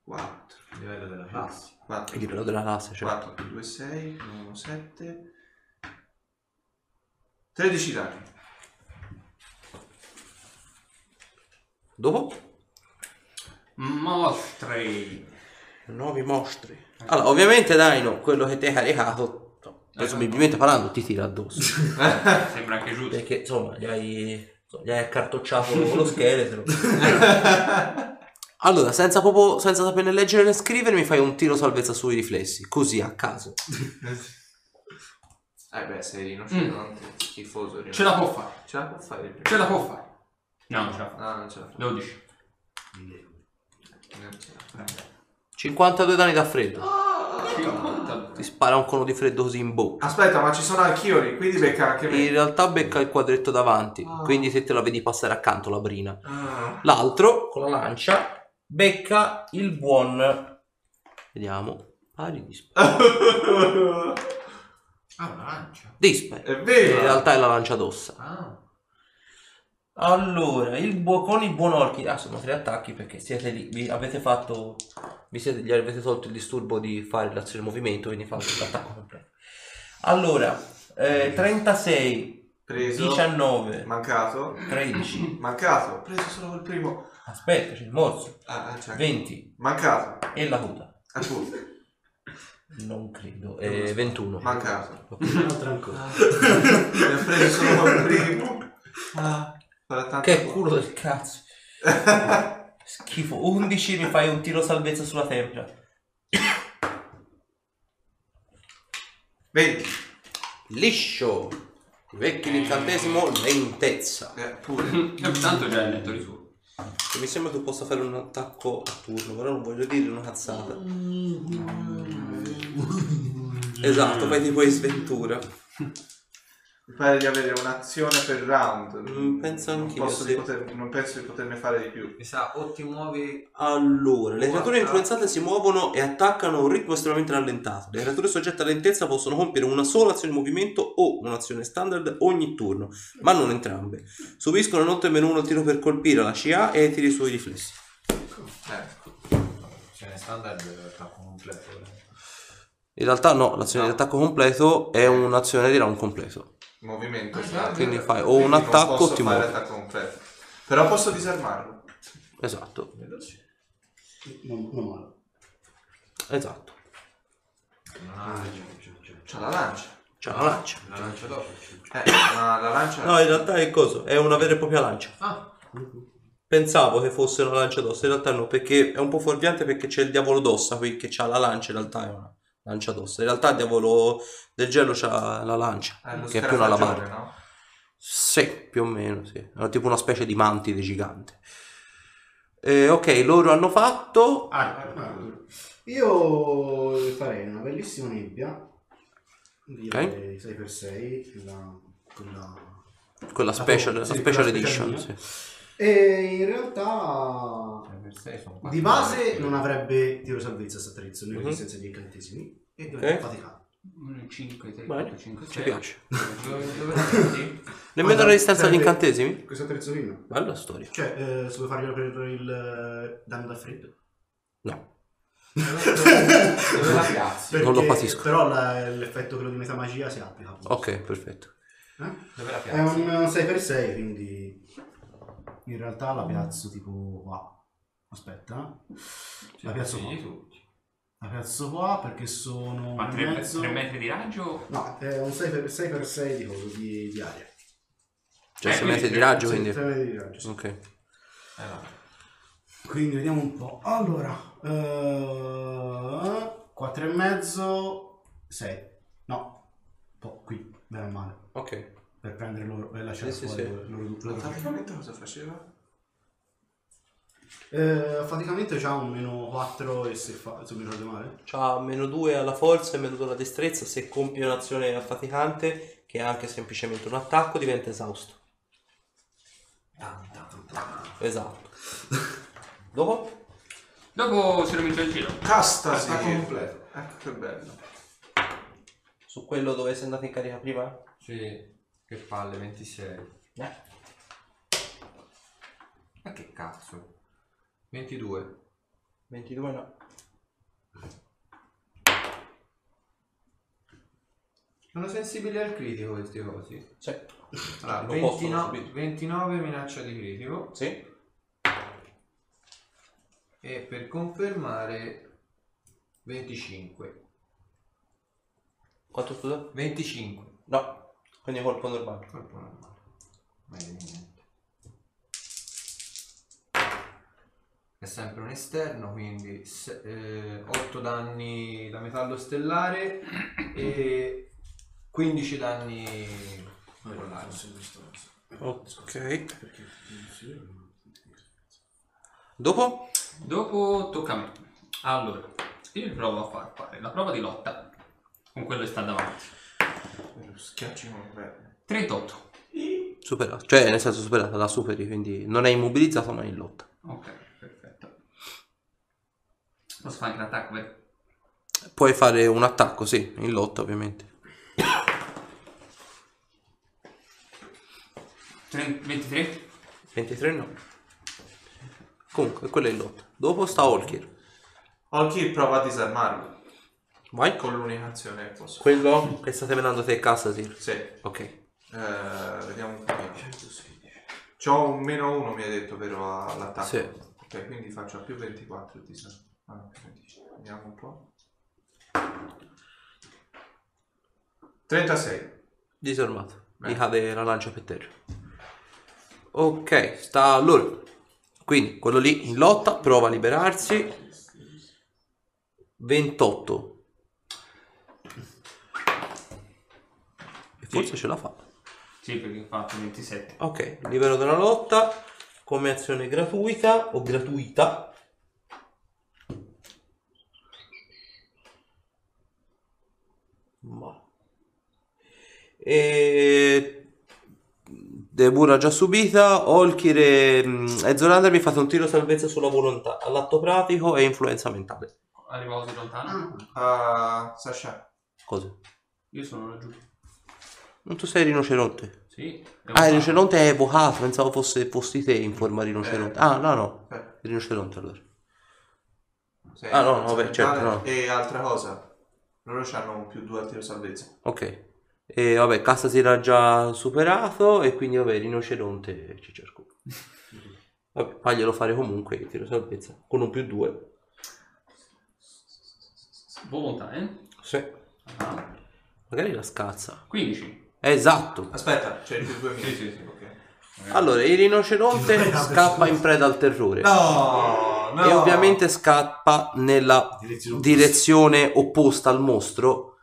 Speaker 4: 4
Speaker 3: Il livello della classe.
Speaker 4: 4
Speaker 6: Il livello della classe, cioè.
Speaker 4: 4 più 2 6 1 7 13 danni
Speaker 6: Dopo?
Speaker 5: Mostri.
Speaker 6: Nuovi mostri. Allora, ovviamente Daino, quello che ti hai caricato, Eh, no, presumibilmente parlando, ti tira addosso.
Speaker 5: Sembra anche giusto.
Speaker 6: Perché insomma, gli hai, gli hai accartocciato lo scheletro. Allora, senza, proprio, senza saperne leggere né scrivere, mi fai un tiro salvezza sui riflessi, così a caso.
Speaker 4: Eh beh, sei rinoceronte, schifoso
Speaker 5: Mm. Ce
Speaker 4: rinoceronte.
Speaker 5: la può fare,
Speaker 4: Ce la può fare il primo.
Speaker 5: ce la può fare. No, non ce la fa.
Speaker 4: No, non ce la fa.
Speaker 5: 12.
Speaker 4: Non ce la fa.
Speaker 6: 52 danni da freddo.
Speaker 5: 52.
Speaker 6: Ti spara un cono di freddo così in bocca.
Speaker 4: Aspetta, ma ci sono anch'io, quindi becca anche me.
Speaker 6: In realtà becca il quadretto davanti, quindi se te la vedi passare accanto la brina.
Speaker 4: Ah,
Speaker 6: L'altro, con la lancia, becca il buon... Vediamo. Pari dispari.
Speaker 3: Ah, una lancia.
Speaker 6: Dispari.
Speaker 4: è
Speaker 6: In
Speaker 4: vero.
Speaker 6: realtà è la lancia d'ossa.
Speaker 3: Ah.
Speaker 6: Allora, il buo- con il buon orchid... Ah, sono tre attacchi perché siete lì. Vi avete fatto... Vi siete, gli avete tolto il disturbo di fare l'azione di movimento, quindi fate l'attacco completo. Allora, eh, 36,
Speaker 4: Preso.
Speaker 6: 19,
Speaker 4: Mancato.
Speaker 6: 13.
Speaker 4: Mancato. Preso solo col primo.
Speaker 6: Aspetta, c'è il morso.
Speaker 4: Ah, ah, c'è anche-
Speaker 6: 20
Speaker 4: Mancato. Ah,
Speaker 6: e la coda.
Speaker 4: Appunto.
Speaker 6: Non credo. Eh, 21.
Speaker 4: Mancato.
Speaker 2: Un'altra ancora.
Speaker 4: Ne ho preso solo col primo. Ah,
Speaker 6: Che culo del cazzo. Schifo. 11 mi fai un tiro salvezza sulla tempia.
Speaker 4: 20.
Speaker 6: Liscio. Vecchio l'incantesimo lentezza.
Speaker 4: Eh, pure.
Speaker 5: Eh, Tanto già è letto di suo.
Speaker 6: Mi sembra tu possa fare un attacco a turno, però non voglio dire una cazzata. Esatto, fai tipo in sventura.
Speaker 4: Mi pare di avere un'azione per round.
Speaker 6: Mm, penso
Speaker 4: non,
Speaker 6: anch'io,
Speaker 4: posso di
Speaker 6: sì.
Speaker 4: poter- non penso di poterne fare di più.
Speaker 3: Mi sa, o ti muovi...
Speaker 6: Allora, le creature
Speaker 3: Guarda.
Speaker 6: influenzate si muovono e attaccano a un ritmo estremamente rallentato. Le creature soggette a lentezza possono compiere una sola azione di movimento o un'azione standard ogni turno, ma non entrambe. Subiscono inoltre meno uno al tiro per colpire alla CA e ai tiri sui riflessi.
Speaker 4: Eh,
Speaker 3: Cioè, ne standard è attacco completo. eh. veramente.
Speaker 6: In realtà no, l'azione
Speaker 4: No.
Speaker 6: di attacco completo è un'azione di round completo.
Speaker 4: movimento.
Speaker 3: Ah,
Speaker 4: sì.
Speaker 3: già,
Speaker 6: Quindi
Speaker 3: vero.
Speaker 6: fai o
Speaker 4: Quindi
Speaker 6: un
Speaker 4: non
Speaker 6: attacco o
Speaker 4: posso
Speaker 6: ti
Speaker 4: fare
Speaker 6: muovi.
Speaker 4: attacco completo. Però posso disarmarlo.
Speaker 6: Esatto,
Speaker 3: Veloce.
Speaker 2: Non, non male.
Speaker 6: esatto.
Speaker 3: Non ha...
Speaker 4: C'ha la lancia.
Speaker 6: C'è una lancia.
Speaker 3: La lancia dopo.
Speaker 4: Eh, ma la lancia...
Speaker 6: No, in realtà è cosa? È una vera e propria lancia.
Speaker 3: Ah,
Speaker 6: Pensavo che fosse una lancia d'ossa, in realtà no, perché è un po' fuorviante perché c'è il diavolo d'ossa qui che ha la lancia, in realtà è una lancia d'ossa. In realtà il diavolo del gelo c'ha la lancia,
Speaker 4: Eh, lo
Speaker 6: che è più una
Speaker 4: scarafagione,
Speaker 6: alabarda.
Speaker 4: no?
Speaker 6: Sì, più o meno, sì. Era tipo una specie di mantide gigante. Eh, ok, loro hanno fatto...
Speaker 2: Arthur. Ah, ecco, Io farei una bellissima nebbia. Di
Speaker 6: Ok.
Speaker 2: 6x6, quella, quella
Speaker 6: Ah, Quella special,
Speaker 2: sì,
Speaker 6: la
Speaker 2: quella
Speaker 6: special
Speaker 2: special
Speaker 6: edition,
Speaker 2: mia.
Speaker 6: sì.
Speaker 2: E in realtà
Speaker 3: tre per sei sono
Speaker 2: di
Speaker 3: quattro.
Speaker 2: base non avrebbe tiro salvezza sta tradizione in
Speaker 6: Mhm.
Speaker 2: resistenza di incantesimi e dovrebbe
Speaker 6: Ok.
Speaker 2: faticare.
Speaker 5: 1, 5, 3,
Speaker 6: Bene,
Speaker 5: 4, 5, 6.
Speaker 6: Ci piace.
Speaker 3: Dove, dove la metti?
Speaker 6: Nemmeno la
Speaker 2: Guarda,
Speaker 6: resistenza agli
Speaker 2: sarebbe-
Speaker 6: incantesimi?
Speaker 2: Questa tradizione
Speaker 6: Bella storia.
Speaker 2: Cioè, eh, se vuoi farglielo per il eh, danno da freddo.
Speaker 6: No.
Speaker 3: Dove la piazzi?
Speaker 6: Non lo patisco.
Speaker 2: Però la- l'effetto quello di metamagia si applica. appunto.
Speaker 6: Ok, perfetto.
Speaker 2: Eh?
Speaker 3: Dove
Speaker 2: È
Speaker 3: la piazzi?
Speaker 2: un 6x6, quindi in realtà la piazzo tipo qua. Aspetta. eh. La piazzo qua.
Speaker 3: Digli tutti.
Speaker 2: La piazzo qua perché sono
Speaker 5: Ma
Speaker 2: un
Speaker 5: 3,
Speaker 2: mezzo-
Speaker 5: metri di raggio?
Speaker 2: No, è un 6x6 di, coso, di, di aria.
Speaker 6: Cioè,
Speaker 5: Eh,
Speaker 6: se
Speaker 5: quindi-
Speaker 6: mette di raggio,
Speaker 2: Sì,
Speaker 6: quindi...
Speaker 2: tre metri di raggio, sì.
Speaker 6: Ok.
Speaker 3: Eh, no.
Speaker 2: Quindi vediamo un po'. Allora, eh, 4 e mezzo, 6. No, un po' qui, bene o male.
Speaker 6: Ok.
Speaker 2: Per prendere loro, per lasciare
Speaker 6: Sì, sì,
Speaker 2: fuori
Speaker 6: sì.
Speaker 2: loro, loro, loro-
Speaker 4: Praticamente cosa faceva?
Speaker 2: Eh, faticamente c'ha un meno 4 e se fa, se non mi ricordo male.
Speaker 6: C'ha meno 2 alla forza e meno 2 alla destrezza. Se compie un'azione affaticante, che è anche semplicemente un attacco, diventa esausto.
Speaker 3: Tan, tan, tan.
Speaker 6: Esatto. Dopo?
Speaker 5: Dopo se lo metto in giro.
Speaker 4: Casta, sì.
Speaker 3: Attacco completo.
Speaker 4: Ecco che bello.
Speaker 6: Su quello dove sei andato in carica prima?
Speaker 3: Sì, che palle, 26.
Speaker 6: Eh,
Speaker 3: Ma che cazzo? 22.
Speaker 6: 22 no.
Speaker 3: Sono sensibili al critico questi cosi.
Speaker 6: Sì.
Speaker 3: Allora,
Speaker 6: Lo possono
Speaker 3: 29,
Speaker 6: subire.
Speaker 3: 29 minaccia di critico.
Speaker 6: Sì.
Speaker 3: E per confermare 25.
Speaker 6: Quanto scusa?
Speaker 3: 25.
Speaker 6: No. Quindi colpo normale.
Speaker 3: Colpo normale. Ma è niente. È sempre un esterno, quindi eh, 8 danni da metallo stellare e 15 danni
Speaker 2: Allora,
Speaker 3: collari.
Speaker 2: se questo-
Speaker 6: Ok.
Speaker 2: Perché? Sì.
Speaker 6: Dopo?
Speaker 5: Dopo tocca a me. Allora, io provo a far fare la prova di lotta con quello che sta davanti.
Speaker 4: Schiacci con bene.
Speaker 5: 38.
Speaker 6: Superato. Cioè, nel senso superata, la superi, quindi non è immobilizzato ma è in lotta.
Speaker 5: Ok, perfetto. Posso fare anche un attacco, vero?
Speaker 6: Puoi fare un attacco, sì, in lotta ovviamente.
Speaker 5: 30 23?
Speaker 6: 23 no. Comunque, quella è in lotta. Dopo sta Holker.
Speaker 4: Occhi prova a disarmarlo.
Speaker 6: Vai.
Speaker 4: Con l'unica azione che posso.
Speaker 6: Quello che state menando te è Cassasir.
Speaker 4: Sì.
Speaker 6: Ok.
Speaker 4: Eh, vediamo un po'. C'ho un meno 1 mi ha detto però all'attacco.
Speaker 6: Sì.
Speaker 4: Ok, quindi faccio a più 24 il disarmo. Ah, no, più 25. Vediamo un po'. 36.
Speaker 6: Disarmato.
Speaker 4: Beh.
Speaker 6: Mi cade la lancia per terra. Ok, sta a loro. Quindi quello lì in lotta prova a liberarsi. 28. E forse ce la fa.
Speaker 5: Sì, perché ho fatto 27.
Speaker 6: Ok, livello della lotta come azione gratuita o gratuita. Ma. E... Debura già subita, Olkir e, mm, e Zorander mi fate un tiro salvezza sulla volontà, all'atto pratico e influenza mentale.
Speaker 5: Arrivavo così lontano?
Speaker 4: Ah, Sasha.
Speaker 6: Cosa?
Speaker 5: Io sono laggiù.
Speaker 6: Non tu sei rinoceronte.
Speaker 5: Sì.
Speaker 6: Ah, il rinoceronte è evocato, pensavo fosse, fossi te in forma
Speaker 4: Eh,
Speaker 6: rinoceronte. Ah, no, no,
Speaker 4: Aspetta,
Speaker 6: il rinoceronte allora.
Speaker 4: eh, sei
Speaker 6: Ah, no,
Speaker 4: in
Speaker 6: no, beh, certo, no.
Speaker 4: E altra cosa. Loro hanno un più 2 al tiro salvezza.
Speaker 6: Ok. E vabbè, Cassa si era già superato e quindi vabbè, rinoceronte ci cerco. Vabbè, faglielo fare comunque, tiro salvezza. Con un più due.
Speaker 5: Volontà, eh?
Speaker 6: Sì.
Speaker 5: Ah.
Speaker 6: Magari la scazza.
Speaker 5: 15.
Speaker 6: Eh, Esatto.
Speaker 4: Aspetta, c'è il più 2
Speaker 5: Sì, sì, sì.
Speaker 4: Ok.
Speaker 6: Allora, il rinoceronte scappa in preda al terrore.
Speaker 4: No, no.
Speaker 6: E ovviamente scappa nella
Speaker 2: Direzione
Speaker 6: direzione opposta al mostro,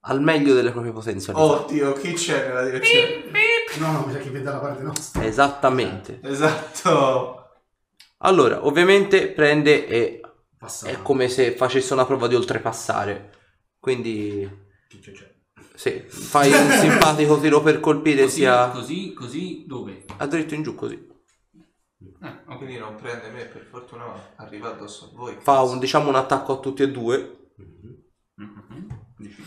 Speaker 6: al meglio delle proprie potenzialità.
Speaker 4: Oddio, chi c'è nella direzione?
Speaker 2: No, no, mi sa che viene dalla parte nostra.
Speaker 6: Esattamente.
Speaker 4: Esatto.
Speaker 6: Allora, ovviamente prende e
Speaker 2: Passata.
Speaker 6: È come se facesse una prova di oltrepassare. Quindi,
Speaker 2: Chi c'è, c'è.
Speaker 6: sì, fai un simpatico tiro per colpire
Speaker 5: Così,
Speaker 6: sia
Speaker 5: così, così, dove?
Speaker 6: a dritto in giù così.
Speaker 5: Eh, ok.
Speaker 4: Quindi non prende me, per fortuna ma arriva addosso a voi.
Speaker 6: Fa un, diciamo un attacco a tutti e due.
Speaker 2: Mhm.
Speaker 5: Mhm. Dici.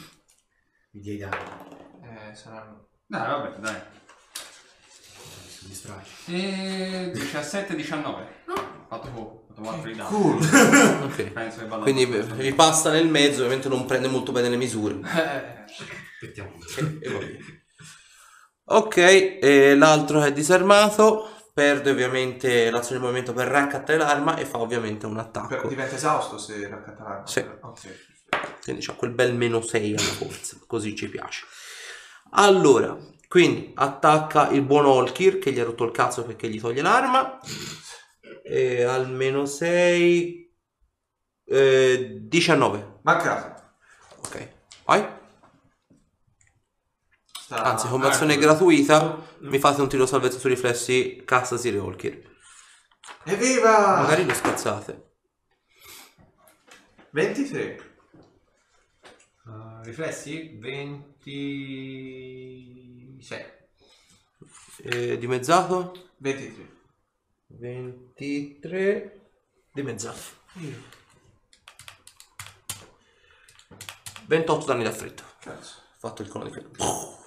Speaker 2: Mi dia i danni.
Speaker 4: Eh,
Speaker 6: Ecco.
Speaker 4: saranno...
Speaker 5: Dai, vabbè, dai.
Speaker 2: Mi distrae.
Speaker 5: E 17, 19. Ho fatto poco, ho fatto 4 di danno.
Speaker 4: Cool.
Speaker 6: Ok.
Speaker 5: Penso che vada
Speaker 6: Quindi vi passa nel mezzo, ovviamente non prende molto bene le misure.
Speaker 5: Eh,
Speaker 2: Aspettiamo.
Speaker 6: E va bene. Ok, e l'altro è disarmato. Perde ovviamente l'azione di movimento per raccattare l'arma e fa ovviamente un
Speaker 4: Per-
Speaker 6: attacco.
Speaker 4: diventa esausto se raccatta l'arma.
Speaker 6: Sì.
Speaker 4: Ok.
Speaker 6: Quindi c'ha quel bel meno 6 alla forza, così ci piace. Allora, quindi attacca il buon Olkir che gli ha rotto il cazzo perché gli toglie l'arma. E al meno 6... 19. eh,
Speaker 4: Mancato.
Speaker 6: Ok, vai.
Speaker 4: Sta-
Speaker 6: Anzi, come
Speaker 4: Ah,
Speaker 6: azione
Speaker 4: ecco.
Speaker 6: gratuita mi fate un tiro salvezza sui riflessi Cassasir e Olkir.
Speaker 4: Evviva!
Speaker 6: Magari lo spazzate.
Speaker 4: 23.
Speaker 3: Eh, riflessi 26.
Speaker 6: Eh, dimezzato?
Speaker 4: 23.
Speaker 6: 23. Dimezzato. 28 danni da freddo.
Speaker 4: Cazzo.
Speaker 6: Ho fatto il cono di freddo.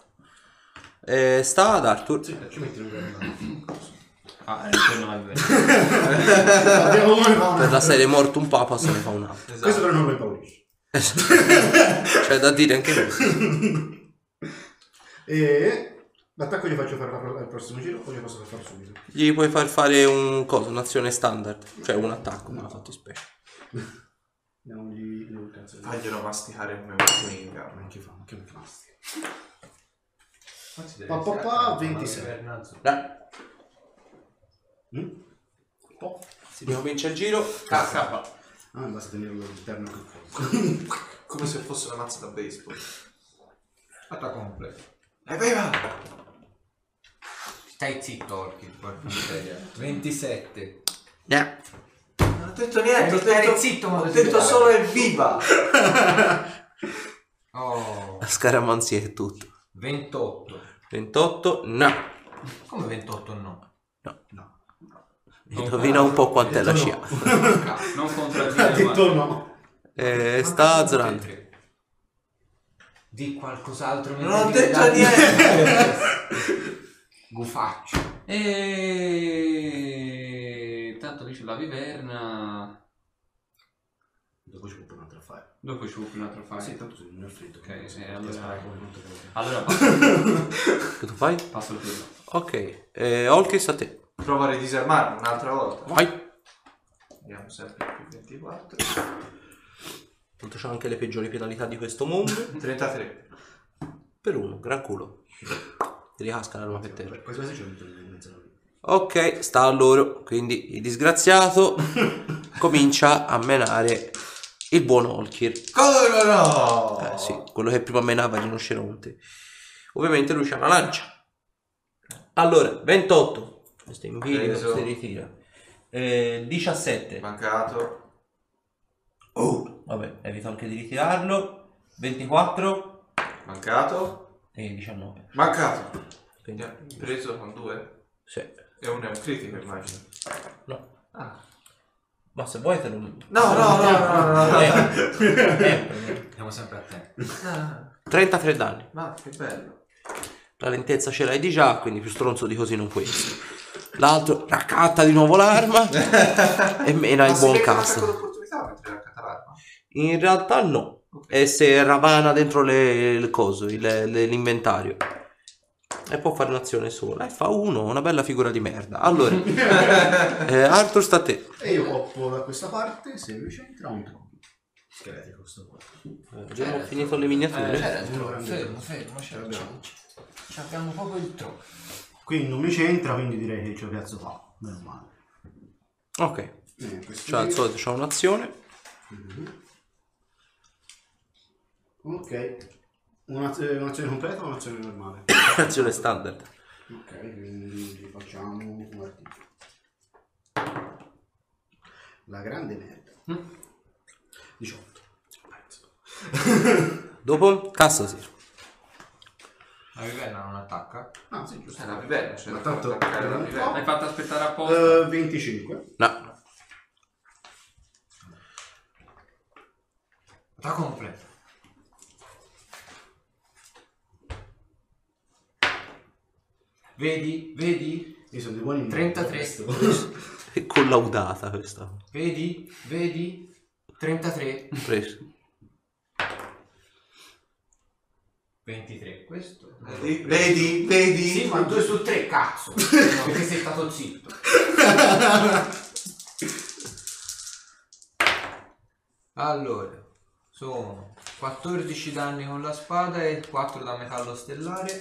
Speaker 6: Eh, sta ad Arthur.
Speaker 2: Ci metti un gran danno.
Speaker 5: ah, eh, quello non l'aveva.
Speaker 2: Abbiamo uno che fa una-
Speaker 6: Per la esatto. serie morto un papa se ne fa un altro.
Speaker 2: Questo però non mi impaurisce.
Speaker 6: C'è da dire anche questo.
Speaker 2: E l'attacco gli faccio fare la pro- al prossimo giro o gli posso far fare subito?
Speaker 6: Gli puoi far fare un coso, un'azione standard. Cioè un attacco, ma l'ha fatto specie.
Speaker 2: Andiamogli il cazzo.
Speaker 4: Faglielo masticare come un
Speaker 2: Ma
Speaker 4: inga.
Speaker 2: anche Ah, fa, anche un plastica.
Speaker 3: Quanti
Speaker 2: Pa, pa,
Speaker 3: deve
Speaker 2: pa, 26.
Speaker 3: essere? Ah, Bernazzo.
Speaker 6: Dai,
Speaker 2: Mm?
Speaker 6: si ricomincia il giro.
Speaker 5: Scappa.
Speaker 2: Ah, basta tenerlo all'interno del corpo.
Speaker 4: Come se fosse una mazza da baseball.
Speaker 3: Attacco completo. Evviva! Stai zitto, Orchid, porca miseria. 27.
Speaker 6: No.
Speaker 4: Non ho detto niente, ho
Speaker 3: Devi stare
Speaker 4: detto,
Speaker 3: zitto,
Speaker 4: ho
Speaker 3: modo di
Speaker 4: detto
Speaker 3: dire.
Speaker 4: solo evviva.
Speaker 3: Oh,
Speaker 6: La scaramanzia è tutto.
Speaker 3: 28.
Speaker 6: 28, no.
Speaker 3: Come 28 no?
Speaker 6: Indovina un po' quant'è la scia.
Speaker 3: Cazzo.
Speaker 5: Non
Speaker 2: Ha
Speaker 5: contraddire.
Speaker 2: detto
Speaker 5: guarda.
Speaker 2: no.
Speaker 6: Eh,
Speaker 3: Ma
Speaker 6: sta
Speaker 3: non sono
Speaker 6: azzurando.
Speaker 3: tre. Di qualcos'altro.
Speaker 4: Non
Speaker 3: mentre
Speaker 4: ho
Speaker 3: ti
Speaker 4: detto
Speaker 3: guardi.
Speaker 4: niente.
Speaker 3: Gufaccio.
Speaker 5: E tanto lì c'è la viverna.
Speaker 2: Dopo ci può pure un'altra fare.
Speaker 5: Dopo ci vuole più un altro file.
Speaker 2: Sì, tanto sono nel freddo.
Speaker 5: Ok, sì,
Speaker 2: Ti
Speaker 5: allora-
Speaker 2: sparai come quanto vuoi.
Speaker 5: Allora passo,
Speaker 6: Che tu fai?
Speaker 5: passo il turno.
Speaker 6: Ok. Eh, Olkis a te.
Speaker 4: Prova a ridisarmarlo un'altra volta.
Speaker 6: Vai.
Speaker 4: Abbiamo sempre più 24.
Speaker 6: Tanto c'ho anche le peggiori penalità di questo mondo.
Speaker 4: 33.
Speaker 6: Per uno, gran culo. Ti ricasca l'arma per terra.
Speaker 2: Quasi quasi ci ho messo in mezzo alla vita.
Speaker 6: Ok, sta a loro. Quindi il disgraziato comincia a menare il buon Olkir.
Speaker 4: Come no?
Speaker 6: Eh, sì, quello che prima menava il rinoceronte. Ovviamente lui c'ha una lancia. Allora, 28. Questo è in video,
Speaker 4: Preso.
Speaker 6: si ritira. Eh, 17.
Speaker 4: Mancato.
Speaker 6: Oh, vabbè, evito anche di ritirarlo. 24
Speaker 4: Mancato.
Speaker 6: e 19.
Speaker 4: Mancato.
Speaker 6: Quindi,
Speaker 4: Preso con due.
Speaker 6: sì.
Speaker 4: E uno è un critico, immagino.
Speaker 6: No.
Speaker 4: Ah.
Speaker 6: Ma se vuoi te lo...
Speaker 4: No, no, no, no, no, no.
Speaker 6: Eh,
Speaker 3: Andiamo sempre a te.
Speaker 4: Ah,
Speaker 6: 33 danni.
Speaker 4: ma che bello.
Speaker 6: La lentezza ce l'hai di già, quindi più stronzo di così non puoi essere. L'altro raccatta di nuovo l'arma e mena
Speaker 4: Ma
Speaker 6: il
Speaker 4: si
Speaker 6: buon
Speaker 4: becca un attacco
Speaker 6: cazzo.
Speaker 4: d'opportunità mentre la catalana.
Speaker 6: In realtà no,
Speaker 4: Ok.
Speaker 6: e se ravana dentro le, le cose, il- le- l'inventario. E può fare un'azione sola. E fa uno, una bella figura di merda. Allora, eh, Arthur sta a te.
Speaker 2: E io hoppo da questa parte, se lui c'entra un tronco. Scheletrico sto qua.
Speaker 6: Eh, Abbiamo finito le miniature.
Speaker 2: il tro-
Speaker 3: Cioè, Fermo, fermo, cioè, c'è
Speaker 2: Abbiamo.
Speaker 3: c'è- c'è- Abbiamo proprio il tro.
Speaker 2: Quindi non mi c'entra, quindi direi che ce lo piazzo qua. Meno male.
Speaker 6: Ok,
Speaker 2: Eh, questo
Speaker 6: cioè, al
Speaker 2: qui.
Speaker 6: solito c'è un'azione.
Speaker 2: Mhm. Ok. Una- eh, un'azione completa o un'azione normale?
Speaker 6: Azione standard.
Speaker 2: Ok, quindi facciamo un attimo. La grande merda. 18. Pezzo.
Speaker 6: Dopo, Cassasir.
Speaker 3: La viverna non attacca.
Speaker 2: Ah, sì, giusto.
Speaker 4: È una viverna, cioè
Speaker 2: Ma
Speaker 4: non può
Speaker 2: tanto-
Speaker 4: attaccare la viverna.
Speaker 5: L'hai fatto aspettare apposta.
Speaker 2: Eh, 25.
Speaker 6: No,
Speaker 3: Attacco completo.
Speaker 4: 20,
Speaker 3: Vedi?
Speaker 2: Io sono dei buoni in
Speaker 3: 33.
Speaker 6: è collaudata questa.
Speaker 3: Vedi? Vedi? 33.
Speaker 6: Preso.
Speaker 3: 23. Questo.
Speaker 4: Vedi, vedi, vedi.
Speaker 3: Sì, ma 2 su 3, cazzo. No, perché sei stato zitto. Allora, sono 14 danni con la spada e 4 da metallo stellare.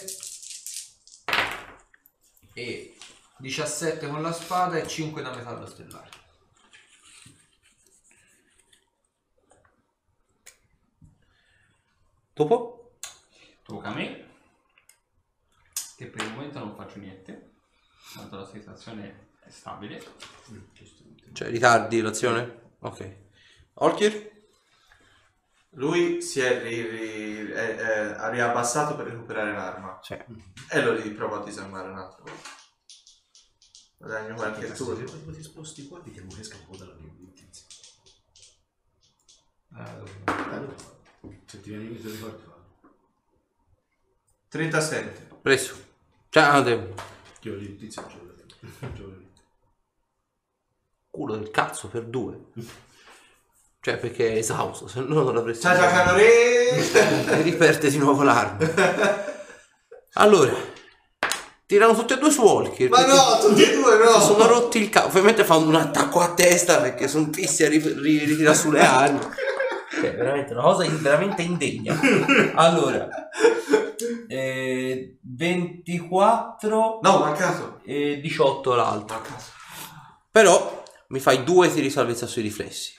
Speaker 3: E 17 con la spada e 5 da metallo stellare.
Speaker 6: Dopo?
Speaker 5: Tocca a me. Che per il momento non faccio niente. Tanto la situazione è stabile.
Speaker 2: Mm,
Speaker 6: Cioè, ritardi l'azione? Ok. Olkir?
Speaker 4: Lui si è, ri- ri- è- è- ha riabbassato per recuperare l'arma
Speaker 6: Sì.
Speaker 4: e lo riprova a disarmare un altro. Guadagno qualche turno.
Speaker 2: Se ti sposti qua, vediamo che esca un po' dalla mia notizia. Se ti viene in mente ricordi fallo.
Speaker 4: 37.
Speaker 6: Preso. Cioè, ah, Ciao, devo.
Speaker 2: Che ho l'inizio non ce l'ho detto. Non ce l'ho detto.
Speaker 6: Culo del cazzo per due. Cioè, perché è esausto, se no non l'avresti.
Speaker 4: Ciao ciao canore!
Speaker 6: E riperte di nuovo l'arma. Allora, tirano tutti e due su Walker.
Speaker 4: Ma no, tutti e due no!
Speaker 6: Sono rotti il cazzo. Ovviamente fanno un attacco a testa perché sono fissi a ri- ri- ritirare sulle armi. Cioè, veramente una cosa in- veramente indegna. Allora, eh, 24
Speaker 4: No, mancato!
Speaker 6: e 18 l'altro.
Speaker 4: Mancato.
Speaker 6: Però mi fai due tiri salvezza sui riflessi.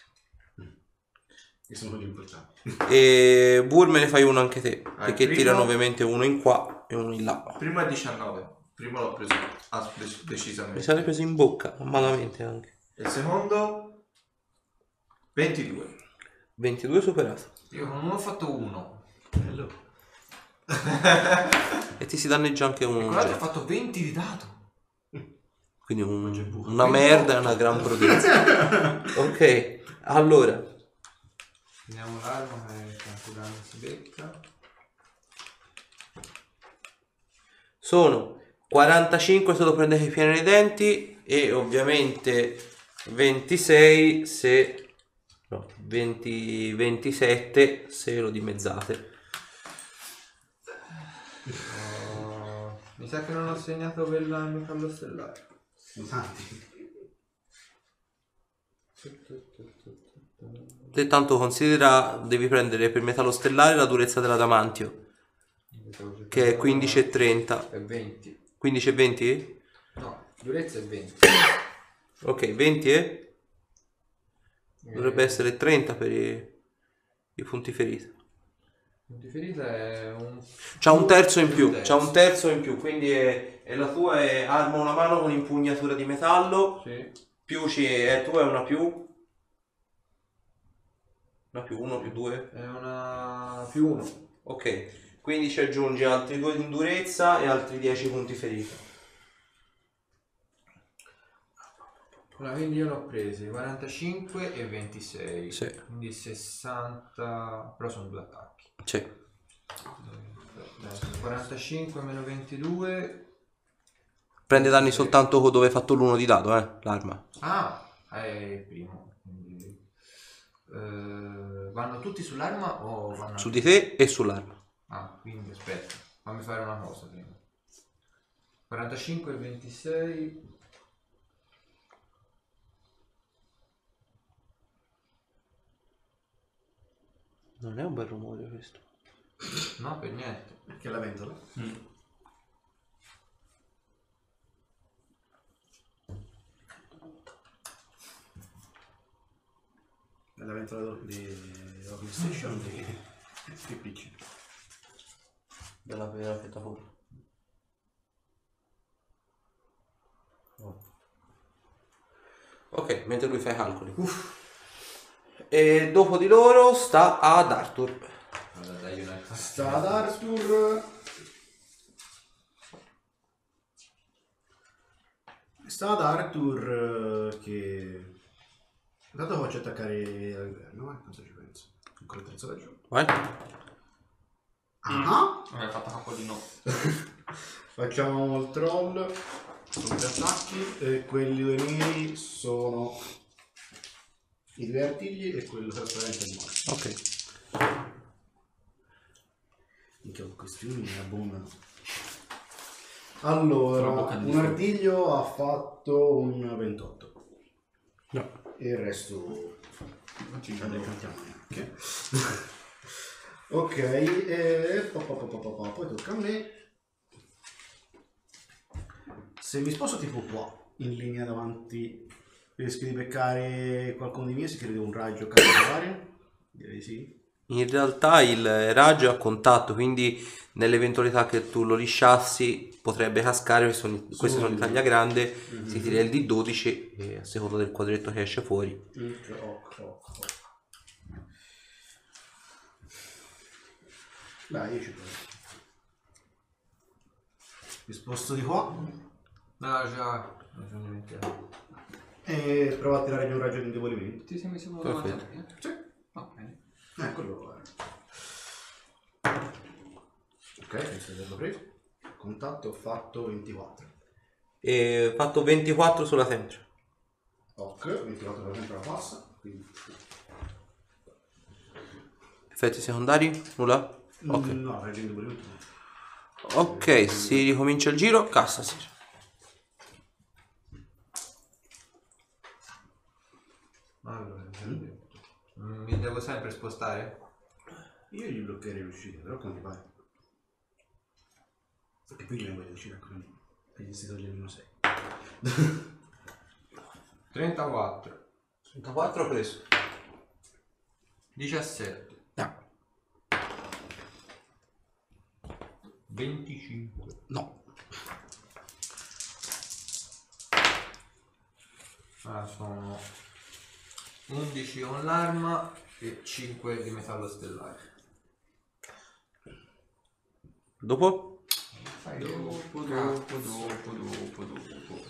Speaker 2: che sono quelli importanti.
Speaker 6: E Bur me ne fai uno anche te.
Speaker 4: Ah,
Speaker 6: perché
Speaker 4: il primo?
Speaker 6: tirano ovviamente uno in qua e uno in là.
Speaker 4: Primo è 19. Primo l'ho preso ah, dec-
Speaker 6: Mi
Speaker 4: decisamente.
Speaker 6: sarei preso in bocca, malamente anche.
Speaker 4: Il secondo 22.
Speaker 6: 22 superato.
Speaker 3: Io non ho fatto uno.
Speaker 6: E ti si danneggia anche
Speaker 4: Ecco,
Speaker 6: un
Speaker 3: Guardate, ho
Speaker 6: oggetto.
Speaker 3: fatto 20 di dato.
Speaker 6: Quindi un- una merda e una gran prodezza. ok, allora.
Speaker 3: Vediamo l'arma che quanto danno si becca.
Speaker 6: Sono 45 se lo prendete pieno nei denti e ovviamente 26 se... No, 20 27 se lo dimezzate.
Speaker 3: Oh, mi sa che non ho segnato quella mio fallo stellare.
Speaker 2: Sono tanti.
Speaker 6: Te tanto considera, devi prendere per metallo stellare la durezza della damantio, che è 15 e 30.
Speaker 3: E 20.
Speaker 6: 15 e 20?
Speaker 3: No, durezza è 20.
Speaker 6: Ok, 20 e? Dovrebbe essere 30 per i, i punti ferita.
Speaker 3: Punti ferita è un...
Speaker 6: C'ha un terzo in più,
Speaker 3: Un terzo.
Speaker 6: c'ha un terzo in più, quindi è, è la tua è arma una mano con impugnatura di metallo,
Speaker 3: Sì.
Speaker 6: più ci è tua è una più. Una più, uno più due.
Speaker 3: È una... più uno.
Speaker 6: Ok, quindi ci aggiungi altri due di durezza e altri 10 punti ferita.
Speaker 3: Allora, quindi io ne ho presi 45 e 26.
Speaker 6: Sì.
Speaker 3: Quindi 60... però sono due attacchi. Eh,
Speaker 6: Sì.
Speaker 3: Adesso, 45 meno 22...
Speaker 6: Prende danni soltanto dove hai fatto l'uno di dado, eh, l'arma.
Speaker 3: Ah, è il primo. Quindi... eh, vanno tutti sull'arma o vanno...
Speaker 6: Su di te e sull'arma.
Speaker 3: Ah, quindi aspetta, fammi fare una cosa prima. 45 e 26.
Speaker 6: Non è un bel rumore questo.
Speaker 3: No, per niente.
Speaker 2: Che è la ventola. È la ventola di della PlayStation di, di PC.
Speaker 6: Della vera piattaforma. Ok, mentre lui fa i calcoli. E dopo di loro sta ad Arthur.
Speaker 3: Allora, dai, una
Speaker 2: Sta ad Arthur. Sta ad Arthur eh, che... Intanto faccio attaccare all'interno, eh, cosa ci penso? Ancora il terzo laggiù.
Speaker 6: Vai.
Speaker 2: Ah!
Speaker 5: Vabbè, fatto capo di no.
Speaker 2: Facciamo il troll. Sono tre attacchi. E quelli due neri sono i due artigli e quello trasparente è morto.
Speaker 6: Ok.
Speaker 2: Minchia, questi uomini mi abbondano. Allora,
Speaker 5: Sulla bocca di
Speaker 2: un
Speaker 5: fuoco.
Speaker 2: artiglio ha fatto un 28.
Speaker 6: No.
Speaker 2: E il resto... Vabbè, cantiamo neanche. ok, e... pa, pa, pa, pa, pa, pa, poi tocca a me. Se mi sposto tipo qua, in linea davanti, rischio di beccare qualcuno di miei se crede un raggio caratteriale? Direi sì.
Speaker 6: In realtà il raggio è a contatto, quindi nell'eventualità che tu lo lisciassi potrebbe cascare, questi sono, questi sono in taglia grande, si tira il D12 e a seconda del quadretto che esce fuori.
Speaker 2: Ok, ok, ok. Dai, io ci provo. Mi sposto di qua
Speaker 3: No, già. mi sono dimenticato.
Speaker 2: e provo Eh, a tirare di un raggio di indebolimento.
Speaker 5: Ti sei messo proprio davanti a me?
Speaker 2: Sì.
Speaker 5: Va bene.
Speaker 2: Eccolo qua. Ok, penso di averlo preso. Contatto ho fatto 24.
Speaker 6: E fatto 24 sulla tempra.
Speaker 2: Ok, 24 per esempio la passa. Quindi...
Speaker 6: Effetti secondari? Nulla?
Speaker 2: Mm,
Speaker 6: Ok.
Speaker 2: No, raggio di indebolimento no.
Speaker 6: Ok, si ricomincia il giro, Cassasir.
Speaker 2: Mm.
Speaker 3: Allora, mi devo sempre spostare?
Speaker 2: Io gli bloccherei l'uscita, però come ti pare? Perché più gli vengo di uscita quindi. E gli si toglie meno 6.
Speaker 3: 34.
Speaker 6: 34 preso.
Speaker 3: 17.
Speaker 6: No.
Speaker 3: 25.
Speaker 6: No.
Speaker 3: Allora Ah, sono 11 con l'arma e 5 di metallo stellare.
Speaker 6: Dopo?
Speaker 3: Fai
Speaker 5: Dopo, dopo, dopo, dopo, dopo.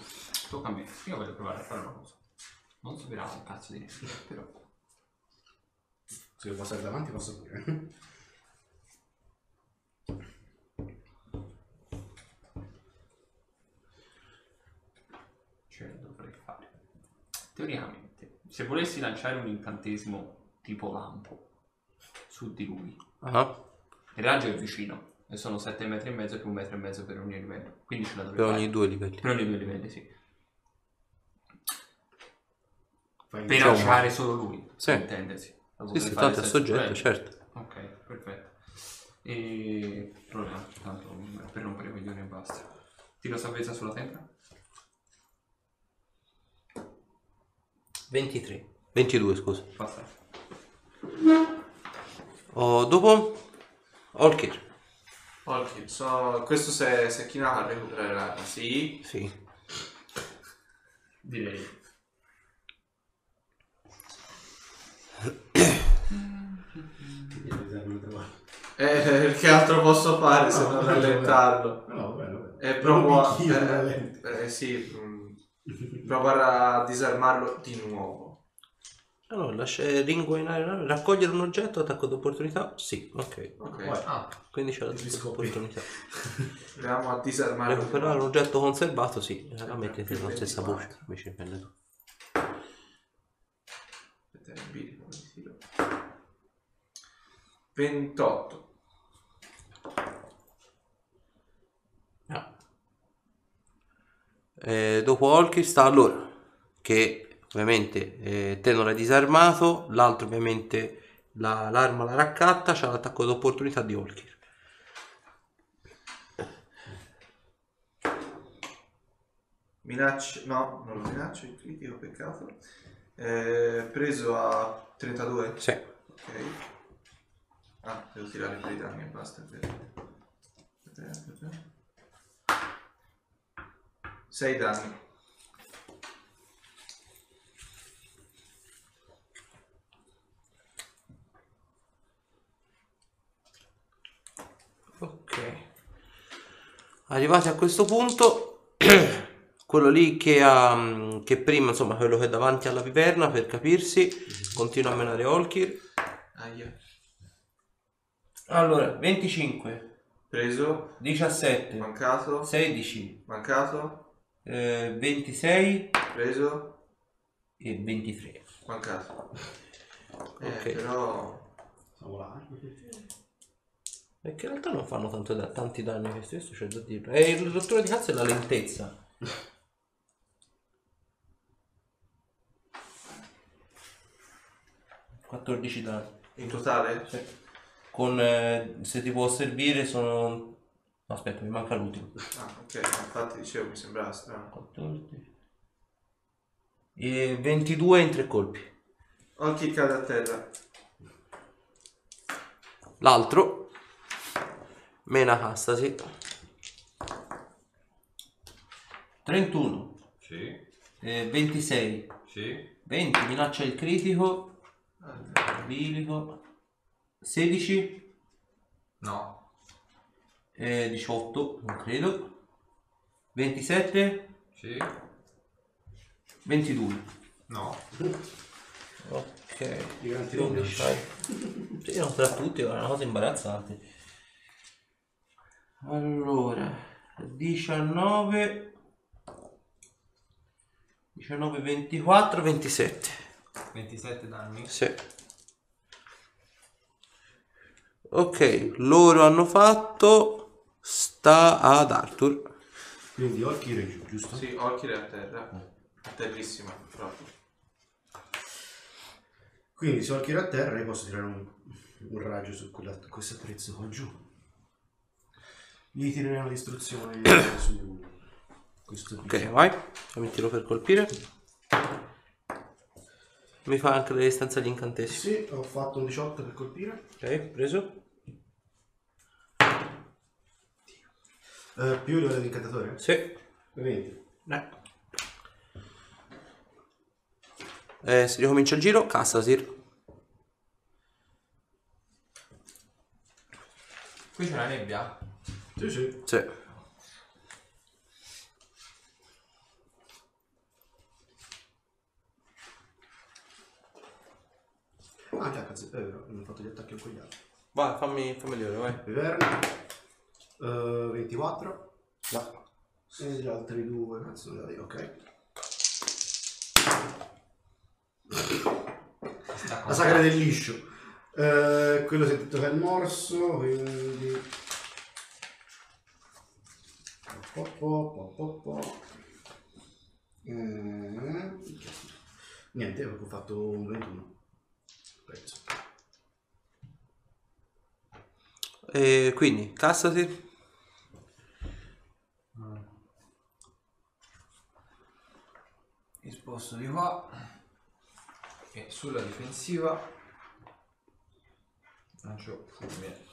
Speaker 5: Tocca a me. Io voglio provare a fare una cosa. Non superavo un cazzo di niente, però.
Speaker 2: Se devo passare davanti posso pure.
Speaker 5: Cioè, dovrei fare. Teoricamente, se volessi lanciare un incantesimo tipo lampo su di lui,
Speaker 6: Ah,
Speaker 5: il raggio è vicino e sono 7 metri e mezzo più un metro e mezzo per ogni livello. Quindi ce la
Speaker 6: Per
Speaker 5: dovrei
Speaker 6: ogni
Speaker 5: fare.
Speaker 6: due livelli.
Speaker 5: Per ogni due livelli, sì.
Speaker 2: Fai
Speaker 5: Per
Speaker 6: Insomma.
Speaker 5: lanciare solo lui,
Speaker 6: Sì.
Speaker 5: per intendersi. Lo
Speaker 6: Sì,
Speaker 5: potrei
Speaker 6: sì,
Speaker 5: fare eh.
Speaker 6: tanto è
Speaker 5: senza
Speaker 6: soggetto,
Speaker 5: livello.
Speaker 6: certo.
Speaker 5: Ok, perfetto. E proviamo, tanto per rompere i coglioni e basta. Tiro salvezza sulla tempra.
Speaker 7: 23.
Speaker 6: 22, scusa.
Speaker 5: Basta.
Speaker 6: Oh, dopo? Orchid.
Speaker 4: Ok, so, questo se, se chinato a recuperare l'arma, sì.
Speaker 6: Sì.
Speaker 5: Direi.
Speaker 4: Eh, che altro posso fare se non rallentarlo?
Speaker 2: No, no, vabbè, vabbè.
Speaker 4: E provo a...
Speaker 2: Anch'io
Speaker 4: eh,
Speaker 2: rallento.
Speaker 4: eh, sì, mm, provo a disarmarlo di nuovo.
Speaker 6: Allora, lascia eh, ringuainare una- raccogliere un oggetto, attacco d'opportunità? Sì, ok.
Speaker 4: Ok,
Speaker 2: Vai.
Speaker 3: Ah,
Speaker 6: Quindi c'è
Speaker 2: Ti
Speaker 6: l'attacco
Speaker 2: scopri.
Speaker 6: d'opportunità.
Speaker 4: proviamo a disarmarlo. di
Speaker 6: Recuperare
Speaker 4: nuovo.
Speaker 6: un oggetto conservato, sì. La
Speaker 4: Sempre
Speaker 6: mettete
Speaker 4: più
Speaker 6: nella stessa
Speaker 4: 24.
Speaker 6: voce, invece prende tu.
Speaker 4: Aspetta, il B, come si tira? 28.
Speaker 6: Eh, dopo Olkir sta allora, che ovviamente eh, te non l'hai disarmato, l'altro ovviamente la- l'arma la raccatta, c'ha l'attacco d'opportunità di Olkir.
Speaker 4: Minaccio, no, non lo minaccio, il critico, peccato. Eh, preso a 32.
Speaker 6: Sì.
Speaker 4: Ok. Ah, devo tirare per i danni e basta. è vero. Aspetta, aspetta. Sei danni.
Speaker 6: Ok. Arrivati a questo punto, quello lì che, ha, mm, che prima, insomma, quello che è davanti alla viverna, per capirsi, continua a menare Olkir.
Speaker 4: Aia.
Speaker 7: Allora, 25,
Speaker 4: Preso,
Speaker 7: 17,
Speaker 4: mancato,
Speaker 7: 16,
Speaker 4: mancato,
Speaker 7: eh, 26
Speaker 4: preso,
Speaker 7: e 23.
Speaker 4: mancato. Eh,
Speaker 6: Ok.
Speaker 4: però...
Speaker 2: Siamo là. eh.
Speaker 6: Perché in realtà non fanno tanto da- tanti danni questo, questo c'è da dirlo. E il rottura di cazzo è la lentezza.
Speaker 7: Quattordici danni.
Speaker 4: In totale?
Speaker 7: Con, eh, se ti può servire, sono... Aspetta, mi manca l'ultimo.
Speaker 4: Ah, ok, infatti dicevo, mi sembrava strano.
Speaker 7: 14. E 22 in tre colpi.
Speaker 4: Occhi cade a terra.
Speaker 6: L'altro mena Castasi.
Speaker 7: 31,
Speaker 3: sì,
Speaker 7: eh, 26,
Speaker 3: sì,
Speaker 7: 20, minaccia il critico, bilico, 16,
Speaker 3: no,
Speaker 7: eh, 18, non credo, 27,
Speaker 3: sì,
Speaker 7: 22.
Speaker 3: no.
Speaker 7: Ok,
Speaker 2: I grandi
Speaker 7: Quindi
Speaker 2: nomi.
Speaker 7: c'hai- Sì, no, tra tutti è una cosa imbarazzante. Allora, 19, 19, 24, 27.
Speaker 3: 27 danni.
Speaker 6: Sì. Ok, loro hanno fatto. Sta ad Arthur.
Speaker 2: Quindi Orchid è giù, giusto?
Speaker 4: Sì, occhi a terra. A terrissima, proprio.
Speaker 2: Quindi se Orchid è a terra io posso tirare un, un raggio su quella- questo attrezzo qua giù. Gli tirerei una distruzione su questo qui.
Speaker 6: Ok, vai. Mettilo per colpire. Mi fa anche la distanza agli incantesimi.
Speaker 2: Sì, ho fatto un 18 per colpire.
Speaker 6: Ok, preso.
Speaker 2: Eh, più l'ora dell'incantatore?
Speaker 6: Sì.
Speaker 2: 20.
Speaker 6: Eh, si ricomincia il giro. Cassasir.
Speaker 3: Qui c'è una nebbia.
Speaker 2: Sì, sì.
Speaker 6: Sì.
Speaker 2: Ah, già, cazzo, è vero, non ho fatto gli attacchi con quegli altri.
Speaker 6: Vai, fammi, fammi vedere, vai.
Speaker 2: Viverna, eh, 24. No. E gli altri due, cazzo, non li ho- ok.
Speaker 3: Sta
Speaker 2: La sagra del liscio. Eh, quello sentito che è il morso, quindi... Po, po, po, po, po. Eh, Niente, ho fatto un 21. Penso.
Speaker 6: Eh, quindi, Cassasir.
Speaker 3: Mi sposto di qua. E sulla difensiva. Lancio fulmine.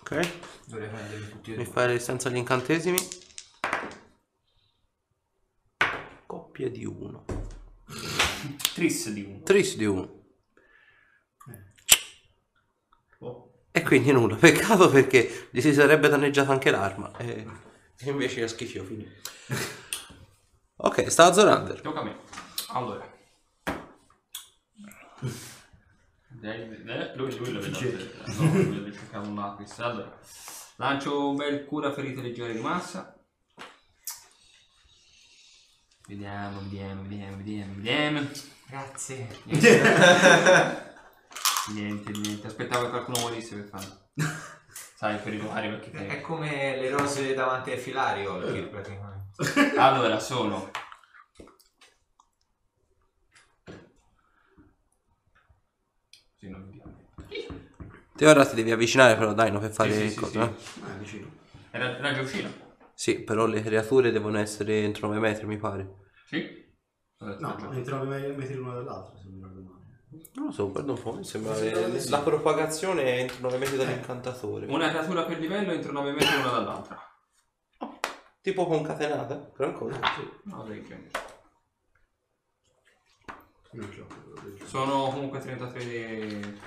Speaker 6: Ok.
Speaker 3: Dovrei prenderli tutti e
Speaker 6: Mi
Speaker 3: due.
Speaker 6: fa la distanza agli incantesimi. Coppia di 1.
Speaker 5: Tris di uno.
Speaker 6: Tris di 1. Eh.
Speaker 2: Po.
Speaker 6: E quindi nulla. Peccato perché gli si sarebbe danneggiata anche l'arma. E e invece è schifo finito. ok, stava Zorander.
Speaker 5: Tocca a me. Allora. Dai, eh, Lui, lui lo vedo. No, lui cercavo un lapis. Allora. Lancio un bel cura ferite leggere di massa. Vediamo, vediamo, vediamo, vediamo, vediamo.
Speaker 3: Grazie.
Speaker 5: Niente, niente. Aspettavo che qualcuno morisse per farlo. Sai, per riguardo perché te-
Speaker 3: È come le rose davanti ai filari oggi praticamente.
Speaker 5: Allora, sono 4
Speaker 6: Te ora ti devi avvicinare però Dino per fare
Speaker 5: sì,
Speaker 6: il
Speaker 5: sì,
Speaker 6: coso,
Speaker 5: sì.
Speaker 6: eh.
Speaker 2: Ah, è vicino.
Speaker 5: Era, era già uscita?
Speaker 6: Sì, però le creature devono essere entro 9 metri, mi pare.
Speaker 5: Sì. Allora,
Speaker 2: No,
Speaker 5: già.
Speaker 2: entrano metri metri l'uno dall'altro, se non ricordo male.
Speaker 6: Non lo so, guarda un po', mi sembra
Speaker 2: Mi sembra di sì.
Speaker 6: la propagazione è entro 9 metri dall'incantatore.
Speaker 5: Una creatura per livello entro 9 metri l'una dall'altra.
Speaker 6: Tipo concatenata, però ancora.
Speaker 5: No, dai, che-
Speaker 2: Io non ce l'ho, quello del gioco.
Speaker 5: Sono comunque 33 di...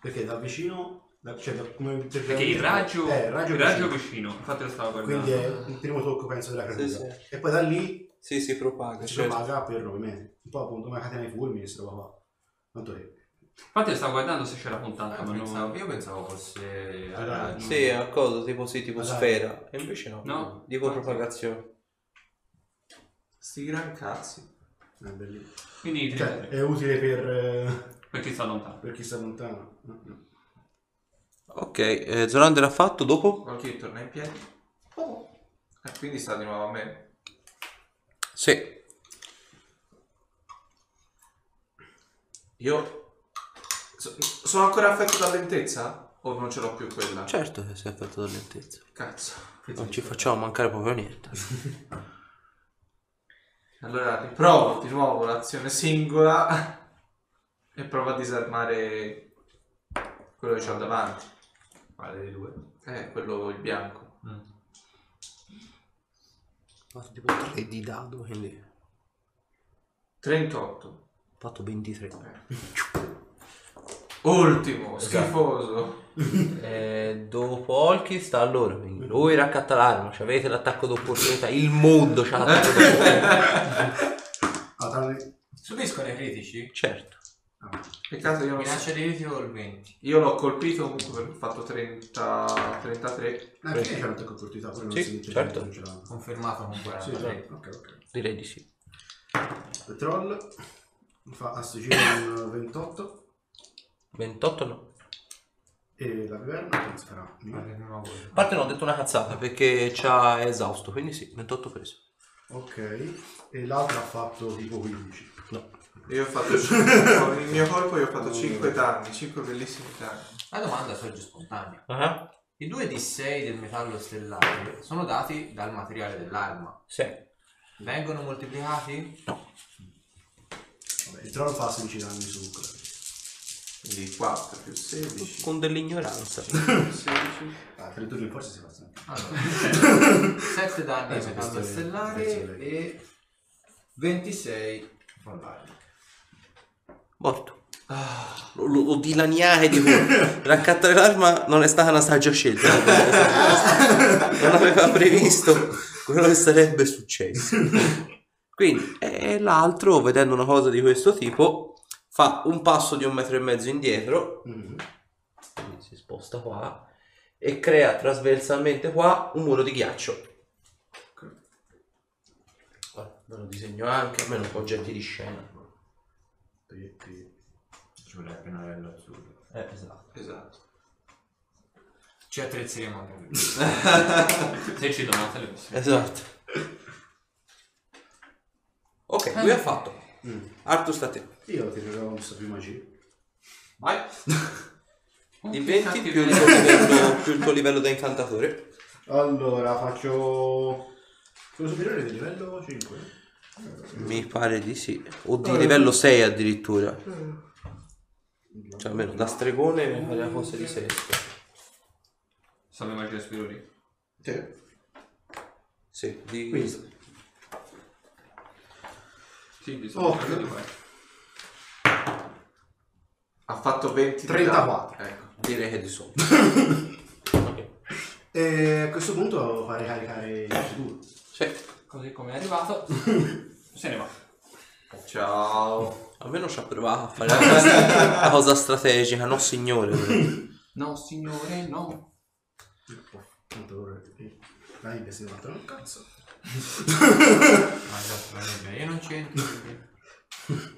Speaker 2: Perché da vicino... Da, cioè, da, come
Speaker 5: Perché il raggio,
Speaker 2: Eh, il raggio,
Speaker 5: il raggio
Speaker 2: vicino.
Speaker 5: vicino. Infatti lo stavo guardando.
Speaker 2: Quindi è il primo tocco, penso, della creatura.
Speaker 6: Sì, sì.
Speaker 2: E poi da lì
Speaker 6: Sì, si propaga.
Speaker 2: si
Speaker 6: certo.
Speaker 2: propaga per 9 metri. Poi appunto una catena di fulmini, questa roba qua. Tanto è...
Speaker 5: Infatti lo stavo guardando se c'era puntata,
Speaker 3: Eh,
Speaker 5: Ah, ma
Speaker 3: pensavo-
Speaker 5: non... eh.
Speaker 3: Io pensavo fosse a
Speaker 2: Ah,
Speaker 3: raggio.
Speaker 6: certo. Sì, è una cosa tipo, sì, tipo
Speaker 2: Ah, dai.
Speaker 6: sfera. E invece no.
Speaker 5: No.
Speaker 6: Tipo propagazione.
Speaker 4: Sti gran cazzi.
Speaker 2: È bellissimo.
Speaker 5: Quindi
Speaker 2: Eh, Cioè,
Speaker 5: 33,
Speaker 2: è utile per, eh,
Speaker 5: perché sta lontano.
Speaker 2: per chi sta lontano. Mm, Mm-mm.
Speaker 6: Ok, eh, Zorander ha fatto dopo?
Speaker 4: Valkyrie torna in piedi. E quindi sta di nuovo a me.
Speaker 6: Sì.
Speaker 4: Io... so- sono ancora affetto da lentezza? O non ce l'ho più quella?
Speaker 6: Certo che si è affetto da lentezza.
Speaker 4: Cazzo.
Speaker 6: Non ci facciamo mancare proprio niente.
Speaker 4: Allora riprovo di nuovo l'azione singola e provo a disarmare quello che ho davanti.
Speaker 3: Quale dei due?
Speaker 4: Eh, quello il bianco.
Speaker 6: fatto tipo 3 di dado, quindi ho
Speaker 4: 38.
Speaker 6: fatto 23.
Speaker 4: Ultimo,
Speaker 2: Esatto.
Speaker 4: schifoso.
Speaker 6: Eh, dopo Olki sta a loro, quindi lui raccatta l'arma, cioè avete l'attacco d'opportunità, il mondo c'ha l'attacco d'opportunità.
Speaker 2: Ah, tra le-
Speaker 3: Subiscono i critici?
Speaker 6: Certo.
Speaker 4: Peccato io non so.
Speaker 3: Minaccia di critico il 20.
Speaker 4: Io l'ho colpito comunque perché ho fatto 30, 33.
Speaker 2: Ma perché c'è un tocco opportunità? Poi non
Speaker 6: Sì,
Speaker 2: si dice
Speaker 6: certo.
Speaker 2: che non ce l'hanno.
Speaker 3: Confermato con
Speaker 2: Sì,
Speaker 3: 43.
Speaker 2: esatto. Ok, ok.
Speaker 6: Direi di sì.
Speaker 2: Il troll fa a sto giro un 28
Speaker 6: 28 no.
Speaker 2: e la viverna penso farà
Speaker 3: Guarda
Speaker 2: mille.
Speaker 3: che non ho voglia.
Speaker 6: A parte no, ho detto una cazzata perché c'ha è esausto, quindi sì, 28 preso.
Speaker 2: Ok, e l'altra ha fatto tipo 15.
Speaker 6: No.
Speaker 4: Io ho fatto 5. con il mio colpo io ho fatto 5 danni, 5 bellissimi danni.
Speaker 3: La domanda sorge spontanea.
Speaker 6: Ah,
Speaker 3: I 2d6 del metallo stellare sono dati dal materiale dell'arma.
Speaker 6: Sì.
Speaker 3: Vengono moltiplicati?
Speaker 6: No.
Speaker 2: Vabbè, il troll fa 16 danni su quello.
Speaker 4: Quindi 4 più 16.
Speaker 6: Con dell'ignoranza.
Speaker 4: più 16.
Speaker 2: Ah, tre turni in forza si fa sempre.
Speaker 3: Allora, 7 danni
Speaker 2: Eh,
Speaker 3: ai
Speaker 2: sì,
Speaker 3: metallo
Speaker 2: questo è- questo
Speaker 3: stellare
Speaker 2: è-
Speaker 3: e 26 fondali.
Speaker 6: Morto. Lo, lo, lo dilaniare di cuore. Raccattare l'arma non è stata una saggia scelta. Non aveva previsto quello che sarebbe successo. Quindi, e l'altro, vedendo una cosa di questo tipo, fa un passo di un metro e mezzo indietro,
Speaker 2: Mhm.
Speaker 6: quindi si sposta qua, e crea trasversalmente qua un muro di ghiaccio. Guarda, ve lo disegno anche, almeno un po' oggetti di scena.
Speaker 2: Pi- pi-
Speaker 3: Ci vuole il pennarello azzurro.
Speaker 7: Eh, esatto.
Speaker 4: Esatto.
Speaker 3: Ci attrezzeremo anche lui.
Speaker 5: Se ci donate le vostre.
Speaker 6: Esatto. Ok, lui ha fatto.
Speaker 2: Mm.
Speaker 6: Artus sta a te.
Speaker 2: Io tirerò un so più magia.
Speaker 1: Vai.
Speaker 6: Eh, Di
Speaker 5: Oh,
Speaker 6: 20
Speaker 5: cattivo.
Speaker 6: più il, tuo livello, più il tuo livello da incantatore.
Speaker 2: Allora, faccio... Quello superiore del livello 5.
Speaker 6: Mi pare di sì. O di livello 6 addirittura. Mm. Cioè almeno da stregone mi pare la cosa di 6.
Speaker 5: Salve magia superiori.
Speaker 6: Sì, di...
Speaker 2: Quindi.
Speaker 5: Sì, bisogna
Speaker 2: Oh.
Speaker 5: di qua.
Speaker 4: Ha fatto 20
Speaker 2: 34.
Speaker 4: Ecco.
Speaker 6: direi che di so.
Speaker 2: E a questo punto farei caricare i due.
Speaker 6: Sì,
Speaker 5: Così come è arrivato, se ne va.
Speaker 4: Ciao.
Speaker 6: almeno ci ha provato a fare la cosa, la cosa strategica, no signore.
Speaker 5: No, signore,
Speaker 2: Mm.
Speaker 5: no.
Speaker 2: Tanto ora... eh, Dai, che se ne battono un cazzo.
Speaker 3: Ma già sulla nebbia, io non c'entro. perché-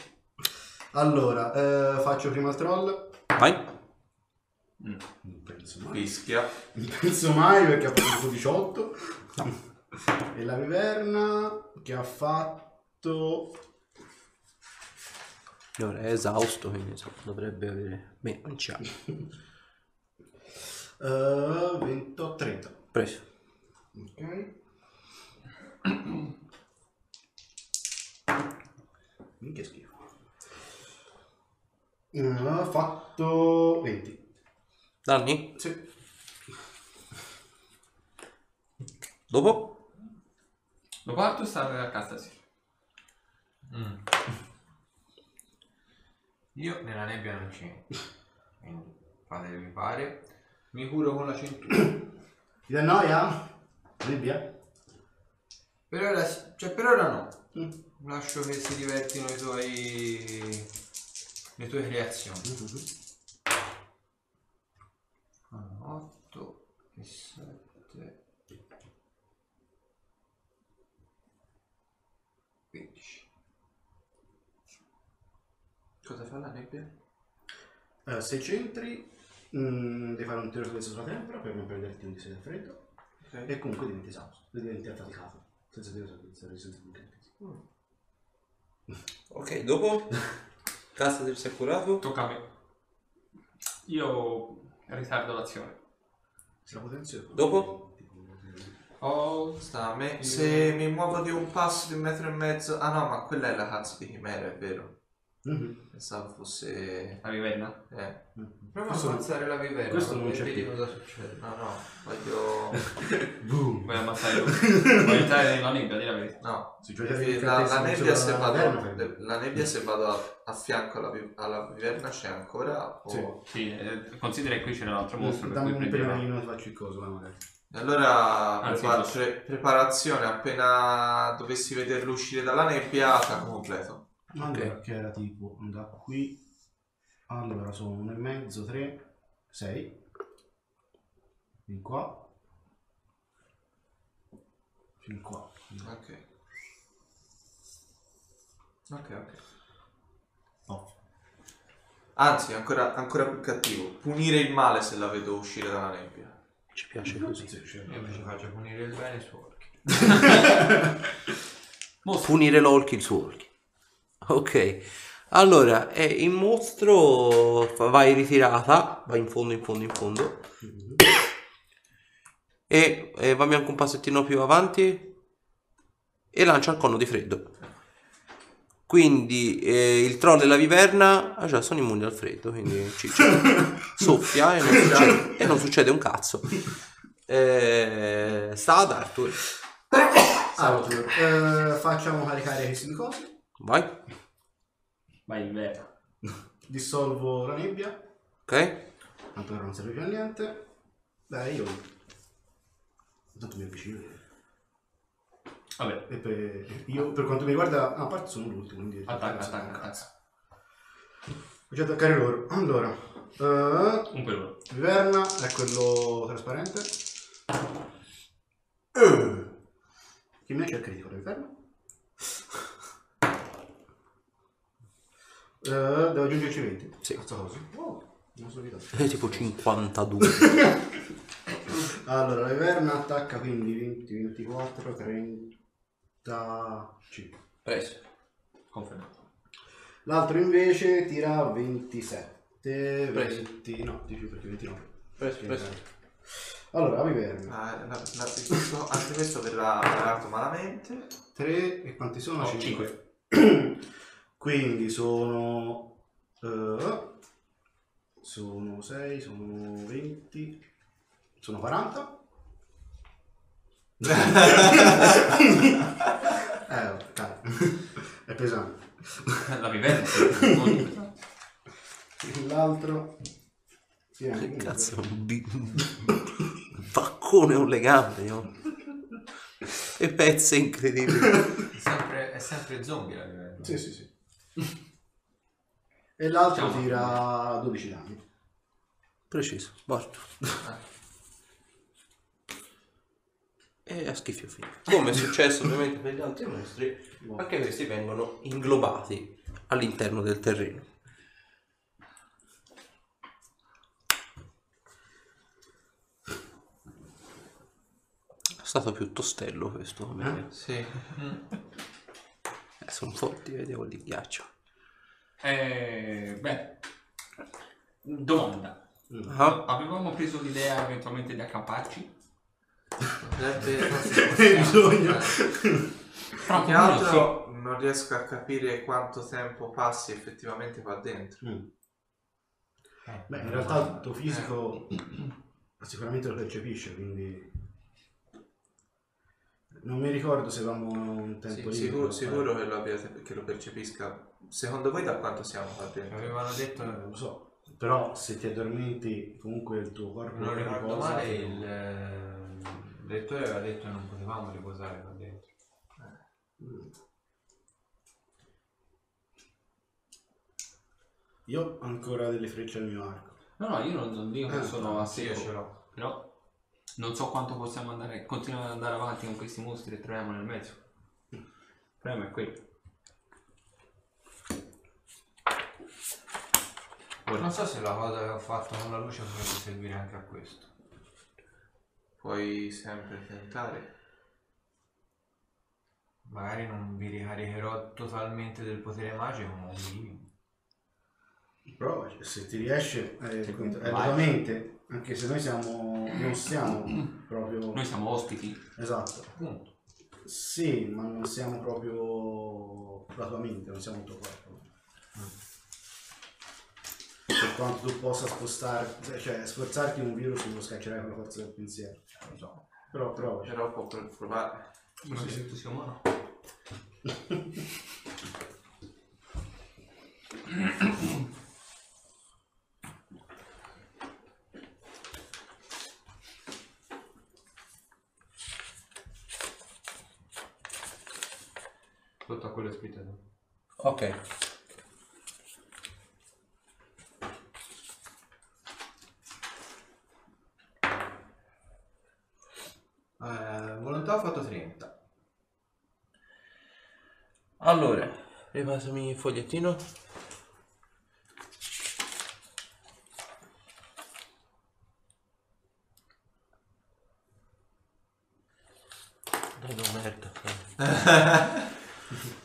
Speaker 2: Allora, eh, faccio prima il troll.
Speaker 6: Vai.
Speaker 2: Non penso mai.
Speaker 4: Fischia.
Speaker 2: Non penso mai perché ha fatto 18. E la viverna che ha fatto...
Speaker 6: Signore, è esausto, quindi insomma, dovrebbe avere... Beh, non c'ha.
Speaker 2: eh, 28, 30.
Speaker 6: Preso.
Speaker 2: Ok. Minchia schifo. Mm, ha fatto 20.
Speaker 6: Danni?
Speaker 2: Sì.
Speaker 6: Dopo?
Speaker 5: Lo quarto sta a casa, sì.
Speaker 3: Mm. Io nella nebbia non c'entro. Quindi fatevi pare. Mi curo con la cintura.
Speaker 2: Ti dà noia? Nebbia?
Speaker 3: Per ora, sì- cioè per ora no.
Speaker 2: Mm.
Speaker 3: Lascio che si divertino i tuoi. le tue creazioni. 8 e 7 15
Speaker 4: Cosa fa la nebbia?
Speaker 2: Eh, se centri, mm, devi fare un tiro sulla sulla tempra per non perderti un di da freddo. E comunque diventi esausto, diventi affaticato. Senza dire senza risentirti.
Speaker 6: Ok, dopo? Cassa del securato?
Speaker 5: Tocca a me. Io ritardo l'azione.
Speaker 2: Se la potenzio
Speaker 6: Dopo?
Speaker 3: Oh,
Speaker 5: Ho
Speaker 4: Sta a me. Se mi muovo di un passo di un metro e mezzo. Ah no, ma quella è la cazzo di chimera, è vero.
Speaker 2: Mhm.
Speaker 4: Pensavo fosse.
Speaker 5: la vivenna.
Speaker 4: Eh.
Speaker 2: Mhm.
Speaker 3: Prova a
Speaker 2: Questo-
Speaker 3: ammazzare la viverna
Speaker 2: questo non
Speaker 3: e
Speaker 2: c'è
Speaker 3: vedi
Speaker 2: più.
Speaker 3: cosa succede
Speaker 4: No, no, voglio.
Speaker 2: Boom!
Speaker 5: Vuoi ammazzare lui? Vuoi entrare nella nebbia, di la verità.
Speaker 4: No.
Speaker 2: Si gioca
Speaker 4: perché La, la nebbia se vado, la nebbia se vado a, a fianco alla, vi- alla viverna c'è ancora? O...
Speaker 2: Sì.
Speaker 5: Sì, eh, considera che qui c'era l'altro mostro per
Speaker 2: Dammi
Speaker 5: cui
Speaker 2: un
Speaker 5: prendeva.
Speaker 2: penalino e faccio il coso, vai, magari.
Speaker 4: E Allora
Speaker 5: Anzi,
Speaker 4: prepar-
Speaker 5: Ah, sì.
Speaker 4: pre- preparazione, appena dovessi vederlo uscire dalla nebbia, attacco completo.
Speaker 2: Allora, che era tipo da qui. Allora, sono uno e mezzo, tre, sei. Fin qua. Fin qua.
Speaker 4: Ok. Ok, ok.
Speaker 2: No.
Speaker 4: Anzi, ancora, ancora più cattivo, punire il male se la vedo uscire dalla nebbia.
Speaker 6: Ci piace così.
Speaker 3: io invece faccio punire il bene su orchi
Speaker 6: Punire l'olki il suo olki. Ok. Allora, eh, il mostro fa- va in ritirata, va in fondo, in fondo, in fondo. E eh, va anche un passettino più avanti. E lancia il cono di freddo. Quindi eh, il troll e la viverna ah già, sono immuni al freddo, quindi ci- soffia e non, succede, e non succede un cazzo. Eh, sta ad Arthur.
Speaker 2: Arthur, Ah, eh, facciamo caricare queste due cose.
Speaker 6: Vai,
Speaker 5: Vai, Vera.
Speaker 2: Dissolvo la nebbia.
Speaker 6: ok?
Speaker 2: Tanto ora non serve più a niente. Dai, io. Intanto mi avvicino.
Speaker 5: Vabbè,
Speaker 2: E per, io, per quanto mi riguarda, no, a parte sono l'ultimo, quindi.
Speaker 5: attacca, attacca, attacca.
Speaker 2: Voglio attaccare loro. Allora, eh,
Speaker 5: Un per uno.
Speaker 2: Viverna è quello trasparente. Eh, Che invece è critico la Viverna. Eh, devo aggiungerci 20.
Speaker 6: Sì.
Speaker 2: Cazzo così. Oh, non so che cazzo.
Speaker 6: È Eh, tipo 52.
Speaker 2: Allora, la Viverna attacca quindi 20, 24, 35.
Speaker 6: Eh,
Speaker 7: Preso.
Speaker 5: Confermato.
Speaker 2: L'altro invece tira 27,
Speaker 7: Preso.
Speaker 2: 20, no, 10 perché 29.
Speaker 7: Preso, preso.
Speaker 2: Allora, la Viverna.
Speaker 4: La- la- L'anticristo anticristo verrà parato malamente.
Speaker 2: 3 e quanti sono?
Speaker 5: No,
Speaker 2: Cinque. Quindi sono... eh, sono 6, sono 20, sono 40. eh, cara, è pesante.
Speaker 5: La vivenza. è molto pesante.
Speaker 2: L'altro... Sì, anche
Speaker 6: Che
Speaker 2: comunque.
Speaker 6: cazzo, è un bi- un baccone, un legame, no? E pezze incredibili.
Speaker 3: È sempre, è sempre zombie la livello.
Speaker 2: Sì, sì, sì. e l'altro
Speaker 5: Diciamo.
Speaker 2: tira 12 danni.
Speaker 6: Preciso, morto. E a Eh, schifo finito. Come è successo ovviamente per gli altri mostri,
Speaker 3: Ah.
Speaker 6: anche questi vengono inglobati all'interno del terreno. È stato più tostello questo. come-
Speaker 4: Sì.
Speaker 6: Eh, sono forti, vedevo di ghiaccio.
Speaker 5: Eh, beh. Domanda.
Speaker 2: Mm.
Speaker 6: Ah,
Speaker 5: Avevamo preso l'idea eventualmente di accamparci?
Speaker 4: Potrebbe-
Speaker 2: bisogno.
Speaker 5: Però
Speaker 4: Più che
Speaker 5: almeno
Speaker 4: altro non riesco a capire quanto tempo passi effettivamente qua dentro.
Speaker 2: Beh, in realtà il tuo fisico sicuramente lo percepisce, quindi... Non mi ricordo se avevamo un
Speaker 4: Sì,
Speaker 2: tempo libero. eh,
Speaker 4: sicuro,
Speaker 2: per
Speaker 4: sicuro che, lo abbiate, che lo percepisca. Secondo voi da quanto siamo qua dentro?
Speaker 3: Avevano detto,
Speaker 2: fare- Eh,
Speaker 3: non
Speaker 2: Non lo so, però se ti addormenti comunque il tuo corpo...
Speaker 3: lo ricordo
Speaker 2: riposa,
Speaker 3: male,
Speaker 2: ti-
Speaker 3: il eh, lettore aveva detto che non potevamo riposare qua dentro.
Speaker 2: Mm. Io ho ancora delle frecce al mio arco.
Speaker 5: No, no, io non, non dico che
Speaker 2: Eh,
Speaker 5: sono a
Speaker 3: Sì, io ce
Speaker 5: secco,
Speaker 3: l'ho.
Speaker 5: però non so quanto possiamo andare, continuare ad andare avanti con questi mostri che troviamo nel mezzo. Il problema è quello.
Speaker 3: Non so se la cosa che ho fatto con la luce potrebbe servire anche a questo.
Speaker 4: Puoi sempre tentare.
Speaker 3: Magari non vi ricaricherò totalmente del potere magico, ma un minimo.
Speaker 2: Però se ti riesce, eh,
Speaker 5: Sì,
Speaker 2: conto- è
Speaker 5: vai.
Speaker 2: la mente, anche se noi siamo, non siamo proprio...
Speaker 5: Noi siamo ospiti,
Speaker 2: Esatto.
Speaker 3: Appunto.
Speaker 2: Sì, ma non siamo proprio la tua mente, non siamo il tuo corpo. Per quanto tu possa spostarti, cioè sforzarti un virus lo scaccerai con la forza del pensiero. cioè, Non so. Però cioè, provaci.
Speaker 4: Però può pro- provare.
Speaker 5: non so se tu sia umano.
Speaker 3: Sotto a quello scritto. no?
Speaker 7: Ok.
Speaker 3: Eh, volontà ho fatto 30.
Speaker 7: Allora,
Speaker 6: ripassami il fogliettino.
Speaker 7: dai, no, merda.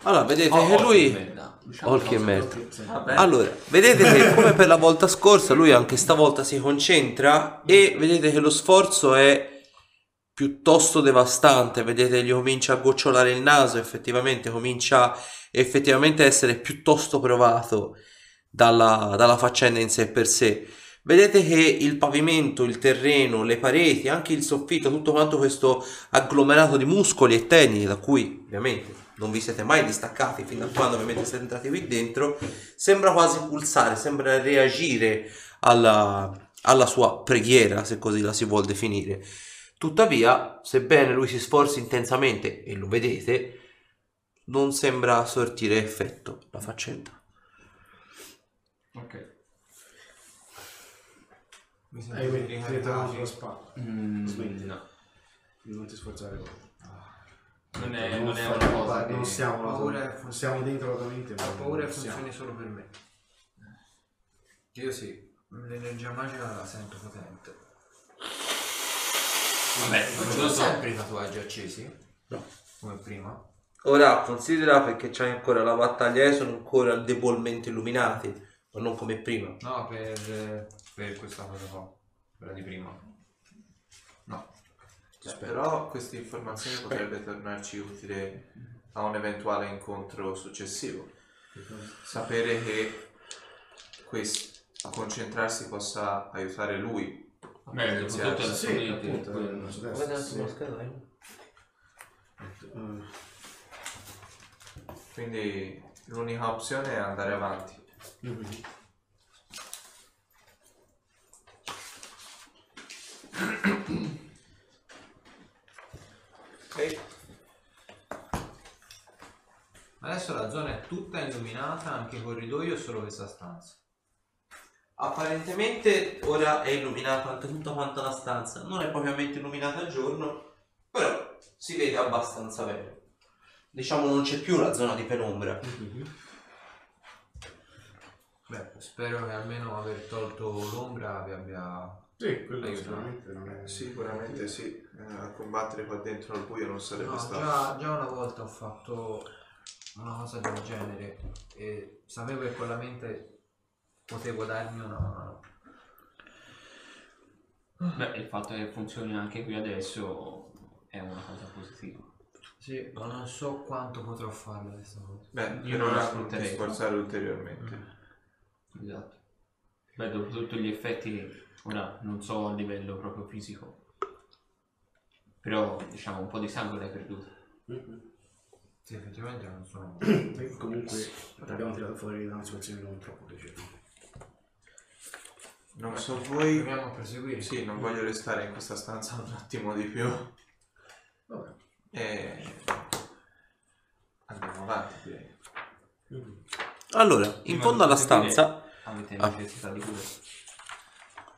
Speaker 6: Allora, vedete che lui... Orchi e Oh, merda.
Speaker 2: Sì.
Speaker 6: Allora, vedete che come per la volta scorsa lui anche stavolta si concentra e vedete che lo sforzo è piuttosto devastante, vedete gli comincia a gocciolare il naso, effettivamente comincia effettivamente a essere piuttosto provato dalla, dalla faccenda in sé per sé. Vedete che il pavimento, il terreno, le pareti, anche il soffitto, tutto quanto questo agglomerato di muscoli e tendini da cui ovviamente non vi siete mai distaccati fino a quando ovviamente siete entrati qui dentro, sembra quasi pulsare, sembra reagire alla, alla sua preghiera, se così la si vuol definire. Tuttavia, sebbene lui si sforzi intensamente, e lo vedete, non sembra sortire effetto la faccenda.
Speaker 5: Ok.
Speaker 3: Mi
Speaker 2: Hai
Speaker 3: sento
Speaker 2: quindi ritornato sulla
Speaker 3: ricaricati.
Speaker 2: spalla.
Speaker 7: Mm,
Speaker 2: Smetti.
Speaker 7: no.
Speaker 2: Non ti sforzare.
Speaker 5: Non è, non è
Speaker 2: fare-
Speaker 5: una cosa che...
Speaker 2: Non siamo,
Speaker 3: Ho paura che
Speaker 2: non siamo dentro la tua mente. ma
Speaker 3: Ho paura che
Speaker 2: non siamo.
Speaker 3: funzioni solo per me. Eh. Io sì, l'energia magica la sento potente.
Speaker 5: Vabbè,
Speaker 3: Non
Speaker 5: non lo so.
Speaker 3: sempre i tatuaggi accesi?
Speaker 6: No.
Speaker 3: Come prima?
Speaker 6: Ora considera perché c'è ancora la battaglia, e sono ancora debolmente illuminati, ma non come prima.
Speaker 3: No, per, per questa cosa qua. Quella di prima. No.
Speaker 4: Cioè, però questa informazione potrebbe tornarci utile a un eventuale incontro successivo. Sapere che questo, a concentrarsi possa aiutare lui a
Speaker 5: Beh, soprattutto
Speaker 4: potenziarsi.
Speaker 5: adesso.
Speaker 2: Sì, appunto. eh, non so adesso, sì. Eh,
Speaker 4: Quindi l'unica opzione è andare avanti.
Speaker 2: Io quindi.
Speaker 4: Ok.
Speaker 3: Adesso la zona è tutta illuminata, anche il corridoio, solo questa stanza.
Speaker 6: Apparentemente ora è illuminata anche tutta quanta la stanza, non è propriamente illuminata a giorno, però si vede abbastanza bene. Diciamo non c'è più la zona di penombra.
Speaker 3: Beh, spero che almeno aver tolto l'ombra vi abbia...
Speaker 2: Sì, quello
Speaker 3: Aiuto.
Speaker 2: sicuramente non è.
Speaker 4: Eh, Sicuramente sì, eh, a combattere qua dentro al buio non sarebbe
Speaker 3: No,
Speaker 4: stato.
Speaker 3: già, già una volta ho fatto una cosa del genere e sapevo che con la mente potevo darmi una mano.
Speaker 5: Beh, il fatto che funzioni anche qui adesso è una cosa positiva.
Speaker 3: Sì, ma non so quanto potrò farla questa cosa.
Speaker 4: Beh,
Speaker 5: io
Speaker 4: per
Speaker 5: non la
Speaker 4: ora non ti
Speaker 5: sfrutterei.
Speaker 4: sforzare ulteriormente.
Speaker 3: Mm.
Speaker 5: Esatto. Beh, dopo tutti gli effetti che ora non so a livello proprio fisico, però diciamo un po' di sangue l'hai perduto.
Speaker 2: Mhm.
Speaker 3: Sì, effettivamente non sono...
Speaker 2: E comunque l'abbiamo tirato fuori da una situazione non troppo piacevole.
Speaker 4: Non so voi.
Speaker 3: Proviamo a proseguire.
Speaker 4: Sì, non voglio restare in questa stanza un attimo di più.
Speaker 2: Vabbè.
Speaker 4: E andiamo avanti direi.
Speaker 2: Mhm.
Speaker 6: Allora, in
Speaker 5: Prima
Speaker 6: fondo alla
Speaker 5: di proseguire,
Speaker 6: stanza
Speaker 5: Avete
Speaker 6: Ah.
Speaker 5: necessità di cure.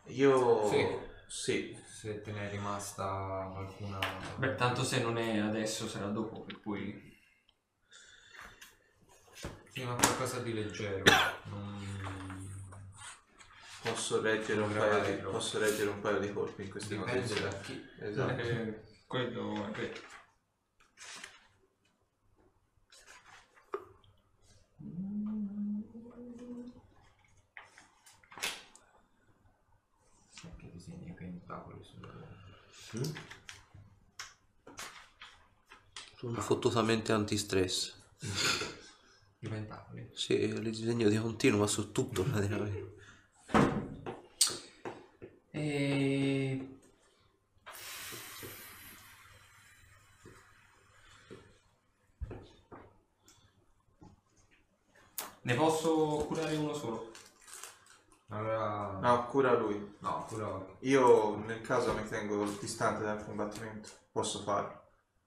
Speaker 4: Io
Speaker 3: Sì.
Speaker 4: sì.
Speaker 3: Se te ne è rimasta qualcuna...
Speaker 5: Beh, tanto se non è adesso sarà dopo, per cui
Speaker 3: Prima qualcosa di leggero. Non...
Speaker 4: posso reggere un
Speaker 3: Non
Speaker 4: paio di
Speaker 3: gravarlo.
Speaker 4: posso reggere un paio di colpi in queste
Speaker 3: Dipende da
Speaker 4: condizioni.
Speaker 3: chi.
Speaker 4: Esatto.
Speaker 5: Eh, quello è vero.
Speaker 3: Che disegni i pentacoli sulla
Speaker 6: sono fottosamente antistress.
Speaker 3: I pentacoli.
Speaker 6: Sì, il disegno di continua su tutto praticamente.
Speaker 5: E... Ne posso curare uno solo?
Speaker 3: Allora...
Speaker 4: No, cura lui.
Speaker 3: No, quello...
Speaker 4: Io nel caso mi tengo distante dal combattimento. Posso farlo.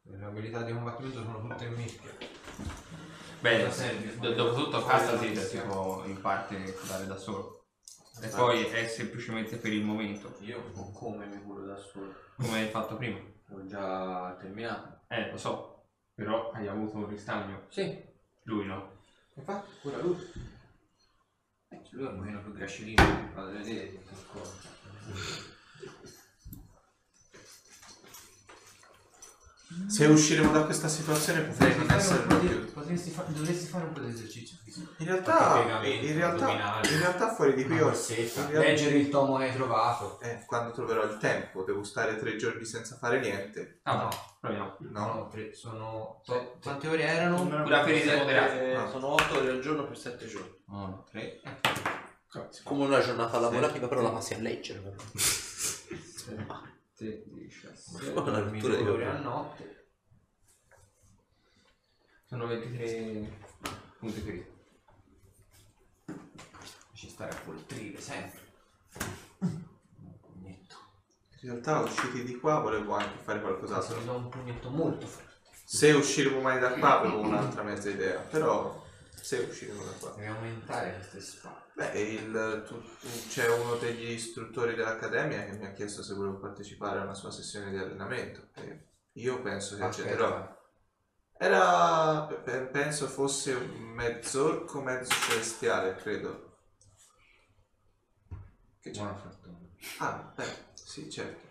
Speaker 3: Le abilità di combattimento sono tutte in mischia.
Speaker 5: Beh,
Speaker 3: Cosa serve?
Speaker 5: do- dopo tutto Casta si si può in parte curare da solo. E poi è semplicemente per il momento,
Speaker 7: Io come mi curo da solo?
Speaker 5: come hai fatto prima.
Speaker 7: Ho già terminato.
Speaker 5: Eh, lo so, però hai avuto un ristagno.
Speaker 7: Sì,
Speaker 5: Lui no.
Speaker 7: infatti, cura lui. Eh, Lui è un meno più grasciolino, vado a vedere se ti accorgi.
Speaker 3: Mm.
Speaker 4: Se usciremo da questa situazione potrei non
Speaker 3: Potresti fare
Speaker 4: essere
Speaker 3: un po' di-
Speaker 4: più.
Speaker 3: potresti fa- dovresti fare un po' di esercizio fisico.
Speaker 4: In realtà,
Speaker 3: Perché
Speaker 4: in realtà,
Speaker 3: dominare.
Speaker 4: in realtà fuori di qui
Speaker 3: Una
Speaker 4: ho...
Speaker 3: borsetta.
Speaker 4: in realtà-
Speaker 3: Leggere il tomo che hai trovato.
Speaker 4: Eh, quando troverò il tempo, devo stare tre giorni senza fare niente.
Speaker 5: Ah,
Speaker 3: No.
Speaker 5: proviamo.
Speaker 4: No?
Speaker 3: tre- sono... to- quante ore erano?
Speaker 5: Una ferita moderata.
Speaker 1: Eh,
Speaker 4: Ah.
Speaker 1: Sono 8 ore al giorno per 7 giorni.
Speaker 7: 1, 3.
Speaker 2: Cazzo.
Speaker 6: Come una giornata lavorativa, però la passi a leggere. però.
Speaker 3: 17
Speaker 6: Ma la lettura di
Speaker 3: ore
Speaker 6: Leonardo.
Speaker 3: a notte.
Speaker 8: Sono 23 punti feriti.
Speaker 3: Ci stare a poltrire sempre. Un pugnetto.
Speaker 4: In realtà, usciti di qua, volevo anche fare
Speaker 3: Questo
Speaker 4: qualcos'altro.
Speaker 3: mi dà un pugnetto molto forte.
Speaker 4: Se usciremo mai da qua, avevo un'altra mezza idea. Però, se usciremo da qua.
Speaker 3: Devi aumentare queste spalle.
Speaker 4: Beh, il- tu- tu- c'è uno degli istruttori dell'accademia che mi ha chiesto se volevo partecipare a una sua sessione di allenamento. E io penso che accetterò. Era, pe- pe- penso fosse un mezz'orco, mezzo celestiale, credo. Che c'è?
Speaker 3: Buona fortuna.
Speaker 4: Ah, beh, sì, certo.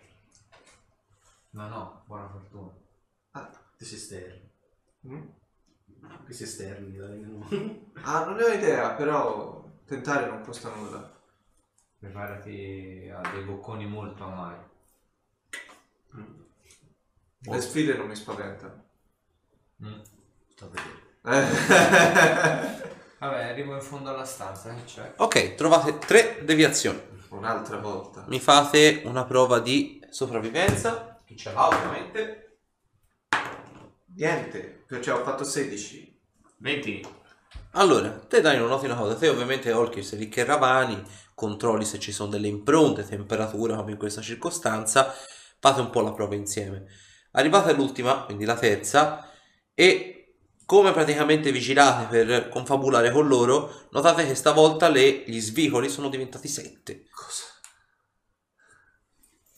Speaker 3: No, no, buona fortuna.
Speaker 2: Questi esterni.
Speaker 4: Mm?
Speaker 2: Questi esterni da allenano.
Speaker 4: Ah, non ne ho idea, però tentare non costa nulla.
Speaker 3: Preparati a dei bocconi molto amari.
Speaker 4: Le sfide non mi spaventano.
Speaker 3: Mm.
Speaker 2: Sto vedendo.
Speaker 4: Eh.
Speaker 3: Vabbè, arrivo in fondo alla stanza, eh, cioè. che c'è?
Speaker 6: Ok, trovate tre deviazioni.
Speaker 4: Un'altra volta.
Speaker 6: Mi fate una prova di sopravvivenza. Chi ce
Speaker 4: Ah,
Speaker 6: l'ha ovviamente.
Speaker 4: Niente, perciò ho fatto 16.
Speaker 5: 20.
Speaker 6: Allora, te dai una nota in coda, te ovviamente Olkis e Ricchi e Ravani, controlli se ci sono delle impronte, temperatura come in questa circostanza, fate un po' la prova insieme. Arrivate all'ultima, quindi la terza, e come praticamente vigilate per confabulare con loro, notate che stavolta le- gli svicoli sono diventati sette.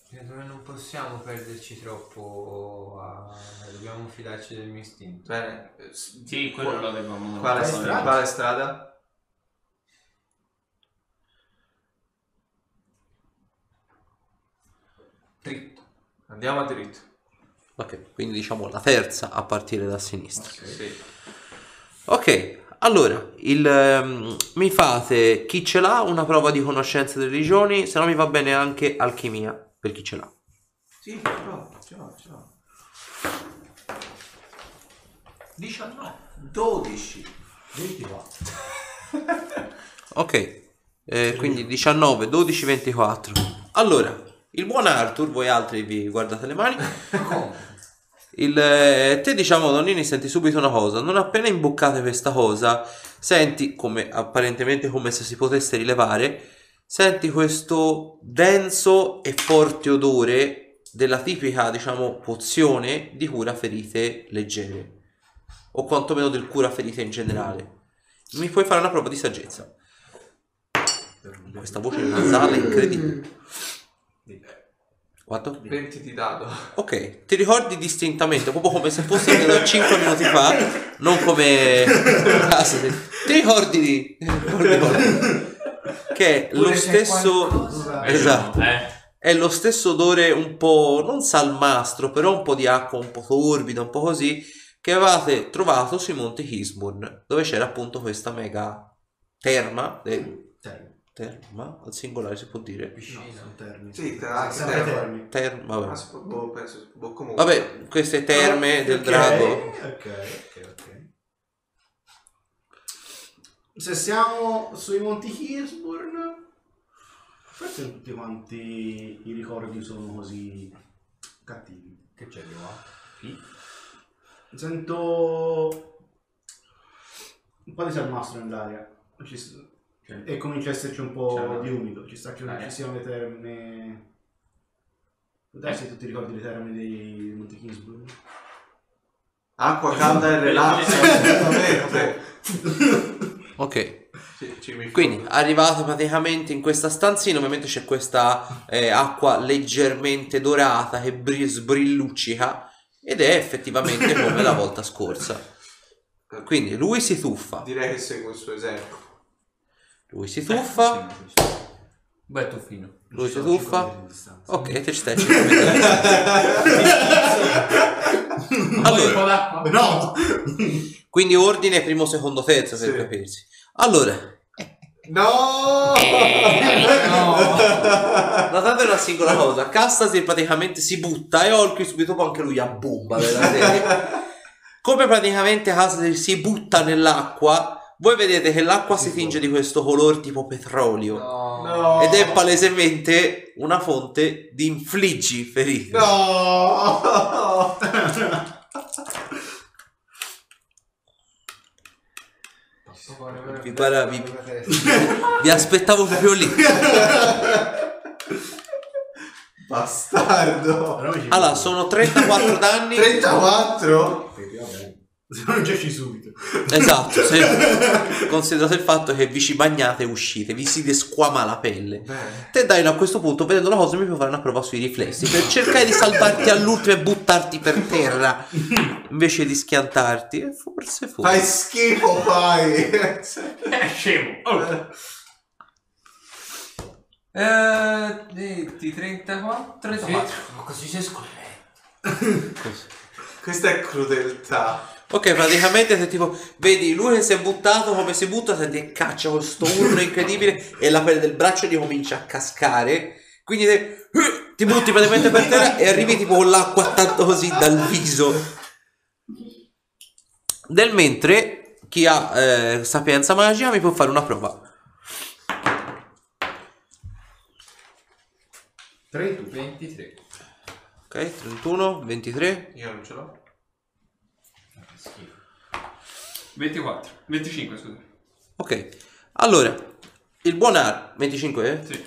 Speaker 3: Credo che non possiamo perderci troppo, a- dobbiamo fidarci del mio istinto.
Speaker 4: Bene. eh, s-
Speaker 5: Sì, quello
Speaker 4: qua-
Speaker 5: l'avevamo.
Speaker 4: Quale
Speaker 5: l'avevamo
Speaker 4: strada? Quale strada?
Speaker 3: Dritto.
Speaker 4: Andiamo a diritto.
Speaker 6: Ok, quindi diciamo la terza a partire da sinistra.
Speaker 4: Sì.
Speaker 6: Ok, allora, il, ehm, mi fate chi ce l'ha una prova di conoscenza delle religioni, se no mi va bene anche alchimia per chi ce l'ha.
Speaker 4: Sì, però, ce l'ho, ce l'ho.
Speaker 1: 19.
Speaker 4: 12.
Speaker 2: 24.
Speaker 6: Ok, eh, quindi 19, 12, 24. Allora, il buon Arthur, voi altri vi guardate le mani. Il, eh, te diciamo Donnini senti subito una cosa, non appena imboccate questa cosa, senti come apparentemente come se si potesse rilevare, senti questo denso e forte odore della tipica diciamo pozione di cura ferite leggere o quantomeno del cura ferite in generale. Mi puoi fare una prova di saggezza. Questa voce nasale è incredibile. Quanto?
Speaker 4: 20 di dado.
Speaker 6: Ok, ti ricordi distintamente, proprio come se fosse da 5 minuti fa, non come caso di- Ti ricordi di... che è lo
Speaker 3: Pure se
Speaker 6: stesso...
Speaker 3: qualcosa-
Speaker 5: Eh,
Speaker 6: Esatto.
Speaker 5: Eh.
Speaker 6: È lo stesso odore un po', non salmastro, però un po' di acqua, un po' torbido, un po' così, che avevate trovato sui monti Hisburn, dove c'era appunto questa mega terma, eh,
Speaker 2: Terni.
Speaker 6: terma, al singolare si può dire,
Speaker 2: No, sono
Speaker 3: Piscina.
Speaker 2: terni.
Speaker 4: Sì,
Speaker 2: Ah,
Speaker 4: tra-
Speaker 2: sempre
Speaker 4: tra-
Speaker 2: terni.
Speaker 6: terma,
Speaker 4: Ma
Speaker 6: vabbè.
Speaker 4: si può- boh, penso, boh, comunque.
Speaker 6: Vabbè, queste terme del
Speaker 2: Ok,
Speaker 6: drago.
Speaker 2: Ok, ok, ok. Se siamo sui monti Kingsburn, forse non tutti quanti i ricordi sono così cattivi.
Speaker 3: Che eh? c'è di nuovo?
Speaker 2: Sento un po' di salmastro nell'aria Ci s- cioè, e comincia a esserci un po'
Speaker 8: C'è una- Eh.
Speaker 2: di umido. Ci sta che non
Speaker 8: Aria.
Speaker 2: ci siano le terme. Può
Speaker 8: Eh.
Speaker 2: darsi che tu ti ricordi le terme dei Monti Kingsburn.
Speaker 4: Acqua calda e relassa, assolutamente.
Speaker 6: Ok.
Speaker 4: Ci- ci mi-
Speaker 6: Quindi arrivate praticamente in questa stanzina, ovviamente c'è questa eh, acqua leggermente dorata che bri- sbrilluccica ed è effettivamente come la volta scorsa. Quindi lui si tuffa,
Speaker 4: Direi che seguo il suo esempio.
Speaker 6: lui si
Speaker 3: Eh,
Speaker 6: tuffa,
Speaker 8: Beh, tu fino.
Speaker 6: lui si
Speaker 2: Sono cinque
Speaker 6: tuffa.
Speaker 2: metri di distanza.
Speaker 6: Ok, te ci stai cinque metri. Allora,
Speaker 2: po' d'acqua? No!
Speaker 6: Quindi ordine primo, secondo, terzo per
Speaker 4: Sì.
Speaker 6: capirsi. Allora,
Speaker 4: No!
Speaker 5: Eh,
Speaker 6: notate una singola cosa. Castasir praticamente si butta e Olki subito dopo anche lui abbomba veramente. Come praticamente Castasir si butta nell'acqua, voi vedete che l'acqua si tinge di questo color tipo petrolio.
Speaker 4: No!
Speaker 6: Ed è palesemente una fonte di infliggi ferite.
Speaker 4: No!
Speaker 6: Vi para- vi- Vi aspettavo proprio lì.
Speaker 4: Bastardo!
Speaker 6: Allora, sono 34 danni.
Speaker 4: 34?
Speaker 2: Se non giaci subito.
Speaker 6: Esatto, se- considerate il fatto che vi ci bagnate e uscite, vi si desquama la pelle.
Speaker 4: Beh,
Speaker 6: Te dai a questo punto, vedendo la cosa, mi puoi fare una prova sui riflessi per cercare di salvarti all'ultimo e buttarti per terra invece di schiantarti. E forse fu.
Speaker 4: fai schifo, fai!
Speaker 5: È scemo. Oh. Eh, 20, 34, 34.
Speaker 3: Ma così si scorre.
Speaker 4: Questa è crudeltà.
Speaker 6: Ok, praticamente se tipo vedi lui che si è buttato come si butta, senti che caccia questo urlo incredibile e la pelle del braccio ti comincia a cascare. Quindi te- ti butti praticamente per terra e arrivi tipo con l'acqua tanto così dal viso. Nel mentre chi ha eh, sapienza magica mi può fare una prova.
Speaker 2: 31.
Speaker 5: 23.
Speaker 6: Ok, 31, 23,
Speaker 4: Io non ce l'ho.
Speaker 5: 24. 25, scusa.
Speaker 6: ok. Allora, il buon Ar... 25? eh?
Speaker 5: Sì.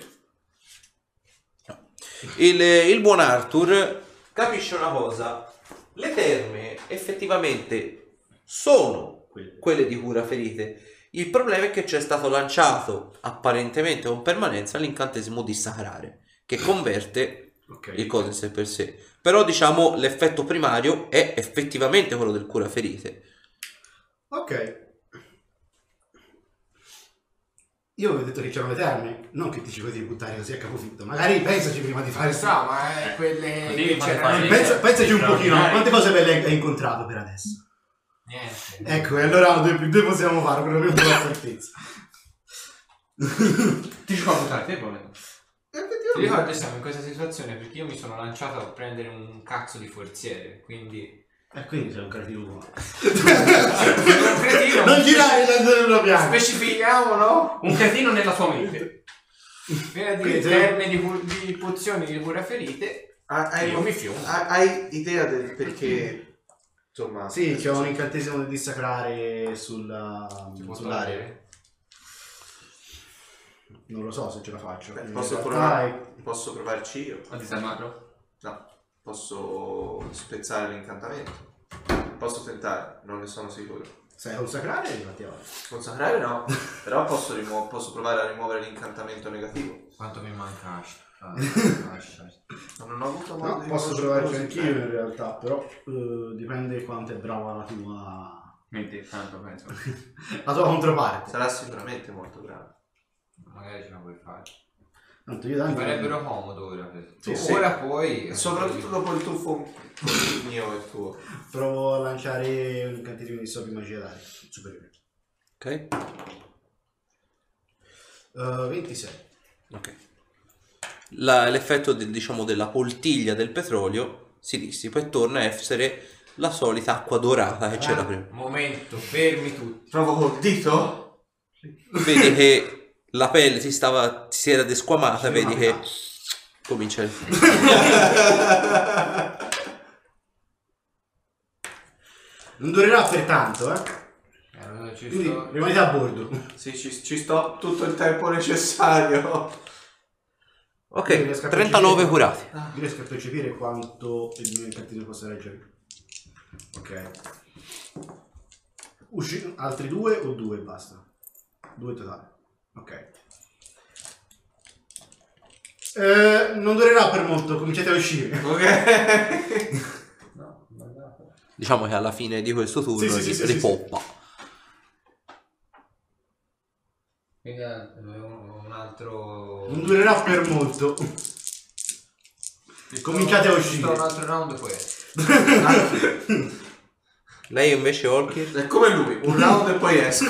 Speaker 6: il, il buon Arthur capisce una cosa le terme effettivamente sono quelle di cura ferite il problema è che c'è stato lanciato apparentemente con permanenza l'incantesimo di sacrare che converte
Speaker 2: Ok.
Speaker 6: il coso in sé per sé però diciamo l'effetto primario è effettivamente quello del cura ferite
Speaker 2: Ok. Io avevo detto che c'erano le terme, non che dici così di buttare così a capofitto. Magari pensaci prima di fare sta.
Speaker 3: No, ma è quelle
Speaker 5: Così
Speaker 3: che
Speaker 5: fate
Speaker 3: c'erano-
Speaker 5: fare-
Speaker 2: Eh. Pensa- pensaci un pochino,
Speaker 5: straordinari.
Speaker 2: quante cose belle hai incontrato per adesso?
Speaker 3: Niente.
Speaker 2: Ecco, e allora due più due possiamo fare, perlomeno con la certezza.
Speaker 5: Ti ci puoi buttare te, Bonello.
Speaker 3: Ti ricordo che siamo in questa situazione perché io mi sono lanciato a prendere un cazzo di forziere, quindi...
Speaker 2: E quindi sei un cretino qua.
Speaker 3: Un cretino.
Speaker 2: Non girare la una pianta.
Speaker 3: Specifichiamo, no?
Speaker 5: Un casino nella sua mente.
Speaker 3: Viene a dire
Speaker 2: Quindi-
Speaker 3: terme di, cu- di pozioni di cura ferite,
Speaker 4: Ah,
Speaker 3: e
Speaker 4: hai,
Speaker 3: io mi fiumo.
Speaker 4: ah, hai idea del perché... Insomma...
Speaker 2: Sì, c'è un incantesimo di dissacrare sulla,
Speaker 3: Ti può
Speaker 2: sull'aria.
Speaker 3: togliere?
Speaker 2: Non lo so se ce la faccio.
Speaker 4: Beh,
Speaker 2: In
Speaker 4: posso,
Speaker 2: realtà
Speaker 4: provare, posso provarci io?
Speaker 5: A disarmarlo.
Speaker 4: No, posso spezzare l'incantamento. Posso tentare, non ne sono sicuro.
Speaker 2: è- Sai consacrare e infatti avanti.
Speaker 4: Consacrare no, però posso, rimuo- posso provare a rimuovere l'incantamento negativo.
Speaker 3: Quanto mi manca Ash. Ah, Ash, Ash.
Speaker 4: Ma non ho avuto modo
Speaker 2: No,
Speaker 4: di
Speaker 2: posso
Speaker 4: rimuoverlo
Speaker 2: provarci
Speaker 4: così
Speaker 2: anch'io
Speaker 4: bene.
Speaker 2: in realtà, però eh, dipende quanto è brava la tua
Speaker 5: Mente, tanto penso.
Speaker 2: la tua controparte.
Speaker 4: Sarà sicuramente molto grave.
Speaker 3: Magari ce la puoi fare.
Speaker 2: Tanto io
Speaker 3: Mi
Speaker 2: tanto
Speaker 3: farebbero comodo ora. per-
Speaker 2: Sì,
Speaker 4: sì.
Speaker 3: Ora poi... eh,
Speaker 4: Soprattutto dopo il tuffo il mio e il tuo.
Speaker 2: provo a lanciare un incantesimo di sopi magia d'aria superiore.
Speaker 6: ok
Speaker 2: Eh, 26.
Speaker 6: Ok. La- l'effetto del- diciamo della poltiglia del petrolio si dissipa e torna a essere la solita acqua dorata che
Speaker 2: Ah.
Speaker 6: c'era prima.
Speaker 3: Momento, fermi tutti.
Speaker 4: Provo col dito?
Speaker 6: Vedi che la pelle si stava si era desquamata, vedi che comincia il...
Speaker 2: Non durerà per tanto, eh.
Speaker 3: Allora ci
Speaker 2: Quindi
Speaker 3: sto...
Speaker 2: rimanete a bordo.
Speaker 4: Sì, ci, ci sto tutto il tempo necessario.
Speaker 2: Io riesco
Speaker 6: Ok,
Speaker 2: a
Speaker 6: 39
Speaker 2: percepire-
Speaker 6: curati.
Speaker 2: Io riesco a percepire quanto il mio incantesimo possa reggere. Ok. Usci- altri due o due e basta? Due totale. Ok. Eh, non durerà per molto, cominciate a uscire.
Speaker 4: Ok.
Speaker 6: Diciamo che alla fine di questo turno
Speaker 2: Sì, sì, sì, sì, sì,
Speaker 6: ripoppa.
Speaker 3: Quindi eh, un altro...
Speaker 2: Non durerà per molto.
Speaker 3: ci sto-
Speaker 2: cominciate a
Speaker 3: ci sto
Speaker 2: uscire.
Speaker 3: un altro round poi.
Speaker 6: Lei invece, Olkir?
Speaker 4: È come lui, un round e poi esco.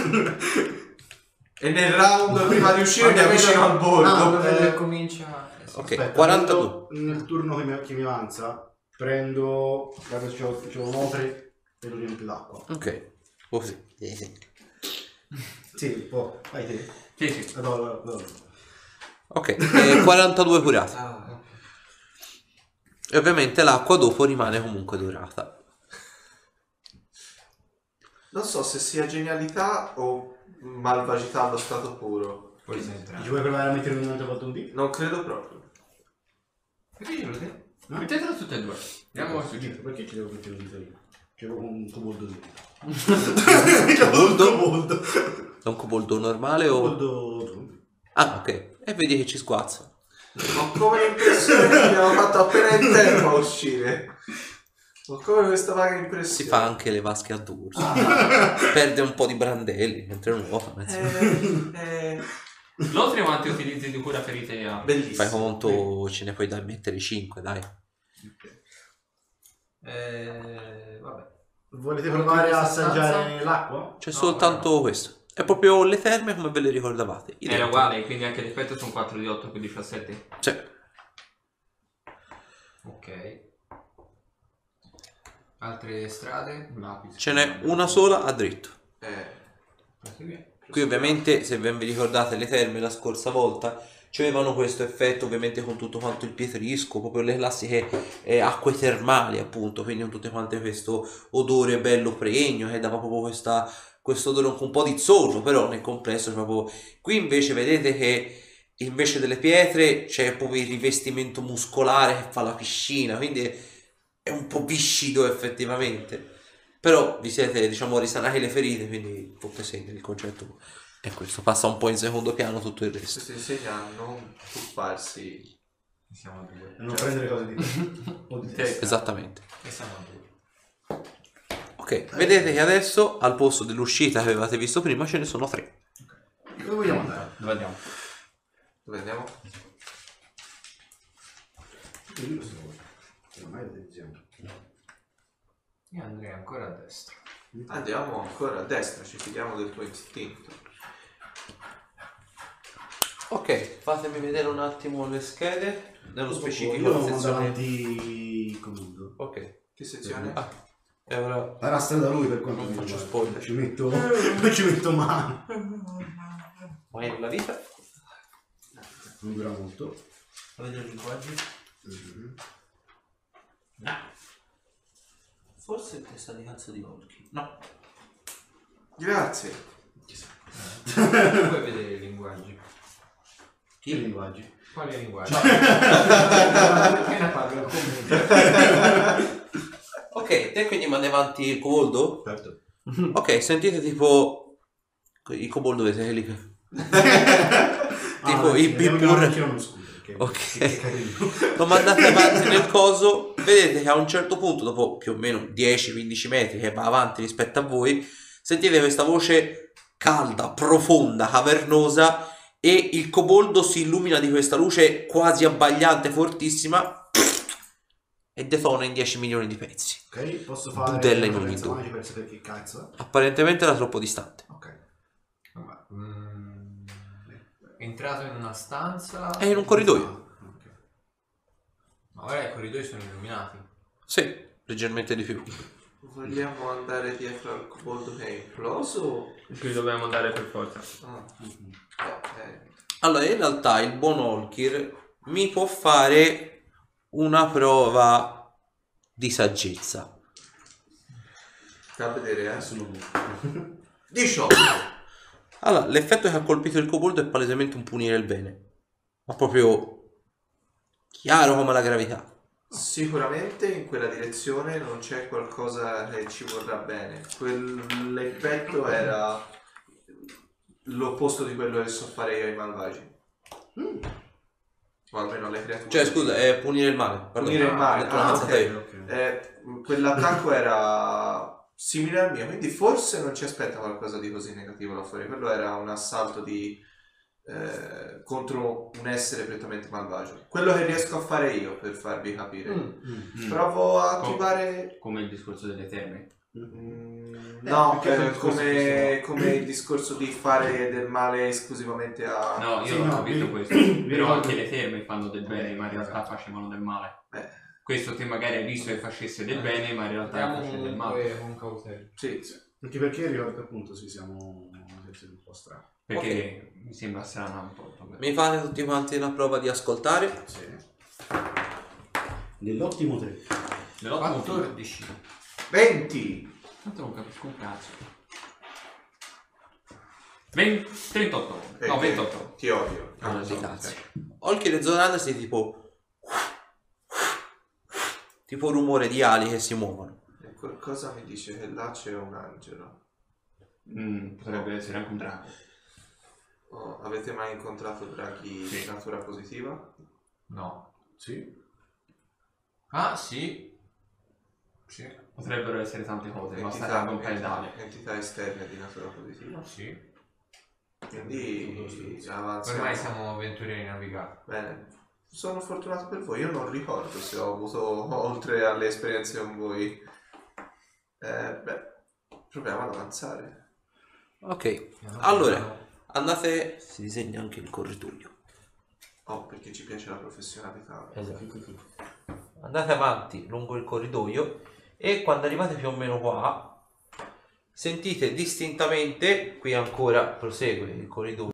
Speaker 4: e nel round prima di uscire mi
Speaker 3: Quando
Speaker 4: avvicino
Speaker 3: vedo-
Speaker 4: al bordo.
Speaker 2: Ah,
Speaker 3: Quando vedo
Speaker 2: eh,
Speaker 3: che comincia... eh, sì.
Speaker 6: Ok,
Speaker 2: Aspetta,
Speaker 6: 42.
Speaker 2: prendo Nel turno che mi, che mi avanza, prendo. Guarda, c'ho, c'ho un opre e lo riempio d'acqua.
Speaker 6: Ok, Oh, così.
Speaker 2: Sì, un po'. Vai te.
Speaker 5: Sì, sì.
Speaker 2: Ah, no, no, no.
Speaker 6: Ok, eh, 42 curate.
Speaker 3: Ah,
Speaker 6: E ovviamente l'acqua dopo rimane comunque dorata.
Speaker 4: Non so se sia genialità o malvagità allo stato puro.
Speaker 3: forse entra.
Speaker 2: Ci vuoi provare a mettere un altro volta un D?
Speaker 4: Non credo proprio.
Speaker 5: Mettetelo te.
Speaker 2: No?
Speaker 5: Mettetelo tutte e due. Vediamo cosa succede.
Speaker 2: Perché ci devo mettere un dito io? C'è proprio un coboldo dentro.
Speaker 6: Coboldo?
Speaker 2: coboldo.
Speaker 6: È un coboldo normale o...
Speaker 2: Coboldo.
Speaker 6: Ah, ok. E vedi che ci squazza.
Speaker 4: Ho come l'impressione che abbiamo fatto appena in tempo a uscire. Ho come questa vaga
Speaker 6: Si
Speaker 4: impressione.
Speaker 6: fa anche le vasche a dorso. Perde un po' di brandelli mentre nuota. ma insomma.
Speaker 4: Eh, eh,
Speaker 5: L'oltre quanti utilizzi di cura ferite ha?
Speaker 4: bellissimo.
Speaker 6: Fai conto, ce ne puoi dai mettere 5, dai.
Speaker 3: Eh, vabbè.
Speaker 2: Volete
Speaker 3: Volete
Speaker 2: provare a
Speaker 3: questa
Speaker 2: assaggiare
Speaker 3: stanza?
Speaker 2: l'acqua?
Speaker 6: C'è
Speaker 3: No,
Speaker 6: soltanto questo. È proprio le terme come ve le ricordavate.
Speaker 5: Eh, Era
Speaker 6: Identico.
Speaker 5: uguale, quindi anche l'effetto sono 4 di 8 più 17.
Speaker 6: Cioè,
Speaker 3: Ok. Altre strade?
Speaker 6: ce n'è una sola a dritto.
Speaker 4: Eh,
Speaker 3: Anche qui.
Speaker 6: Qui ovviamente, se ben vi ricordate le terme la scorsa volta, c'avevano Cioè, questo effetto ovviamente con tutto quanto il pietrisco, proprio le classiche eh, acque termali appunto, quindi con tutte quante questo odore bello pregno che dava proprio questa, questo odore un po' di zolfo, però nel complesso proprio... Qui invece vedete che invece delle pietre c'è proprio il rivestimento muscolare che fa la piscina, quindi è- è un po' viscido effettivamente. Però vi siete, diciamo, risanati le ferite, quindi tutte segni, il concetto è questo. Passa un po' in secondo piano tutto il resto.
Speaker 4: questo insegna a non tuffarsi.
Speaker 3: Siamo a
Speaker 2: E
Speaker 3: due.
Speaker 2: non prendere cose di o di testa.
Speaker 6: Esattamente.
Speaker 3: E siamo a due.
Speaker 6: Ok, vedete che adesso al posto dell'uscita che avevate visto prima ce ne sono tre.
Speaker 2: Dove vogliamo andare?
Speaker 5: Dove andiamo?
Speaker 4: Dove andiamo?
Speaker 2: Io lo so. Ormai lo decidiamo.
Speaker 3: Io andrei ancora a destra.
Speaker 4: Ah, Andiamo ancora a destra, ci fidiamo del tuo istinto.
Speaker 6: Ok, fatemi vedere un attimo le schede. Nello
Speaker 2: Io
Speaker 6: specifico
Speaker 2: non
Speaker 6: la
Speaker 2: mando
Speaker 6: sezione.
Speaker 2: avanti comodo.
Speaker 6: Ok.
Speaker 4: Che sezione?
Speaker 6: Ah, e ora
Speaker 2: Era strada da lui per quanto
Speaker 6: Non
Speaker 2: mi
Speaker 6: faccio
Speaker 2: riguarda.
Speaker 6: spoiler.
Speaker 2: Ci metto, non ci metto mano.
Speaker 6: mai nella vita.
Speaker 2: Non dura molto.
Speaker 8: Avete il linguaggio?
Speaker 2: Mhm.
Speaker 8: Ah. Forse è testa di cazzo di Volky. No.
Speaker 4: Grazie.
Speaker 3: Puoi vedere i linguaggi.
Speaker 2: Che linguaggi?
Speaker 3: Quali linguaggi? Perché ne parlo? Come?
Speaker 6: Ok, te quindi mandi avanti il coboldo?
Speaker 2: Certo.
Speaker 8: Mm.
Speaker 6: Ok, sentite tipo... Il coboldo vedete che lì che...
Speaker 2: Ah,
Speaker 6: Tipo i
Speaker 2: pure.
Speaker 6: pipur.
Speaker 2: eh, Anche io non scudo. perché-
Speaker 6: Ok.
Speaker 2: che carino.
Speaker 6: lo mandate avanti nel coso, vedete che a un certo punto, dopo più o meno 10-15 metri che va avanti rispetto a voi, sentite questa voce calda, profonda, cavernosa e il coboldo si illumina di questa luce quasi abbagliante, fortissima e detona in 10 milioni di pezzi.
Speaker 2: Ok, posso fare
Speaker 6: Budella in ogni
Speaker 2: un'influenza
Speaker 6: due.
Speaker 2: magica per sapere che cazzo è?
Speaker 6: Apparentemente era troppo distante.
Speaker 2: Ok.
Speaker 3: Vabbè, mm, entrato in una stanza.
Speaker 6: È in un corridoio.
Speaker 2: Ah, Ok.
Speaker 3: Ma ora i corridoi sono illuminati.
Speaker 6: Sì, leggermente di più.
Speaker 4: Vogliamo andare dietro al coboldo che è imploso?
Speaker 5: Ci dobbiamo andare per forza.
Speaker 4: Ah,
Speaker 6: Mm-hmm.
Speaker 4: Eh,
Speaker 2: Mhm.
Speaker 4: ok.
Speaker 6: Allora, in realtà il buon Olkir mi può fare una prova di saggezza.
Speaker 4: Sta a vedere, eh.
Speaker 2: Sono
Speaker 4: 18.
Speaker 6: Allora, l'effetto che ha colpito il coboldo è palesemente un punire il bene. Ma proprio chiaro come la gravità.
Speaker 4: Sicuramente in quella direzione non c'è qualcosa che ci vorrà bene. Quell'effetto era l'opposto di quello che so fare io ai malvagi.
Speaker 2: Mm.
Speaker 4: O almeno alle creature.
Speaker 6: Cioè, scusa, è punire il male. Pardon.
Speaker 4: Punire il male,
Speaker 6: Ho detto una
Speaker 4: ah,
Speaker 6: cazzata
Speaker 4: ok.
Speaker 6: io.
Speaker 4: Eh, quell'attacco era simile al mio, quindi forse non ci aspetta qualcosa di così negativo là fuori. Quello era un assalto di, eh, contro un essere prettamente malvagio. Quello che riesco a fare io, per farvi capire.
Speaker 2: Mm.
Speaker 4: Provo a attivare...
Speaker 5: Come il discorso delle terme.
Speaker 4: no,
Speaker 2: perché
Speaker 4: eh,
Speaker 2: sono discorsi
Speaker 4: come, come il discorso di fare del male esclusivamente a...
Speaker 5: No, io
Speaker 2: Sì,
Speaker 5: ho
Speaker 2: no,
Speaker 5: capito
Speaker 2: vi-
Speaker 5: questo.
Speaker 2: vi
Speaker 5: Però
Speaker 2: ricordo-
Speaker 5: anche le terme fanno del bene,
Speaker 4: Eh,
Speaker 5: ma in realtà facevano del male.
Speaker 4: Eh.
Speaker 5: Questo te magari hai visto che facesse del bene, ma in realtà
Speaker 3: Andiamo
Speaker 5: facesse del male.
Speaker 3: comunque con cautela.
Speaker 4: Sì, sì.
Speaker 2: Anche perché ricordo che appunto sì, siamo una situazione un po' strana.
Speaker 5: Perché mi sembra strano un po'. vabbè.
Speaker 6: Mi fate tutti quanti una prova di ascoltare.
Speaker 2: Sì. Nell'ottimo 3.
Speaker 5: Me l'ho
Speaker 3: 14.
Speaker 4: 20!
Speaker 5: Tanto non capisco un cazzo. 20 38. No,
Speaker 4: Eh,
Speaker 5: 28.
Speaker 4: Ti odio.
Speaker 6: Ah, di
Speaker 4: no,
Speaker 6: cazzi.
Speaker 4: ok.
Speaker 6: Olkir e Zoran si tipo. Tipo rumore di ali che si muovono.
Speaker 4: E Qualcosa mi dice che là c'è un angelo.
Speaker 5: Mm, potrebbe essere anche un drago.
Speaker 4: Oh, avete mai incontrato draghi
Speaker 5: Sì.
Speaker 4: di natura positiva?
Speaker 3: No.
Speaker 2: Sì.
Speaker 3: Ah, sì. Sì.
Speaker 5: Potrebbero essere tante cose, ma
Speaker 4: Entità,
Speaker 5: sarebbe un paio
Speaker 4: entità,
Speaker 5: d'ali.
Speaker 4: entità esterne di natura positiva.
Speaker 3: Sì.
Speaker 4: Quindi avanziamo.
Speaker 3: Ormai siamo avventurieri navigati.
Speaker 4: Bene. Sono fortunato per voi, io non ricordo se ho avuto oltre alle esperienze con voi. Eh, beh, proviamo ad avanzare.
Speaker 6: Ok,
Speaker 4: Ah.
Speaker 6: allora andate. Si disegna anche il corridoio.
Speaker 4: Oh, perché ci piace la professionalità.
Speaker 6: Esatto. Andate avanti lungo il corridoio e quando arrivate più o meno qua sentite distintamente, qui ancora prosegue il corridoio.